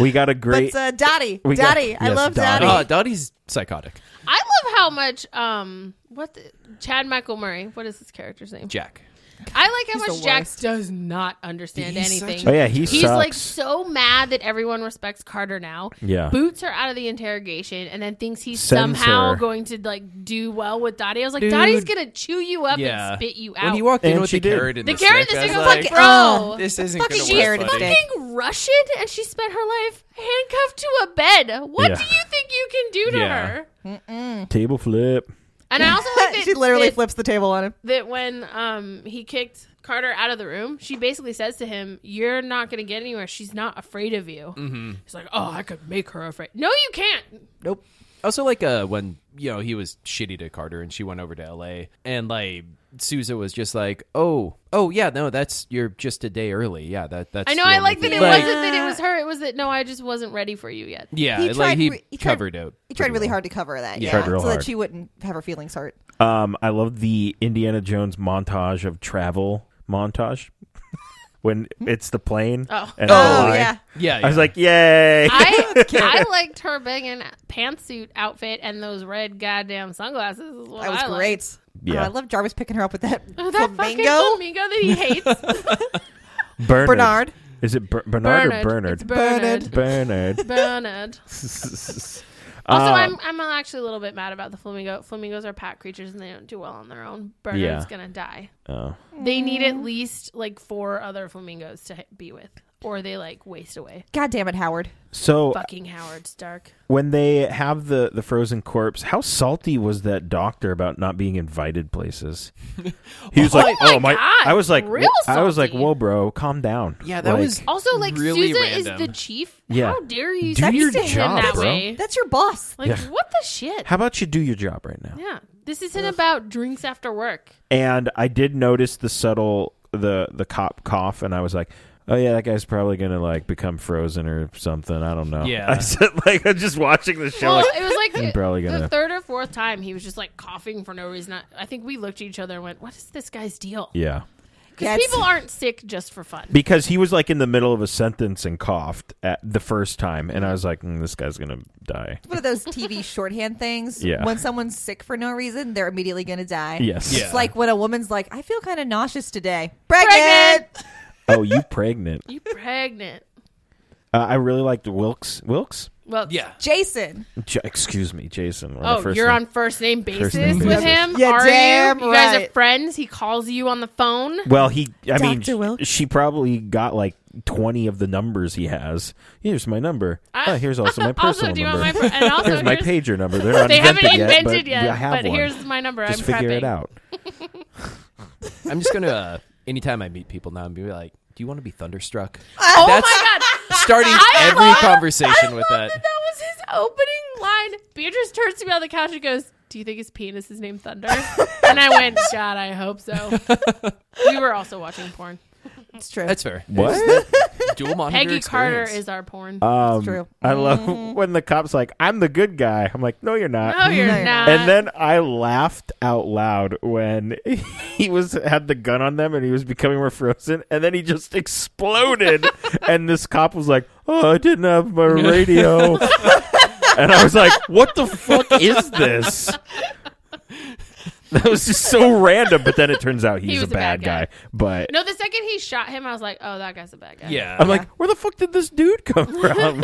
S4: we got a great.
S5: But uh, Dottie,
S4: We got-
S5: Dottie, I
S4: yes,
S5: love
S4: Dottie.
S5: Dottie.
S2: Oh, Dottie's psychotic.
S3: I love how much um what the, Chad Michael Murray. What is his character's name?
S2: Jack.
S3: I like how
S5: He's
S3: much
S5: the
S3: Jack
S5: worst.
S3: does not understand
S2: He's such
S3: anything.
S2: a-
S4: oh yeah, he
S3: He's
S4: sucks.
S3: like so mad that everyone respects Carter now.
S4: Yeah.
S3: Boots her out of the interrogation and then thinks he's
S4: Sends
S3: somehow
S4: her.
S3: going to like do well with Dottie. I was like,
S2: Dude.
S3: Dottie's gonna chew you up
S2: Yeah.
S3: and spit you out.
S2: When he walked
S4: And
S2: in with
S4: she
S2: the
S4: did.
S2: carrot in
S3: the
S2: the
S3: carrot
S2: stick,
S3: this thing
S2: I
S3: was
S2: was
S3: like,
S2: like, "Oh,
S5: fucking-
S3: bro.
S2: this isn't gonna
S5: fucking
S2: work.
S5: carrot in the
S2: buddy.
S5: stick.
S3: fucking Russian and she spent her life handcuffed to a bed. What
S4: Yeah.
S3: do you think you can do to
S2: Yeah.
S3: her?
S4: Table flip.
S3: And I
S5: (laughs)
S3: also
S2: (laughs)
S3: like that,
S5: she literally
S3: that,
S5: flips the table on him.
S3: that when um he kicked Carter out of the room, she basically says to him, "You're not going to get anywhere. She's not afraid of you." He's like, "Oh, I could make her afraid." No, you can't.
S2: Nope. Also, like uh, when you know he was shitty to Carter, and she went over to L.A. and like Sousa was just like, "Oh, oh yeah, no, that's you're just a day early. Yeah, that that's."
S3: I know.
S2: the
S3: I
S2: only
S3: like that
S2: thing."
S3: it
S2: Like,
S3: wasn't that it was her. It was that no, I just wasn't ready for you yet.
S2: Yeah,
S5: He
S2: like
S5: tried
S2: he,
S5: re- he tried-
S2: covered out.
S5: He tried really hard to cover that, yeah,
S4: Tried real
S5: so
S4: hard.
S5: that she wouldn't have her feelings hurt.
S4: Um, I love the Indiana Jones montage (laughs) of travel montage. when it's the plane.
S3: Oh.
S4: and the
S5: Oh,
S4: line.
S5: yeah.
S2: Yeah,
S4: I was
S2: yeah.
S4: like, yay!
S3: I I liked her banging pantsuit outfit and those red goddamn sunglasses. Is what
S5: That was
S3: I liked. (laughs)
S5: great.
S4: Yeah.
S5: God, I love Jarvis picking her up with that,
S3: Oh, that fucking
S5: flamingo.
S3: flamingo that he hates, Bernard.
S4: Bernard.
S5: Bernard.
S4: Is it Ber- Bernard, or Bernard?
S3: It's Bernard. (laughs)
S4: Bernard. (laughs)
S3: Bernard.
S4: Uh,
S3: Also, I'm I'm actually a little bit mad about the flamingo. Flamingos are pack creatures and they don't do well on their own. Bernard's
S4: Yeah.
S3: gonna die.
S4: oh.
S3: They need at least like four other flamingos to be with, or they like waste away.
S5: God damn it, Howard.
S4: So
S3: Fucking Howard Stark.
S4: when they have the the frozen corpse, how salty was that doctor about not being invited places? He was like,
S3: my
S4: "Oh my!"
S3: God,
S4: I was like,
S3: real
S4: wh- I was like,
S3: salty.
S4: "Whoa, bro, calm down."
S2: yeah, that
S4: Like,
S3: (laughs)
S2: was
S3: Also, like
S2: really
S3: Sousa
S2: random.
S3: is the chief.
S4: Yeah.
S3: How dare you
S4: Do
S3: speak
S4: your
S3: to him
S4: job,
S3: that
S4: bro.
S3: way?
S5: That's your boss.
S3: Like
S4: Yeah.
S3: what the shit?
S4: How about you do your job right now?
S3: yeah, this isn't about drinks after work.
S4: And I did notice the subtle the the cop cough, and I was like. Oh yeah, that guy's probably gonna like become frozen or something. I don't know.
S2: Yeah.
S4: (laughs) I said like I'm just watching the show.
S3: Well,
S4: like,
S3: it was like
S4: (laughs) I'm
S3: the-
S4: probably gonna-
S3: the third or fourth time he was just like coughing for no reason. I, I think we looked at each other and went, "What is this guy's deal?"
S4: yeah,
S3: Because
S5: Yeah, it's-
S3: people aren't sick just for fun.
S4: because he was like in the middle of a sentence and coughed at the first time, and I was like, mm, this guy's gonna die.
S5: One of
S3: (laughs)
S5: those TV shorthand things.
S4: Yeah.
S5: When someone's sick for no reason, they're immediately going to die.
S4: Yes.
S2: Yeah.
S5: It's like when a woman's like, I feel kind of nauseous today. Pregnant.
S4: oh, you pregnant?
S3: You pregnant?
S4: Uh, I really liked Wilkes. Wilkes?
S3: Well,
S2: yeah.
S5: Jason.
S4: J- excuse me, Jason. We're on the
S3: Oh,
S4: first
S3: you're
S4: name.
S3: on first name basis
S4: name
S3: with
S4: basis.
S3: him.
S5: Yeah,
S3: are
S5: damn
S3: you? You guys are
S5: right.
S3: friends. He calls you on the phone.
S4: Well, he. I mean,
S5: Dr. Wilkes?
S4: she probably got like twenty of the numbers he has. Here's my number.
S3: I-
S4: oh, here's also my
S3: (laughs)
S4: personal
S3: also, do you
S4: number.
S3: want my per- and also
S4: (laughs) here's my
S3: here's-
S4: pager number. They're
S3: (laughs)
S4: not
S3: They haven't
S4: invented
S3: invented yet,
S4: but I have
S3: but
S4: one.
S3: here's my number.
S4: Just
S3: I'm
S4: figure
S3: prepping.
S4: it out.
S2: I'm just gonna. Uh, anytime I meet people now, I'm gonna be like, "Do you want to be thunderstruck?"
S3: (laughs) Oh
S2: That's
S3: my god!
S2: starting
S3: I
S2: every
S3: love-
S2: conversation
S3: I
S2: with that.
S3: love that. That was his opening line. Beatrice turns to me on the couch and goes, "Do you think his penis is named Thunder?" (laughs) and I went, "God, I hope
S4: (laughs)
S3: so." we were also watching porn.
S5: It's true.
S3: Uh,
S2: That's fair.
S4: What?
S2: Dual monitor.
S3: Peggy Carter
S2: experience.
S3: is our porn.
S4: Um,
S5: true.
S4: I love when the cops like, "I'm the good guy." I'm like, "No, you're not."
S3: no, Oh, you're
S5: no, you're
S3: not.
S5: not.
S4: And then I laughed out loud when (laughs) he was had the gun on them and he was becoming more frozen, and then he just exploded. and this cop was like, "Oh, I didn't have my radio," and I was like, "What the fuck is this?" That was just so random. But then it turns out he's
S3: was
S4: a bad, guy. But
S3: no, the second he shot him, I was like, "Oh, that guy's a bad guy."
S2: Yeah.
S4: I'm like, where the fuck did this dude come from?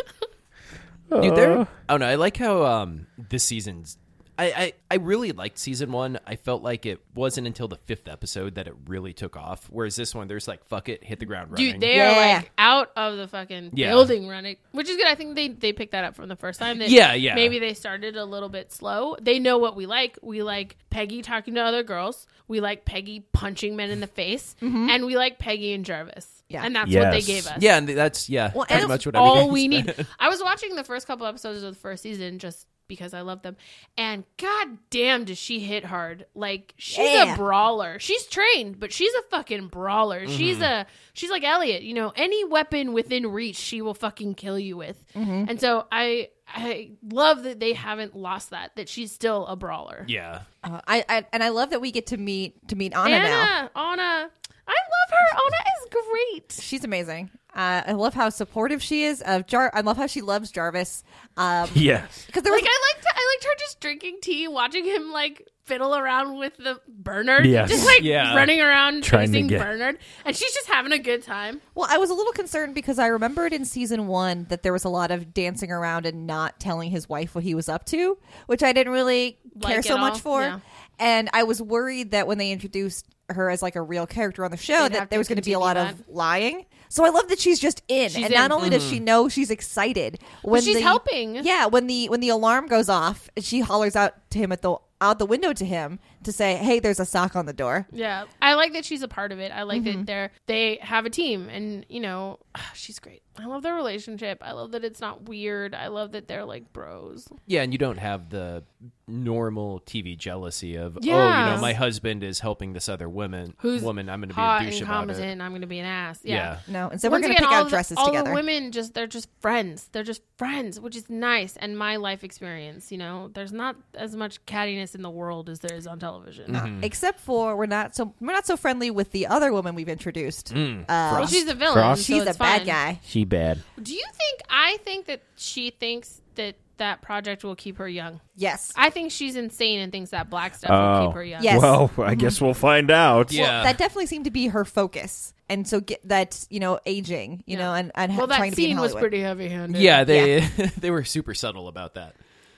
S2: Dude,
S4: Uh,
S2: there. I don't know. I like how um this season's. I, I, I really liked season one. I felt like it wasn't until the fifth episode that it really took off. Whereas this one, there's like, fuck it, hit the ground running.
S3: Dude, they
S5: Yeah.
S3: are like out of the fucking
S2: Yeah.
S3: building running, which is good. I think they they picked that up from the first time. They,
S2: Yeah, yeah.
S3: Maybe they started a little bit slow. They know what we like. We like Peggy talking to other girls. We like Peggy punching men in the face, and we like Peggy and Jarvis.
S5: Mm-hmm. Yeah.
S3: and that's what they
S4: Yes.
S3: gave us.
S2: yeah, and that's yeah,
S5: Well,
S2: pretty
S5: and
S2: much what (laughs)
S3: all
S2: everything
S3: we
S2: is.
S3: need. I was watching the first couple episodes of the first season just because I love them, and god damn, does she hit hard! Like she's
S5: Yeah.
S3: a brawler. She's trained, but she's a fucking brawler.
S2: Mm-hmm.
S3: She's a she's like Elliot. You know, any weapon within reach, she will fucking kill you with.
S2: Mm-hmm.
S3: And so I I love that they haven't lost that. That she's still a brawler.
S2: Yeah,
S5: Uh, I, I and I love that we get to meet to meet Anna now.
S3: Anna, Anna, I love her. Anna is great.
S5: She's amazing. Uh, I love how supportive she is of Jar. I love how she loves Jarvis. Um,
S4: yes.
S5: because there was
S3: Like I liked, I liked her just drinking tea, watching him like fiddle around with the Bernard,
S4: Yes.
S3: just like
S2: Yeah.
S3: running around
S4: Trying to
S3: chasing
S4: get-
S3: Bernard, and she's just having a good time.
S5: Well, I was a little concerned because I remembered in season one that there was a lot of dancing around and not telling his wife what he was up to, which I didn't really
S3: Like
S5: care so
S3: at all,
S5: much for.
S3: yeah.
S5: And I was worried that when they introduced her as like a real character on the show,
S3: They'd have
S5: that there
S3: to
S5: was going to be a
S3: continue
S5: lot of lying. So I love that she's just in,
S3: She's
S5: and not
S3: in.
S5: only does she know, she's excited when
S3: she's
S5: the-
S3: helping.
S5: Yeah, when the when the alarm goes off, she hollers out to him at the out the window to him to say, "Hey, there's a sock on the door."
S3: Yeah, Mm-hmm. I like that she's a part of it. I like that they're they have a team, and you know, ah, she's great. I love their relationship. I love that it's not weird. I love that they're like bros.
S2: yeah, and you don't have the normal TV jealousy of oh, you
S3: Yes.
S2: know, my husband is helping this other woman.
S3: Who's
S2: woman? I'm going to be
S3: Hot
S2: a douche
S3: and
S2: about it.
S3: competent. I'm going to be an ass.
S2: Yeah.
S3: yeah.
S5: No, and so
S3: Once
S5: we're going to
S3: again,
S5: pick
S3: all
S5: out
S3: the-
S5: dresses
S3: all
S5: together.
S3: the women just they're just friends. They're just friends, which is nice. And my life experience, you know, there's not as much cattiness in the world as there is on television.
S5: Mm-hmm.
S2: Mm.
S5: Except for we're not so we're not so friendly with the other woman we've introduced.
S2: Mm.
S5: Uh,
S3: Well, she's a villain.
S4: Frost.
S3: so
S5: she's
S3: it's
S5: a bad
S3: fine.
S5: guy.
S4: She bad.
S3: Do you think? I think that she thinks that that project will keep her young.
S5: Yes.
S3: I think she's insane and thinks that black stuff will
S4: Oh,
S3: keep her young.
S5: Yes.
S4: Well, I guess we'll find out.
S2: Yeah.
S5: Well, that definitely seemed to be her focus, and so get that you know aging, you
S3: Yeah.
S5: know, and and ha-
S3: Well,
S5: trying
S3: that
S5: to be in
S3: scene was
S5: Hollywood.
S3: pretty heavy-handed.
S2: Yeah, they (laughs) they were super subtle about that.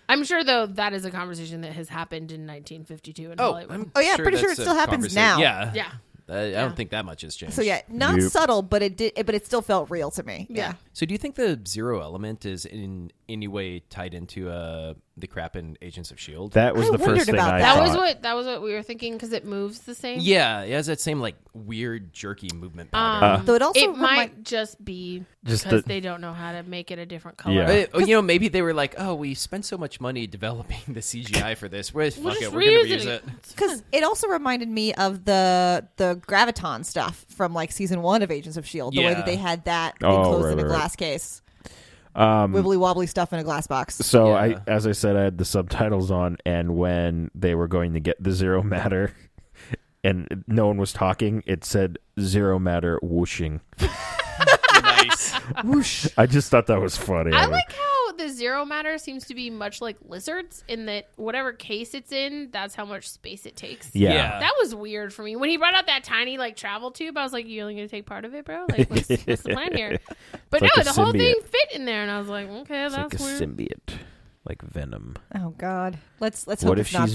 S3: I'm sure though that is a conversation that has happened in 1952 in Hollywood.
S5: Oh, yeah, pretty sure
S2: that's
S5: it
S2: a
S5: still happens
S2: conversa-
S5: now.
S2: Yeah,
S3: Yeah.
S2: I, I
S3: Yeah.
S2: don't think that much has changed.
S5: So yeah, not
S4: Yep.
S5: subtle, but it did, but it still felt real to me.
S3: yeah.
S2: So do you think the zero element is in any way tied into uh, the crap in Agents of Shield?
S4: That was
S5: I
S4: the
S5: wondered
S4: first thing
S5: about
S4: I
S5: that.
S3: That
S4: thought.
S3: was what that was what we were thinking because it moves the same.
S2: yeah, it has that same like weird jerky movement pattern.
S3: Um,
S5: Though it also
S3: it
S5: remi-
S3: might just be
S4: Just
S3: because
S4: the-
S3: they don't know how to make it a different color.
S4: Yeah.
S2: Uh, you know, maybe they were like, "Oh, we spent so much money developing (laughs) the CGI for this. We're,
S3: We'll
S2: fuck
S3: just
S2: it, we're gonna
S3: reuse
S2: reuse it."
S3: it.
S5: because it also reminded me of the the graviton stuff from like season one of Agents of Shield. E The way
S2: Yeah.
S5: that they had that
S4: Oh,
S5: enclosed
S4: right,
S5: in a
S4: right, Um, right.
S5: glass case, wibbly wobbly stuff in a glass box.
S4: So
S2: Yeah.
S4: I, as I said, I had the subtitles on, and when they were going to get the zero matter, (laughs) and no one was talking, it said zero matter whooshing.
S2: nice.
S5: Whoosh.
S4: I just thought that was funny.
S3: I
S4: don't-
S3: like how the zero matter seems to be much like lizards in that whatever case it's in, that's how much space it takes.
S4: yeah.
S2: Yeah.
S3: That was weird for me. When he brought out that tiny like travel tube, I was like, "You only gonna take part of it, bro? Like, what's,
S4: (laughs)
S3: what's the plan here?" But
S4: It's like
S3: no,
S4: a
S3: the whole thing
S4: symbiote.
S3: fit in there, and I was like, "Okay,
S4: It's like
S3: that's
S4: a
S3: weird."
S4: symbiote, like Venom.
S5: (laughs) Oh God. Let's let's hope
S4: what if
S5: it's not
S4: she's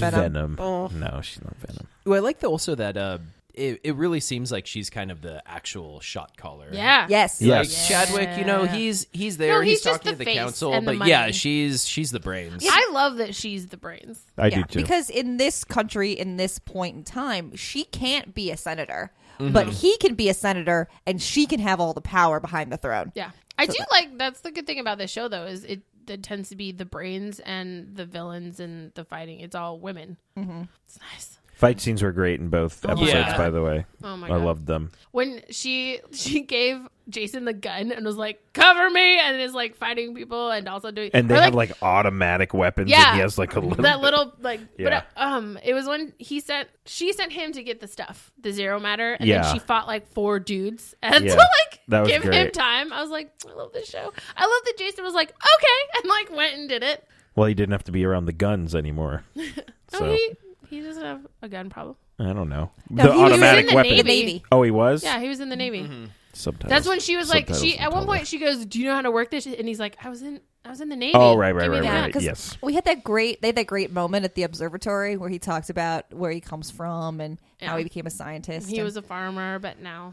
S4: Venom?
S5: Venom.
S2: Oh.
S4: No, she's not Venom.
S2: Ooh, I like the, also that uh, it, it really seems like she's kind of the actual shot caller.
S3: yeah,
S5: Yes.
S4: Yeah.
S2: Like
S4: Yes.
S2: Chadwick, you know,
S3: Yeah.
S2: he's he's there.
S3: No,
S2: he's,
S3: he's just
S2: talking
S3: the
S2: to the
S3: face
S2: council,
S3: and the
S2: but yeah,
S3: money.
S2: she's she's the brains.
S3: I love that she's the brains.
S4: I
S5: yeah,
S4: do too.
S5: Because in this country, in this point in time, she can't be a senator,
S4: Mm-hmm.
S5: but he can be a senator, and she can have all the power behind the throne.
S3: Yeah, I do like. That's the good thing about this show, though, is it that tends to be the brains and the villains and the fighting. It's all women. Mm-hmm. It's nice.
S4: Fight scenes were great in both episodes,
S2: Yeah.
S4: by the way.
S3: Oh my
S4: I
S3: god,
S4: loved them.
S3: when she she gave Jason the gun and was like, "Cover me," and is like fighting people and also doing
S4: And they
S3: or,
S4: have like automatic weapons,
S3: Yeah.
S4: and he has like a little.
S3: that little like
S4: Yeah.
S3: but, um it was when he sent she sent him to get the stuff the zero matter and
S4: Yeah.
S3: then she fought like four dudes (laughs) and
S4: Yeah.
S3: to like
S4: That was
S3: give him
S4: great.
S3: time i was like i love this show i love that jason was like okay (laughs) and like went and did it
S4: well, he didn't have to be around the guns anymore.
S3: no
S4: So-
S3: he he doesn't have a gun problem
S4: I don't know.
S5: No,
S4: the
S5: he was in
S4: automatic
S3: the
S4: weapon.
S5: The
S3: Navy.
S5: Navy.
S4: Oh, he was.
S3: yeah he was in the navy
S4: Subtitles.
S3: that's when she was like she
S4: Subtitles
S3: at one
S4: and
S3: point she goes do you know how to work this and he's like i was in i was in the navy
S4: Oh, right, right,
S3: Give me
S4: right,
S3: that."
S4: right.
S5: because
S4: yes.
S5: we had that great they had that great moment at the observatory where he talks about where he comes from and how
S3: Yeah.
S5: he became a scientist.
S3: he
S5: and-
S3: was a farmer but now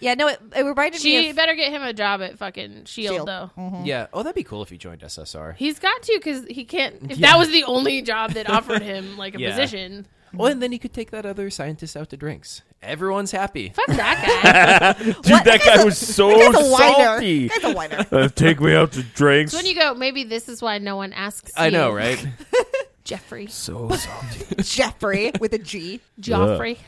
S5: yeah, no, it, it reminded me
S3: she (laughs)
S5: of
S3: better get him a job at fucking shield,
S5: Shield.
S3: E though
S2: yeah. Oh, that'd be cool if he joined SSR.
S3: He's got to because he can't. If
S2: Yeah.
S3: that was the only job that offered him like a
S2: Yeah.
S3: position,
S2: Well, and then he could take that other scientist out to drinks. Everyone's happy.
S3: fuck that guy.
S4: Dude,
S5: What?
S4: that
S5: That
S4: guy
S5: guy's
S4: was so
S5: That guy's a whiner. (laughs)
S4: salty.
S5: That guy's a whiner.
S4: Uh, take me out to drinks.
S3: so when you go, maybe this is why no one asks.
S2: I know,
S3: you,
S2: (laughs) right?
S3: Jeffrey,
S4: so salty.
S5: Jeffrey with a G.
S3: Joffrey.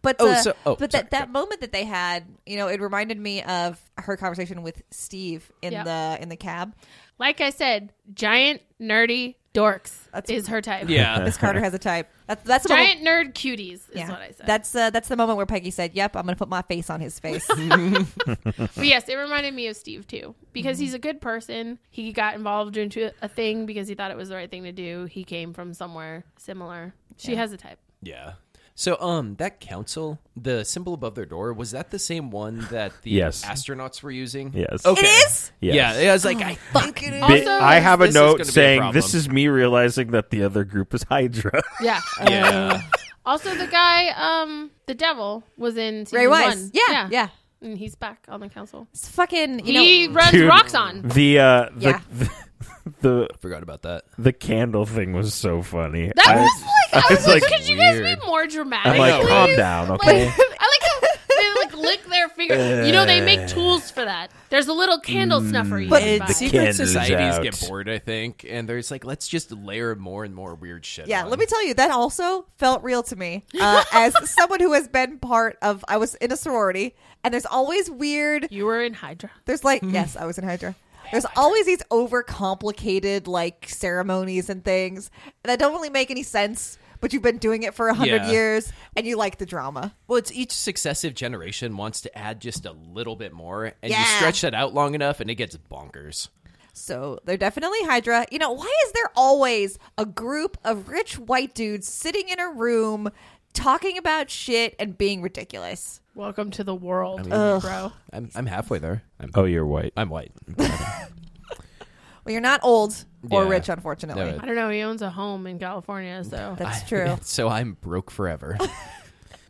S5: But
S2: Oh,
S5: uh,
S2: so- oh,
S5: but
S2: sorry,
S5: that, that moment that they had, you know, it reminded me of her conversation with Steve in
S3: Yep.
S5: the in the cab.
S3: Like I said, giant nerdy dorks is her type.
S2: yeah. (laughs)
S5: Miss Carter has a type. That's that's the moment-
S3: giant nerd cuties is what I said.
S5: That's uh, that's the moment where Peggy said, "Yep, I'm going to put my face on his face."
S3: but yes, it reminded me of Steve too
S5: Mm-hmm.
S3: because he's a good person. He got involved into a thing because he thought it was the right thing to do. He came from somewhere similar. She has a type.
S2: Yeah. So, um, that council, the symbol above their door, was that the same one that the
S4: Yes.
S2: astronauts were using?
S4: Yes.
S2: Okay.
S5: It is?
S4: Yes.
S2: Yeah. I was like,
S5: (gasps)
S2: I fuck it is.
S3: Bi- Also,
S4: I have a
S2: this is gonna
S4: note
S2: be a
S4: saying
S2: problem.
S4: this is me realizing that the other group is Hydra. (laughs)
S3: Yeah.
S5: Oh.
S2: Yeah.
S3: Also, the guy, um, the devil, was in season
S5: Ray Wise.
S3: one.
S5: Yeah, yeah,
S3: and he's back on the council.
S5: It's fucking you
S3: he
S5: know.
S3: runs
S4: Dude.
S3: rocks on.
S4: the uh the,
S5: Yeah.
S4: the (laughs) the
S2: Forgot about that.
S4: candle thing was so funny.
S3: That
S4: I-
S3: was like, I
S4: I
S3: was,
S4: was
S3: like,
S4: like,
S3: could you guys
S2: weird.
S3: be more dramatic?
S4: I'm like,
S2: know.
S4: calm
S3: please?"
S4: down,
S3: Like,
S4: (laughs) okay?
S3: (laughs) I like how they like lick their finger. you know, they
S4: Eh.
S3: make tools for that. There's a little candle snuffer. You
S5: But-
S3: can
S5: Bye.
S2: The
S3: buy.
S2: secret
S4: candles
S2: societies
S4: out.
S2: get bored, I think, and there's like, let's just layer more and more weird shit.
S5: Yeah,
S2: on.
S5: let me tell you, that also felt real to me
S3: (laughs)
S5: uh, as someone who has been part of. I was in a sorority, and there's always weird.
S3: you were in Hydra.
S5: There's like, yes, I was in Hydra. There's always these overcomplicated like ceremonies and things that don't really make any sense. but you've been doing it for a hundred
S2: Yeah.
S5: years and you like the drama.
S2: Well, it's each successive generation wants to add just a little bit more, and you
S5: Yeah.
S2: stretch that out long enough, and it gets bonkers.
S5: So they're definitely Hydra. You know, why is there always a group of rich white dudes sitting in a room talking about shit and being ridiculous?
S3: Welcome to the world, bro.
S2: I'm, I'm halfway there. I'm,
S4: Oh, you're white.
S2: I'm white.
S5: Well, you're not old or
S2: Yeah.
S5: rich, unfortunately.
S2: No,
S3: I don't know. He owns a home in California, so
S5: That's
S2: (laughs)
S5: true.
S2: so I'm broke
S5: (laughs)
S2: forever.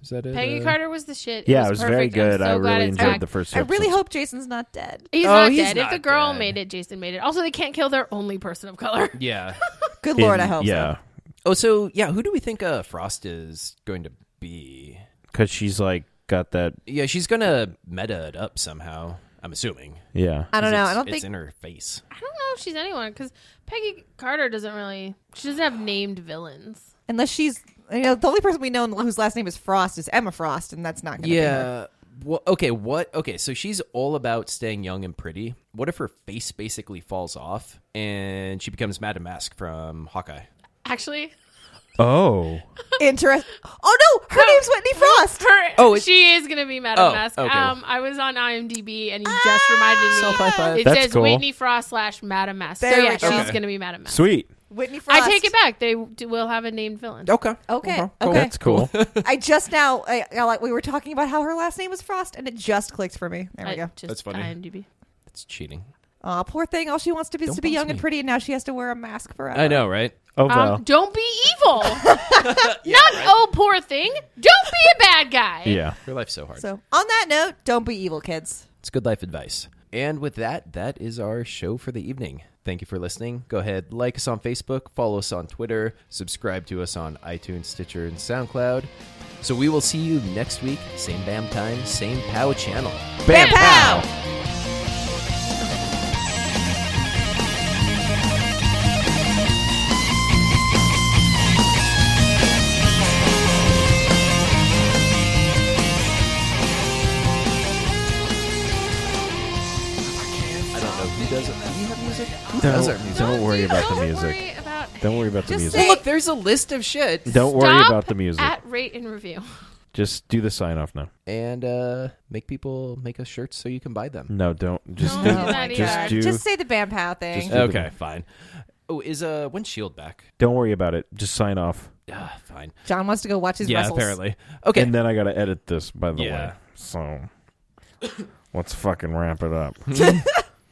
S2: Is that it?
S3: Peggy
S2: uh,
S3: Carter was the shit.
S4: Yeah, it was,
S3: was
S4: very
S3: perfect. I'm
S4: good.
S3: so
S4: I
S3: glad
S4: really
S3: it's
S4: enjoyed
S3: back.
S4: the first.
S5: I really
S4: episode.
S5: hope Jason's not dead.
S3: He's
S2: Oh,
S3: not
S2: he's
S3: dead.
S2: not
S3: if the girl
S2: dead.
S3: made it, Jason made it. Also, they can't kill their only person of
S4: (laughs)
S3: color.
S2: Yeah.
S5: Good lord,
S4: In-
S5: I hope so.
S4: Yeah,
S2: Oh, so yeah, who do we think uh, Frost is going to be?
S4: because she's like got that.
S2: Yeah, she's gonna meta it up somehow. I'm assuming.
S4: Yeah,
S5: I don't know. I don't
S2: it's
S5: think
S2: in her face.
S3: I don't know if she's anyone because Peggy Carter doesn't really. She doesn't have named villains.
S5: unless she's you know the only person we know whose last name is Frost is Emma Frost, and that's not going to be her.
S2: Yeah. Well, okay. What? Okay. So she's all about staying young and pretty. What if her face basically falls off and she becomes Madam Mask from Hawkeye?
S3: Actually,
S4: Oh,
S5: Interest. Oh no, her name's Whitney Frost.
S3: her.
S2: Oh,
S3: Oh,
S2: it-
S3: she is gonna be Madam
S2: Oh,
S3: Mask.
S2: okay.
S3: Um, I was on IMDb and you just reminded me.
S2: Self high five.
S3: It
S4: That's
S3: says
S4: cool.
S3: Whitney Frost slash Madam Mask.
S5: There
S3: so
S5: we
S3: yeah,
S5: go.
S2: Okay.
S3: she's gonna be Madam Mask.
S4: sweet.
S5: Whitney Frost.
S3: I take it back. They do, will have a named villain.
S2: Okay.
S5: Okay. Okay.
S4: That's cool.
S5: I just now, I, I like we were talking about how her last name was Frost, and it just clicked for me. There we
S3: I-
S5: go.
S3: Just
S2: That's funny.
S3: IMDb.
S2: That's cheating.
S5: Aw, poor thing. All she wants to be is
S2: Don't
S5: to be
S2: boss
S5: young
S2: me.
S5: and pretty, and now she has to wear a mask forever.
S2: I know, right?
S4: oh
S3: Um,
S4: well.
S3: Don't be
S4: (laughs)
S3: evil. (laughs) Not oh poor thing. Don't be a bad guy.
S4: yeah.
S2: Your life's so hard.
S5: So, on that note, don't be evil, kids.
S2: It's good life advice. And with that, that is our show for the evening. Thank you for listening. Go ahead, like us on Facebook, follow us on Twitter, subscribe to us on iTunes, Stitcher, and SoundCloud. So we will see you next week, same BAM time, same POW channel.
S5: Bam pow!
S2: I don't know who does it. Do you have music? Who does our
S4: Don't,
S2: music?
S4: don't worry
S3: you-
S4: about the
S3: don't
S4: music.
S3: worry about
S4: Don't worry about the
S3: Just
S4: music.
S2: Well, look, there's a list of shit.
S4: Don't worry
S3: Stop
S4: about the music.
S3: At rate and review.
S4: Just do the sign off now.
S2: And uh, make people make us shirts so you can buy them.
S4: No, don't. Just
S3: Don't
S4: do.
S3: do that
S4: just
S3: either.
S4: do.
S5: Just say the bam pow thing.
S4: Just-
S2: Okay, fine. Oh, is uh, when's Shield back?
S4: don't worry about it. Just sign off.
S2: Ah, fine.
S5: John wants to go watch his
S2: Yeah,
S5: wrestles.
S2: apparently. Okay.
S4: And then I gotta edit this, by the (coughs)
S2: Yeah.
S4: way. So let's fucking wrap it up.